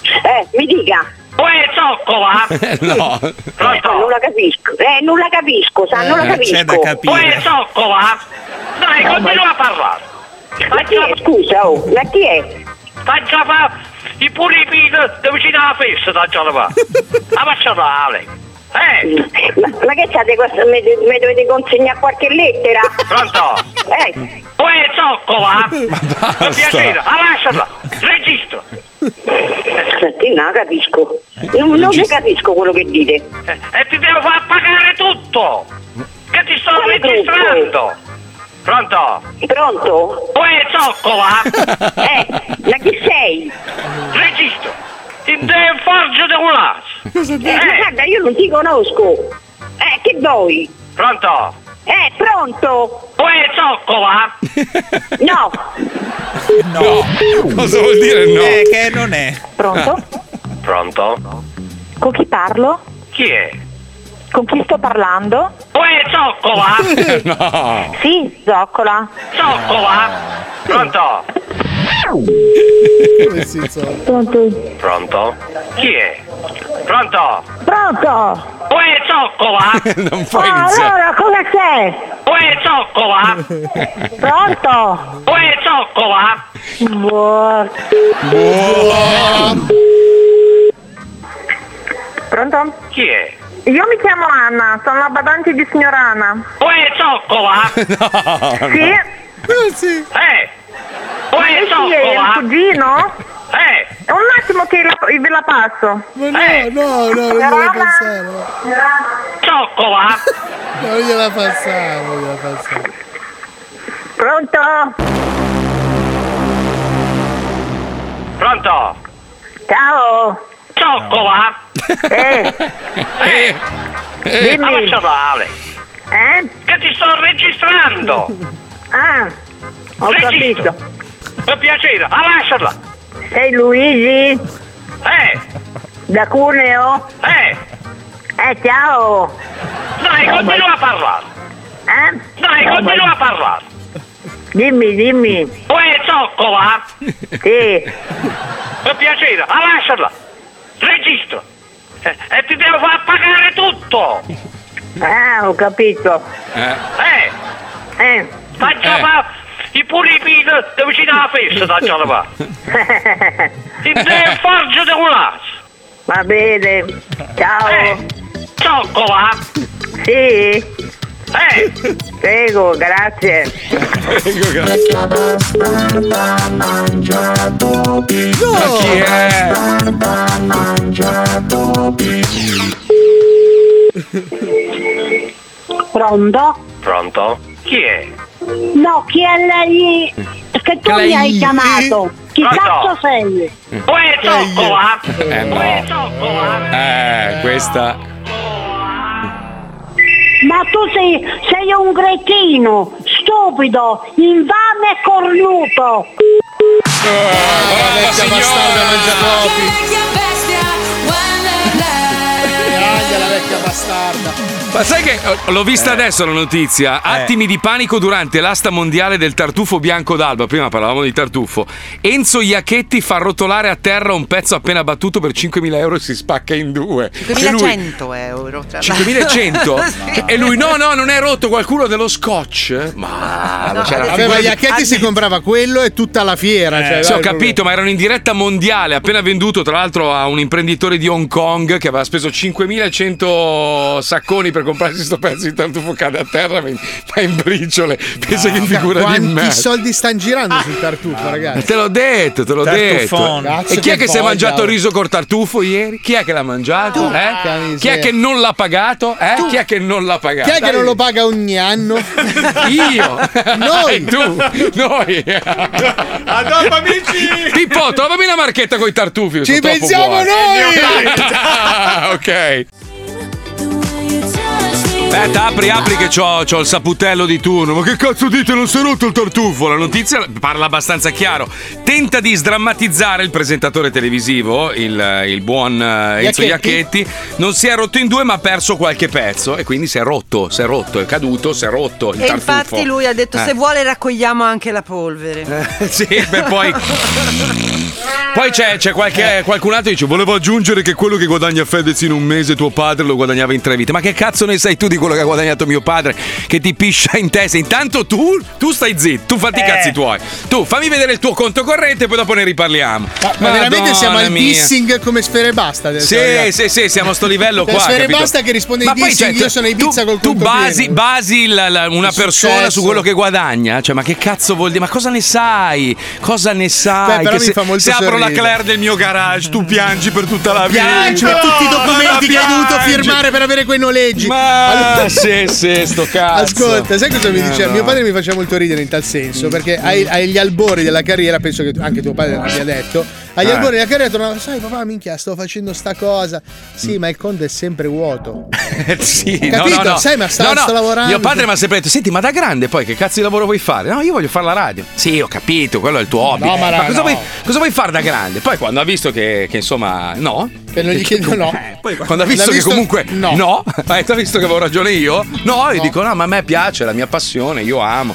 [SPEAKER 21] Eh, mi dica.
[SPEAKER 6] Uè, zoccola!
[SPEAKER 2] no.
[SPEAKER 21] Eh, non la capisco. Eh, non la capisco, sa, non la capisco.
[SPEAKER 6] Uè, zoccola! Dai,
[SPEAKER 21] No,
[SPEAKER 6] continua
[SPEAKER 21] ma-
[SPEAKER 6] a parlare!
[SPEAKER 21] Ma chi è? Scusa, oh, ma chi è?
[SPEAKER 6] Faccia fa i pulipini da vicino alla festa, facciala fa! A faccia fa, Ale! Eh!
[SPEAKER 21] Ma, ma che state questa- mi, mi dovete consegnare qualche lettera?
[SPEAKER 6] Pronto?
[SPEAKER 21] Eh,
[SPEAKER 6] Uè, zoccola! Per piacere, ah, lasciala! Registra!
[SPEAKER 21] senti, non la capisco.
[SPEAKER 2] Eh,
[SPEAKER 21] Non, non ne capisco quello che dite.
[SPEAKER 6] Eh, E ti devo far pagare tutto! Che ti sto registrando! Pronto?
[SPEAKER 21] Pronto?
[SPEAKER 6] Uè, zoccola!
[SPEAKER 21] Eh, ma chi sei?
[SPEAKER 6] Registro! Ti devo forgio di culasso!
[SPEAKER 21] Eh, ma guarda, io non ti conosco. Eh, che vuoi?
[SPEAKER 6] Pronto?
[SPEAKER 21] Eh, pronto?
[SPEAKER 6] Uè, zoccola!
[SPEAKER 21] No,
[SPEAKER 4] No.
[SPEAKER 2] Cosa vuol dire no?
[SPEAKER 4] Eh, che non è.
[SPEAKER 21] Pronto?
[SPEAKER 6] Ah. Pronto?
[SPEAKER 21] Con chi parlo?
[SPEAKER 6] Chi è?
[SPEAKER 21] Con chi sto parlando?
[SPEAKER 6] Uè, zoccola!
[SPEAKER 2] no.
[SPEAKER 21] Sì, Zoccola.
[SPEAKER 6] Zoccola! Pronto?
[SPEAKER 21] Pronto?
[SPEAKER 6] Pronto? Chi è? Pronto?
[SPEAKER 21] Pronto?
[SPEAKER 6] Uè, zoccola!
[SPEAKER 21] Non puoi Ah, iniziare. allora, cosa c'è?
[SPEAKER 6] Uè, zoccola!
[SPEAKER 21] Pronto?
[SPEAKER 6] Uè, zoccola!
[SPEAKER 21] Buon- Pronto?
[SPEAKER 6] Chi è?
[SPEAKER 21] Io mi chiamo Anna, sono la badante di signora Anna.
[SPEAKER 6] Uè, zoccola!
[SPEAKER 21] Sì?
[SPEAKER 6] Eh!
[SPEAKER 21] Ma
[SPEAKER 6] Uè,
[SPEAKER 21] lei chi Eh, è, il
[SPEAKER 6] zoccola!
[SPEAKER 21] cugino?
[SPEAKER 6] Eh!
[SPEAKER 21] Un attimo che la- eh, ve la passo.
[SPEAKER 3] Ma no, no, no, non gliela passavo.
[SPEAKER 6] Zoccola!
[SPEAKER 3] Non gliela passavo, non gliela passavo.
[SPEAKER 21] Pronto?
[SPEAKER 6] Pronto?
[SPEAKER 21] Ciao!
[SPEAKER 6] Zoccola!
[SPEAKER 21] Eh,
[SPEAKER 6] Eh!
[SPEAKER 21] Eh.
[SPEAKER 6] Ma lascia male!
[SPEAKER 21] eh?
[SPEAKER 6] Che ti sto registrando!
[SPEAKER 21] Ah, ho
[SPEAKER 6] Registro.
[SPEAKER 21] capito.
[SPEAKER 6] Per piacere, ah, lasciala!
[SPEAKER 21] Sei Luigi
[SPEAKER 6] Eh!
[SPEAKER 21] da Cuneo?
[SPEAKER 6] Eh!
[SPEAKER 21] Eh, ciao!
[SPEAKER 6] Dai, continua a parlare!
[SPEAKER 21] Eh?
[SPEAKER 6] Dai,
[SPEAKER 21] No,
[SPEAKER 6] continua
[SPEAKER 21] ma-
[SPEAKER 6] a parlare!
[SPEAKER 21] Dimmi, dimmi.
[SPEAKER 6] Uè, zoccola!
[SPEAKER 21] Sì.
[SPEAKER 6] Per piacere, ah, lasciala! Registro! Eh, E ti devo far pagare tutto!
[SPEAKER 21] Ah, ho capito.
[SPEAKER 6] Eh!
[SPEAKER 21] Eh.
[SPEAKER 6] Faccia
[SPEAKER 21] Eh.
[SPEAKER 6] fa i pulipini da vicino alla festa, faccia fa! Ti devo forgio di culasso!
[SPEAKER 21] Va bene. Ciao.
[SPEAKER 6] Eh, Zoccola!
[SPEAKER 21] Sì.
[SPEAKER 6] Eh.
[SPEAKER 21] Prego, grazie.
[SPEAKER 6] Prego,
[SPEAKER 2] Ma chi è?
[SPEAKER 21] Pronto?
[SPEAKER 6] Pronto? Chi è?
[SPEAKER 21] No, chi è lei? Che tu mi hai chiamato? Chi
[SPEAKER 6] Pronto?
[SPEAKER 21] cazzo sei?
[SPEAKER 6] Uè, zoccola!
[SPEAKER 2] Eh no. Eh, questa.
[SPEAKER 21] Ma tu sei, sei un gretino, stupido, infame e cornuto.
[SPEAKER 6] Eh,
[SPEAKER 3] Vecchia bastarda mangia popi. Grande la vecchia bastarda. guarda.
[SPEAKER 2] Ma sai che eh, l'ho vista adesso la notizia? Attimi di panico durante l'asta mondiale del tartufo bianco d'alba. Prima parlavamo di tartufo. Enzo Iacchetti fa rotolare a terra un pezzo appena battuto per 5.000 euro e si spacca in due. E lui-
[SPEAKER 7] 5100 euro. tra l'altro.
[SPEAKER 2] 5100
[SPEAKER 7] Sì.
[SPEAKER 2] e lui no no non è rotto qualcuno dello scotch ma
[SPEAKER 3] No,
[SPEAKER 2] c'era la
[SPEAKER 3] aveva
[SPEAKER 2] figura
[SPEAKER 3] gli
[SPEAKER 2] di- Eh,
[SPEAKER 3] acchetti si comprava quello e tutta la fiera. cioè,
[SPEAKER 2] sì, ho
[SPEAKER 3] vai,
[SPEAKER 2] capito, ma erano in diretta mondiale, appena venduto tra l'altro a un imprenditore di Hong Kong che aveva speso 5.100 sacconi per comprarsi sto pezzo di tartufo cade a terra, ma in- ma in briciole. Pensa che figura di
[SPEAKER 3] Ah, Quanti
[SPEAKER 2] merda.
[SPEAKER 3] soldi stanno girando sul tartufo, ragazzi?
[SPEAKER 2] Te l'ho detto, te l'ho
[SPEAKER 3] Tartufone.
[SPEAKER 2] detto.
[SPEAKER 3] Cazzo
[SPEAKER 2] E chi è
[SPEAKER 3] che
[SPEAKER 2] che si è
[SPEAKER 3] voglia,
[SPEAKER 2] mangiato il
[SPEAKER 3] oh.
[SPEAKER 2] riso col tartufo ieri? Chi è che l'ha mangiato? eh? Chi è che non l'ha pagato? Eh? Chi è che non l'ha pagato?
[SPEAKER 3] Ah, Chi è che non lo paga ogni anno?
[SPEAKER 2] Io!
[SPEAKER 3] Noi!
[SPEAKER 2] E tu! Noi! A
[SPEAKER 3] dopo,
[SPEAKER 2] amici! Pippo, trovami una marchetta con i tartufi!
[SPEAKER 3] Ci pensiamo noi!
[SPEAKER 2] noi! ok. Aspetta, apri, apri che c'ho, c'ho il saputello di turno. Ma che cazzo dite? Non si è rotto il tartufo? La notizia parla abbastanza chiaro. Tenta di sdrammatizzare il presentatore televisivo, il, il buon eh, Enzo
[SPEAKER 12] Iacchetti.
[SPEAKER 2] Iacchetti. Non si è rotto in due, ma ha perso qualche pezzo. E quindi si è rotto, si è rotto, è caduto, si è rotto il
[SPEAKER 7] E
[SPEAKER 2] tartufo.
[SPEAKER 7] infatti lui ha detto:
[SPEAKER 2] Eh.
[SPEAKER 7] Se vuole, raccogliamo anche la polvere.
[SPEAKER 2] Eh, sì, beh, poi. Poi c'è, c'è
[SPEAKER 3] Eh.
[SPEAKER 2] qualche- qualcun altro che dice: Volevo aggiungere che quello che guadagna Fedez in un mese tuo padre lo guadagnava in tre vite. Ma che cazzo ne sai tu di quello che ha guadagnato mio padre? Che ti piscia in testa. Intanto tu, tu stai zitto, tu
[SPEAKER 3] Eh.
[SPEAKER 2] fatti i cazzi tuoi. Tu fammi vedere il tuo conto corrente e poi dopo ne riparliamo.
[SPEAKER 3] Ma veramente siamo al
[SPEAKER 2] missimo.
[SPEAKER 3] dissing come sfere basta adesso.
[SPEAKER 2] Sì,
[SPEAKER 3] ragazzi.
[SPEAKER 2] sì, sì, siamo a sto livello
[SPEAKER 3] Cioè,
[SPEAKER 2] qua.
[SPEAKER 3] sfere
[SPEAKER 2] capito?
[SPEAKER 3] basta che risponde ai
[SPEAKER 2] Ma poi,
[SPEAKER 3] dissing,
[SPEAKER 2] cioè,
[SPEAKER 3] io sono ai pizza col
[SPEAKER 2] tu
[SPEAKER 3] conto
[SPEAKER 2] basi,
[SPEAKER 3] pieno.
[SPEAKER 2] basi la- la- una persona su
[SPEAKER 3] successo.
[SPEAKER 2] quello che guadagna. Cioè, ma che cazzo vuol dire? Ma cosa ne sai? Cosa ne
[SPEAKER 3] Beh,
[SPEAKER 2] sai?
[SPEAKER 3] però
[SPEAKER 2] Che
[SPEAKER 3] mi
[SPEAKER 2] se,
[SPEAKER 3] fa molto
[SPEAKER 2] se apro la
[SPEAKER 3] sorridere.
[SPEAKER 2] Claire del mio garage, tu piangi per tutta la vita.
[SPEAKER 3] Piangi per tutti i documenti che hai dovuto
[SPEAKER 2] piangi.
[SPEAKER 3] firmare per avere quei noleggi.
[SPEAKER 2] Ma
[SPEAKER 3] Allora-
[SPEAKER 2] sì, sì, sto cazzo.
[SPEAKER 3] Ascolta, sai cosa mi
[SPEAKER 2] Eh,
[SPEAKER 3] diceva?
[SPEAKER 2] no. Mm.
[SPEAKER 3] Mio padre mi faceva molto ridere in tal senso, perché ai- agli albori della carriera, penso che tu- anche tuo padre l'abbia detto, agli
[SPEAKER 22] Eh.
[SPEAKER 3] albori della carriera tornava, sai papà, minchia, sto facendo sta cosa.
[SPEAKER 2] Mm.
[SPEAKER 3] Sì, ma il conto è sempre vuoto.
[SPEAKER 2] sì, no,
[SPEAKER 3] Capito?
[SPEAKER 2] no, no.
[SPEAKER 3] Sai, ma sta-
[SPEAKER 2] No, no,
[SPEAKER 3] sto lavorando.
[SPEAKER 2] Mio padre mi ha sempre detto: Senti, ma da grande poi che cazzo di lavoro vuoi fare? No, io voglio fare la radio. Sì, ho capito, quello è il tuo hobby.
[SPEAKER 3] No, ma la-
[SPEAKER 2] cosa,
[SPEAKER 3] no.
[SPEAKER 2] vuoi, cosa vuoi fare da grande? Poi quando ha visto che, che, insomma, no.
[SPEAKER 3] Che non gli chiedo no.
[SPEAKER 2] Eh, Quando ha visto,
[SPEAKER 3] L'ha
[SPEAKER 2] che comunque no, ha detto, "Ha visto che avevo ragione io? No, io
[SPEAKER 3] No.
[SPEAKER 2] dico no, ma a me piace, è la mia passione, io amo.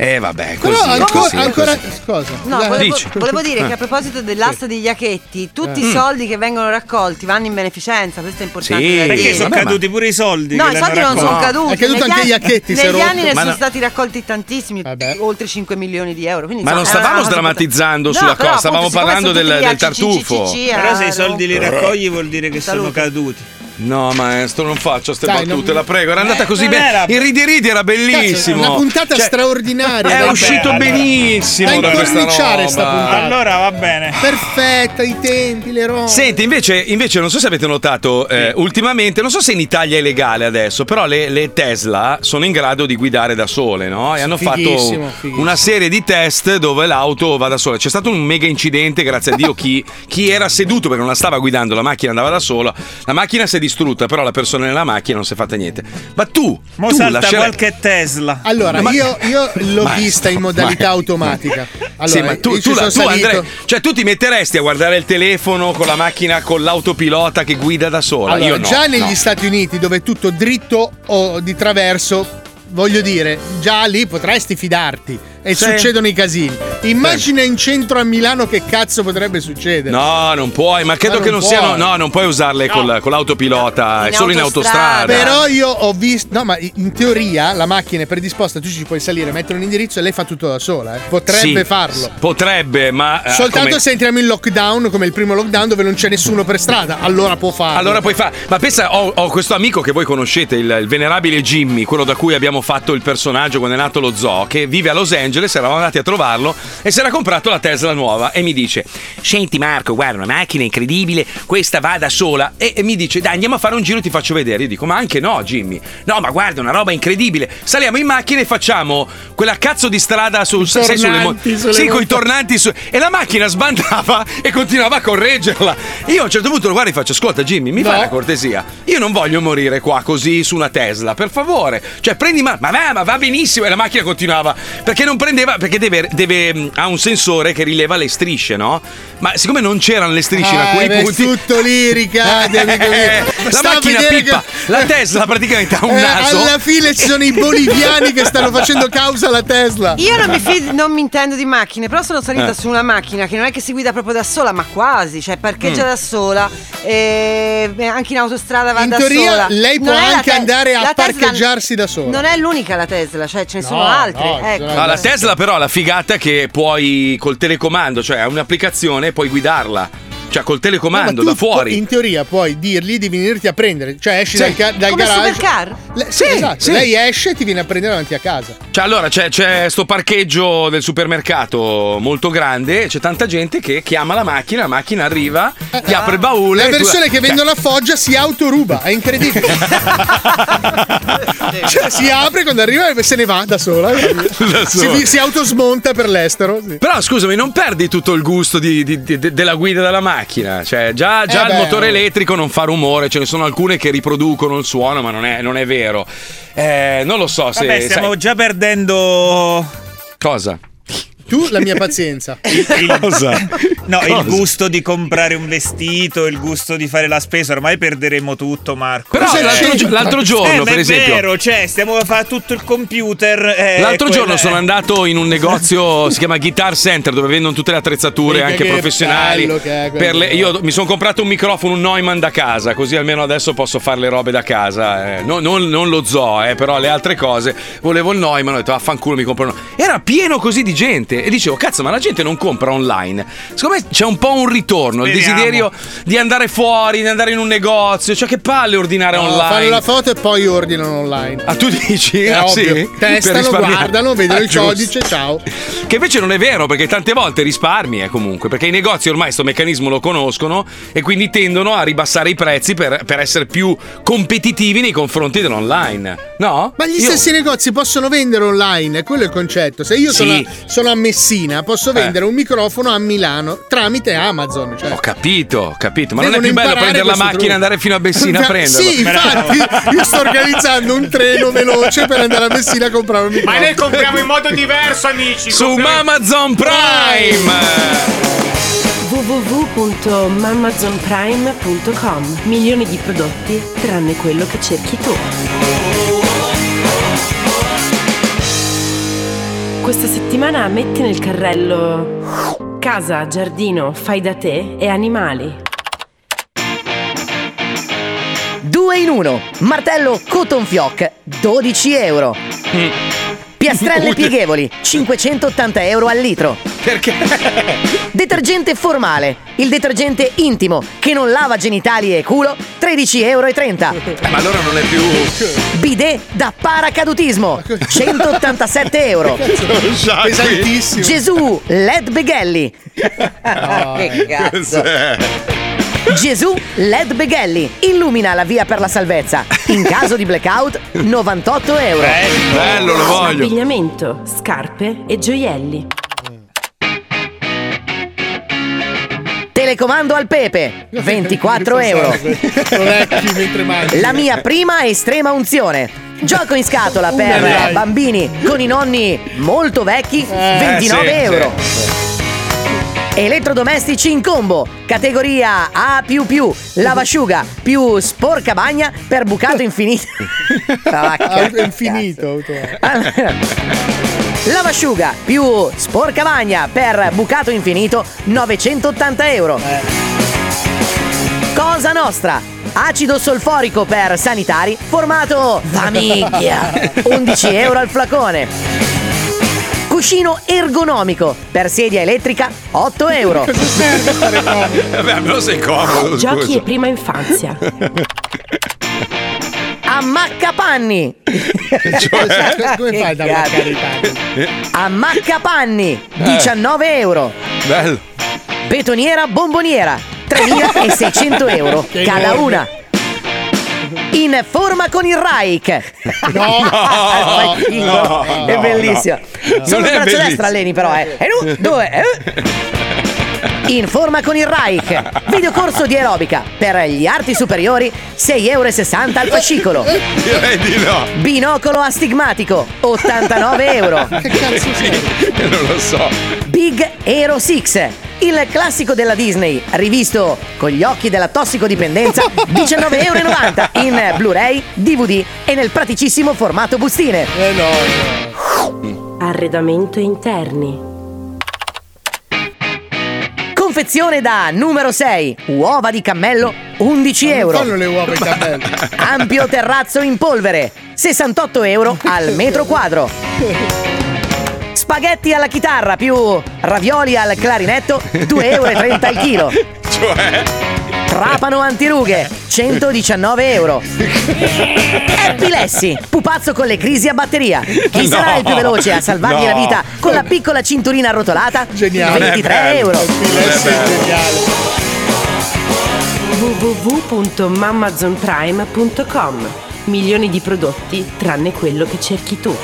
[SPEAKER 2] E vabbè, così.
[SPEAKER 3] Però ancora,
[SPEAKER 2] così,
[SPEAKER 3] ancora-
[SPEAKER 2] così.
[SPEAKER 3] cosa?
[SPEAKER 7] No,
[SPEAKER 3] Dai.
[SPEAKER 7] volevo,
[SPEAKER 2] Dici.
[SPEAKER 7] volevo dire che
[SPEAKER 2] Eh.
[SPEAKER 7] a proposito dell'asta degli Iacchetti, tutti
[SPEAKER 2] Eh.
[SPEAKER 7] i soldi che vengono raccolti vanno in beneficenza, questo è importante.
[SPEAKER 4] Sì,
[SPEAKER 7] da dire.
[SPEAKER 4] perché sono caduti pure i soldi.
[SPEAKER 7] No,
[SPEAKER 4] che
[SPEAKER 7] i
[SPEAKER 4] l'hanno
[SPEAKER 7] soldi non sono
[SPEAKER 4] raccolti.
[SPEAKER 7] caduti. Negli anni- Negli anni ne sono stati raccolti tantissimi, oltre 5 milioni di euro. quindi
[SPEAKER 2] Ma non
[SPEAKER 7] insomma, è
[SPEAKER 2] stavamo
[SPEAKER 7] una cosa
[SPEAKER 2] sdrammatizzando
[SPEAKER 7] No,
[SPEAKER 2] sulla
[SPEAKER 7] però,
[SPEAKER 2] cosa, stavamo
[SPEAKER 7] appunto, siccome
[SPEAKER 2] parlando
[SPEAKER 7] sono
[SPEAKER 2] del,
[SPEAKER 7] tutti
[SPEAKER 2] del
[SPEAKER 7] gli ACC,
[SPEAKER 2] tartufo.
[SPEAKER 7] CCC,
[SPEAKER 4] Però se i soldi li raccogli vuol dire che sono
[SPEAKER 7] Salute.
[SPEAKER 4] caduti.
[SPEAKER 2] No, maestro, non faccio ste
[SPEAKER 4] Dai,
[SPEAKER 2] battute,
[SPEAKER 4] non-
[SPEAKER 2] la prego. Era andata
[SPEAKER 4] Eh,
[SPEAKER 2] così
[SPEAKER 4] non
[SPEAKER 2] bene.
[SPEAKER 4] era-
[SPEAKER 2] Il ridi ridi era bellissimo.
[SPEAKER 3] Cazzo, Una puntata
[SPEAKER 2] Cioè,
[SPEAKER 3] straordinaria.
[SPEAKER 2] È
[SPEAKER 3] dai.
[SPEAKER 2] uscito
[SPEAKER 3] Vabbè, allora.
[SPEAKER 2] benissimo
[SPEAKER 3] Da
[SPEAKER 2] da questa
[SPEAKER 3] incorniciare sta
[SPEAKER 2] roba.
[SPEAKER 3] puntata.
[SPEAKER 2] Allora
[SPEAKER 3] va bene. Perfetta, i tempi, le robe.
[SPEAKER 2] Senti, invece, invece non so se avete notato eh, ultimamente, non so se in Italia è legale adesso, però le, le Tesla sono in grado di guidare da sole, no? E hanno
[SPEAKER 3] Fighissimo,
[SPEAKER 2] fatto
[SPEAKER 3] fighissimo.
[SPEAKER 2] una serie di test dove l'auto va da sola. C'è stato un mega incidente, grazie a Dio, chi, chi era seduto perché non la stava guidando, la macchina andava da sola. La macchina si è distrutta, però la persona nella macchina non si è fatta niente. Ma tu,
[SPEAKER 4] Mo
[SPEAKER 2] tu
[SPEAKER 4] salta
[SPEAKER 2] lascerai-
[SPEAKER 4] qualche Tesla.
[SPEAKER 3] Allora,
[SPEAKER 2] Ma-
[SPEAKER 3] io, io l'ho
[SPEAKER 2] Maestro,
[SPEAKER 3] vista in modalità
[SPEAKER 2] ma-
[SPEAKER 3] automatica. Allora,
[SPEAKER 2] sì, ma tu,
[SPEAKER 3] io ci
[SPEAKER 2] tu, la-
[SPEAKER 3] sono
[SPEAKER 2] tu
[SPEAKER 3] salito.
[SPEAKER 2] Andrea, cioè tu ti metteresti a guardare il telefono con la macchina con l'autopilota che guida da sola.
[SPEAKER 3] Allora,
[SPEAKER 2] Io no,
[SPEAKER 3] già negli
[SPEAKER 2] no.
[SPEAKER 3] Stati Uniti, dove è tutto dritto o di traverso, voglio dire, già lì potresti fidarti e
[SPEAKER 2] Sì.
[SPEAKER 3] succedono i casini. Immagina in centro a Milano che cazzo potrebbe succedere.
[SPEAKER 2] No, non puoi, ma credo
[SPEAKER 3] Ma
[SPEAKER 2] che non
[SPEAKER 3] non
[SPEAKER 2] siano.
[SPEAKER 3] puoi.
[SPEAKER 2] No, non puoi usarle col- con l'autopilota, Ah, è solo in autostrada.
[SPEAKER 3] Però io ho visto. No, ma in teoria la macchina è predisposta, tu ci puoi salire, mettere un indirizzo e lei fa tutto da sola. eh. Potrebbe
[SPEAKER 2] Sì,
[SPEAKER 3] farlo.
[SPEAKER 2] Potrebbe, ma. eh,
[SPEAKER 3] Soltanto
[SPEAKER 2] come-
[SPEAKER 3] se entriamo in lockdown, come il primo lockdown, dove non c'è nessuno per strada, allora può farlo.
[SPEAKER 2] Allora puoi fare. Ma pensa, ho, ho questo amico che voi conoscete, il, il venerabile Jimmy, quello da cui abbiamo fatto il personaggio quando è nato lo zoo, che vive a Los Angeles, eravamo andati a trovarlo e si era comprato la Tesla nuova e mi dice: Senti Marco, guarda, una macchina incredibile, questa va da sola. E, e mi dice: Dai, andiamo a fare un giro, ti faccio vedere. Io dico, ma anche no, Jimmy. No, ma guarda, una roba incredibile. Saliamo in macchina e facciamo quella cazzo di strada sul sai, sulle mo-
[SPEAKER 12] tornanti sulle
[SPEAKER 2] Sì, con i
[SPEAKER 12] montagne.
[SPEAKER 2] tornanti su- e la macchina sbandava e continuava a correggerla. Io a un certo punto lo guardo e faccio: Ascolta, Jimmy, mi fai una cortesia. Io non voglio morire qua così su una Tesla, per favore. Cioè, prendi ma. Ma va, ma va benissimo. E la macchina continuava. Perché non prendeva perché deve, deve- mh, ha un sensore che rileva le strisce, no? Ma siccome non c'erano le strisce da
[SPEAKER 3] Ah,
[SPEAKER 2] quei
[SPEAKER 3] beh,
[SPEAKER 2] punti. Eh,
[SPEAKER 3] tutto lì ricade, amico mio.
[SPEAKER 2] la
[SPEAKER 3] Sta a
[SPEAKER 2] macchina
[SPEAKER 3] vedere
[SPEAKER 2] pippa,
[SPEAKER 3] che-
[SPEAKER 2] la Tesla praticamente ha un
[SPEAKER 3] Eh,
[SPEAKER 2] naso.
[SPEAKER 3] alla fine ci sono i boliviani che stanno facendo causa alla Tesla.
[SPEAKER 7] Io non mi, fid- non mi intendo di macchine, però sono salita
[SPEAKER 3] Eh.
[SPEAKER 7] su una macchina che non è che si guida proprio da sola, ma quasi, cioè parcheggia
[SPEAKER 3] Mm.
[SPEAKER 7] da sola, e beh, anche in autostrada va
[SPEAKER 3] In
[SPEAKER 7] da
[SPEAKER 3] teoria
[SPEAKER 7] sola.
[SPEAKER 3] lei può
[SPEAKER 7] Non è la
[SPEAKER 3] anche
[SPEAKER 7] Te-
[SPEAKER 3] andare
[SPEAKER 7] la
[SPEAKER 3] a
[SPEAKER 7] Tesla
[SPEAKER 3] parcheggiarsi da sola.
[SPEAKER 7] Non è l'unica la Tesla, cioè ce ne sono
[SPEAKER 3] No,
[SPEAKER 7] altre.
[SPEAKER 3] no,
[SPEAKER 7] ecco.
[SPEAKER 2] Ah, la Tesla però ha la figata che puoi col telecomando, cioè è un'applicazione e puoi guidarla. Cioè col telecomando da
[SPEAKER 3] tu pu-
[SPEAKER 2] fuori.
[SPEAKER 3] In teoria puoi dirgli di venirti a prendere, cioè esci
[SPEAKER 2] Sì.
[SPEAKER 3] dal, ca- dal
[SPEAKER 7] Come
[SPEAKER 3] garage.
[SPEAKER 7] supercar?
[SPEAKER 3] Le- sì, esatto.
[SPEAKER 2] sì.
[SPEAKER 3] Lei esce e ti viene a prendere davanti a casa.
[SPEAKER 2] Cioè, allora c'è, c'è sto parcheggio del supermercato molto grande, c'è tanta gente che chiama la macchina, la macchina arriva,
[SPEAKER 3] Eh,
[SPEAKER 2] ti apre
[SPEAKER 7] Ah.
[SPEAKER 2] il baule.
[SPEAKER 3] La
[SPEAKER 2] e tu-
[SPEAKER 3] versione ah, che
[SPEAKER 2] cioè,
[SPEAKER 3] vendono a Foggia si autoruba, è incredibile. Cioè, si apre quando arriva e se ne va da sola.
[SPEAKER 2] sola.
[SPEAKER 3] Si, si autosmonta per l'estero. sì.
[SPEAKER 2] Però scusami, non perdi tutto il gusto di- di- di- de- della guida della macchina. Cioè, già, già
[SPEAKER 3] Eh
[SPEAKER 2] il
[SPEAKER 3] beh,
[SPEAKER 2] motore
[SPEAKER 3] no.
[SPEAKER 2] elettrico non fa rumore, ce ne sono alcune che riproducono il suono, ma non è, non è vero. Eh, non lo so se.
[SPEAKER 4] Vabbè, stiamo già perdendo.
[SPEAKER 2] Cosa?
[SPEAKER 3] Tu la mia pazienza.
[SPEAKER 4] Cosa? No,
[SPEAKER 3] Cosa?
[SPEAKER 4] il gusto di comprare un vestito, il gusto di fare la spesa, ormai perderemo tutto, Marco.
[SPEAKER 2] Però
[SPEAKER 4] Cioè-
[SPEAKER 2] l'altro gio- l'altro giorno,
[SPEAKER 4] Eh, ma
[SPEAKER 2] per esempio-
[SPEAKER 4] È vero, cioè, stiamo a fare tutto il computer. eh,
[SPEAKER 2] L'altro
[SPEAKER 4] quella
[SPEAKER 2] giorno sono
[SPEAKER 4] è-
[SPEAKER 2] andato in un negozio, si chiama Guitar Center, dove vendono tutte le attrezzature
[SPEAKER 3] Mica
[SPEAKER 2] anche
[SPEAKER 3] che
[SPEAKER 2] professionali.
[SPEAKER 3] bello che è quello.
[SPEAKER 2] Per le- io mi sono comprato un microfono, un Neumann da casa, così almeno adesso posso fare le robe da casa. eh. No- non, non lo zoo, eh, però le altre cose. Volevo il Neumann, ho detto affanculo, mi compro il Neumann. Era pieno così di gente e dicevo, cazzo, ma la gente non compra online. Secondo me c'è un po' un ritorno, il
[SPEAKER 3] Speriamo.
[SPEAKER 2] desiderio di andare fuori, di andare in un negozio. Cioè, che palle ordinare
[SPEAKER 3] No, fanno
[SPEAKER 2] online.
[SPEAKER 3] la foto e poi ordinano online.
[SPEAKER 2] Ah, tu dici?
[SPEAKER 3] È
[SPEAKER 2] Ah,
[SPEAKER 3] ovvio.
[SPEAKER 2] sì? Per
[SPEAKER 3] Testano,
[SPEAKER 2] risparmiare.
[SPEAKER 3] guardano, vedono
[SPEAKER 2] Ah,
[SPEAKER 3] il
[SPEAKER 2] giusto.
[SPEAKER 3] codice, ciao.
[SPEAKER 2] Che invece non è vero, perché tante volte risparmi, eh, comunque, perché i negozi ormai sto meccanismo lo conoscono e quindi tendono a ribassare i prezzi per, per essere più competitivi nei confronti dell'online. No?
[SPEAKER 3] Ma gli
[SPEAKER 2] Eh? Io-
[SPEAKER 3] stessi negozi possono vendere online, quello è il concetto. Se io sono,
[SPEAKER 2] Sì. Eh.
[SPEAKER 3] sono a Messina, posso vendere un microfono a Milano tramite Amazon. Cioè.
[SPEAKER 2] Ho capito, ho capito, ma non è
[SPEAKER 3] Devono
[SPEAKER 2] più bello
[SPEAKER 3] imparare
[SPEAKER 2] prendere la
[SPEAKER 3] questo
[SPEAKER 2] macchina e
[SPEAKER 3] trucco.
[SPEAKER 2] andare fino a Messina a
[SPEAKER 3] Sì,
[SPEAKER 2] prenderlo?
[SPEAKER 3] infatti, io sto organizzando un treno veloce per andare a Messina a comprare un
[SPEAKER 5] Ma
[SPEAKER 3] microfono.
[SPEAKER 5] noi compriamo in modo diverso, amici.
[SPEAKER 2] Su
[SPEAKER 5] compriamo-
[SPEAKER 2] Amazon Prime!
[SPEAKER 7] www.mamazonprime.com Milioni di prodotti tranne quello che cerchi tu. Questa settimana metti nel carrello casa, giardino, fai da te e animali.
[SPEAKER 22] Due in uno. Martello Cotton Fioc, 12 euro. Piastrelle
[SPEAKER 23] Utile.
[SPEAKER 22] pieghevoli, 580 euro al litro.
[SPEAKER 2] Perché?
[SPEAKER 22] Detergente formale, il detergente intimo che non lava genitali e culo, 13,30 euro.
[SPEAKER 2] Eh, ma allora non è più.
[SPEAKER 22] Bidet da paracadutismo, 187 euro.
[SPEAKER 3] Pesantissimo.
[SPEAKER 22] Gesù Led Beghelli,
[SPEAKER 6] Ah,
[SPEAKER 22] che cazzo. Gesù Led Beghelli illumina la via per la salvezza. In caso di blackout, 98 euro.
[SPEAKER 2] Eh, Bello, lo voglio.
[SPEAKER 7] Abbigliamento, scarpe e gioielli.
[SPEAKER 22] Telecomando al pepe, 24 euro.
[SPEAKER 3] Lo lecchi mentre mangi.
[SPEAKER 22] La mia prima estrema unzione. Gioco in scatola per
[SPEAKER 3] Una, dai.
[SPEAKER 22] eh, bambini con i nonni molto vecchi,
[SPEAKER 3] Eh,
[SPEAKER 2] Eh,
[SPEAKER 22] 29
[SPEAKER 23] sì,
[SPEAKER 22] euro. Elettrodomestici in combo, categoria A, lavasciuga più sporca bagna per bucato infinito. Ah,
[SPEAKER 3] Ah,
[SPEAKER 22] che-
[SPEAKER 3] è infinito. cioè. automatico.
[SPEAKER 22] Ah, Lavasciuga più sporca bagna per bucato infinito 980 euro. Cosa nostra? Acido solforico per sanitari formato famiglia 11 euro al flacone. Cuscino ergonomico per sedia elettrica 8 euro.
[SPEAKER 6] Eh,
[SPEAKER 2] Vabbè, almeno sei comodo.
[SPEAKER 22] Giochi
[SPEAKER 2] scusa.
[SPEAKER 22] e prima infanzia. Ammaccapanni!
[SPEAKER 3] Cioè? Come fai ad
[SPEAKER 22] Che
[SPEAKER 3] ammaccare i
[SPEAKER 22] cazzo. Ammaccapanni!
[SPEAKER 23] Eh.
[SPEAKER 22] 19 euro!
[SPEAKER 2] Bello.
[SPEAKER 22] Betoniera bomboniera! 3.600 euro
[SPEAKER 23] Che
[SPEAKER 22] cada
[SPEAKER 23] enorme.
[SPEAKER 22] una! In forma con il Raik!
[SPEAKER 23] No.
[SPEAKER 22] Al facchino.
[SPEAKER 23] No,
[SPEAKER 22] È
[SPEAKER 23] no,
[SPEAKER 22] bellissimo!
[SPEAKER 23] no.
[SPEAKER 22] Solo
[SPEAKER 23] Non è
[SPEAKER 22] il braccio
[SPEAKER 23] bellissimo.
[SPEAKER 22] destro alleni però, eh! E uno, due, eh. in forma con il Reich. Videocorso di aerobica per gli arti superiori 6,60 euro al fascicolo.
[SPEAKER 3] Eh.
[SPEAKER 2] Direi di no.
[SPEAKER 22] Binocolo astigmatico 89 euro.
[SPEAKER 2] Non lo so.
[SPEAKER 22] Big Hero 6, il classico della Disney, rivisto con gli occhi della tossicodipendenza, 19,90 euro in Blu-ray, DVD e nel praticissimo formato bustine.
[SPEAKER 3] Eh
[SPEAKER 11] Arredamento interni.
[SPEAKER 22] Confezione da numero 6, uova di cammello, 11 euro.
[SPEAKER 3] Fanno le uova in cammello.
[SPEAKER 22] Ampio terrazzo in polvere, 68 euro al metro quadro. Spaghetti alla chitarra più ravioli al clarinetto, 2,30 euro al chilo.
[SPEAKER 2] Cioè.
[SPEAKER 22] Trapano antirughe, 119 euro. Happy Lessi, pupazzo con le crisi a batteria. Chi
[SPEAKER 2] No.
[SPEAKER 22] sarà il più veloce a salvargli
[SPEAKER 2] No.
[SPEAKER 22] la vita con la piccola cinturina arrotolata?
[SPEAKER 3] Geniale.
[SPEAKER 22] 23
[SPEAKER 3] Eh,
[SPEAKER 22] euro.
[SPEAKER 11] www.mamazonprime.com Milioni di prodotti tranne quello che cerchi tu.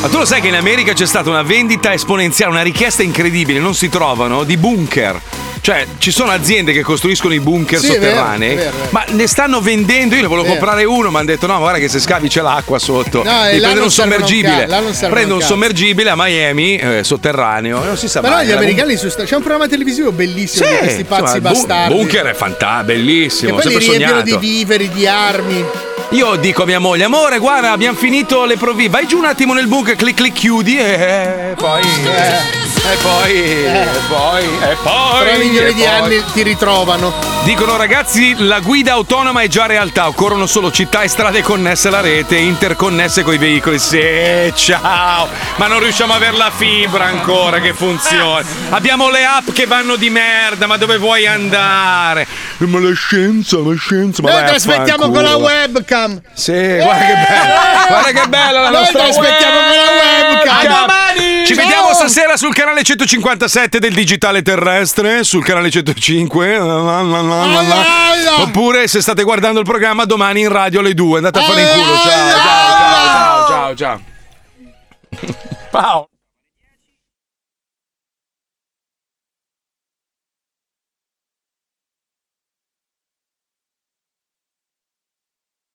[SPEAKER 2] Ma tu lo sai che in America c'è stata una vendita esponenziale, una richiesta incredibile, non si trovano, di bunker. Cioè, ci sono aziende che costruiscono i bunker
[SPEAKER 3] Sì, è vero,
[SPEAKER 2] sotterranei,
[SPEAKER 3] è vero, è vero.
[SPEAKER 2] ma ne stanno vendendo. Io ne volevo
[SPEAKER 3] Vero.
[SPEAKER 2] comprare uno, ma hanno detto: no, guarda che se scavi c'è l'acqua sotto.
[SPEAKER 3] No, e
[SPEAKER 2] Devi
[SPEAKER 3] là
[SPEAKER 2] prendere
[SPEAKER 3] non servono
[SPEAKER 2] un
[SPEAKER 3] un
[SPEAKER 2] sommergibile.
[SPEAKER 3] ca- là non servono
[SPEAKER 2] Prendo un
[SPEAKER 3] un cazzo.
[SPEAKER 2] sommergibile a Miami, eh, sotterraneo, e non si sa
[SPEAKER 3] Però
[SPEAKER 2] mai.
[SPEAKER 3] gli
[SPEAKER 2] la-
[SPEAKER 3] americani sono stati. C'è un programma televisivo bellissimo
[SPEAKER 2] Sì,
[SPEAKER 3] di questi pazzi
[SPEAKER 2] insomma, bu-
[SPEAKER 3] bastardi.
[SPEAKER 2] bunker è fantastico,
[SPEAKER 3] che
[SPEAKER 2] bellissimo. ho
[SPEAKER 3] poi li
[SPEAKER 2] sempre
[SPEAKER 3] riempiono di
[SPEAKER 2] sognato.
[SPEAKER 3] viveri, di armi.
[SPEAKER 2] Io dico a mia moglie, amore, guarda, abbiamo finito le provviste. Vai giù un attimo nel bunker, clic clic chiudi eh, e poi. eh, e poi. E poi. E poi.
[SPEAKER 3] Tre milioni
[SPEAKER 2] e
[SPEAKER 3] di
[SPEAKER 2] poi."
[SPEAKER 3] anni ti ritrovano.
[SPEAKER 2] Dicono ragazzi, la guida autonoma è già realtà, occorrono solo città e strade connesse alla rete, interconnesse coi veicoli. Sì, ciao! Ma non riusciamo a avere la fibra ancora che funziona. Abbiamo le app che vanno di merda, ma dove vuoi andare? Eh, Ma la scienza, la scienza, ma
[SPEAKER 3] Noi
[SPEAKER 2] vai a
[SPEAKER 3] trasmettiamo con la
[SPEAKER 2] fanculo.
[SPEAKER 3] webcam.
[SPEAKER 2] Sì, guarda che bella, Eh, guarda che bella la
[SPEAKER 3] Noi
[SPEAKER 2] nostra
[SPEAKER 3] trasmettiamo
[SPEAKER 2] webcam.
[SPEAKER 3] con la webcam.
[SPEAKER 2] A domani. Ci
[SPEAKER 3] Ciao.
[SPEAKER 2] vediamo stasera sul canale 157 del digitale terrestre, sul canale 105. la, la, la, la, la, la. Oppure se state guardando il programma domani in radio alle 2, andate a fare in culo. Ciao, ciao, ciao, ciao, ciao. ciao. Ciao.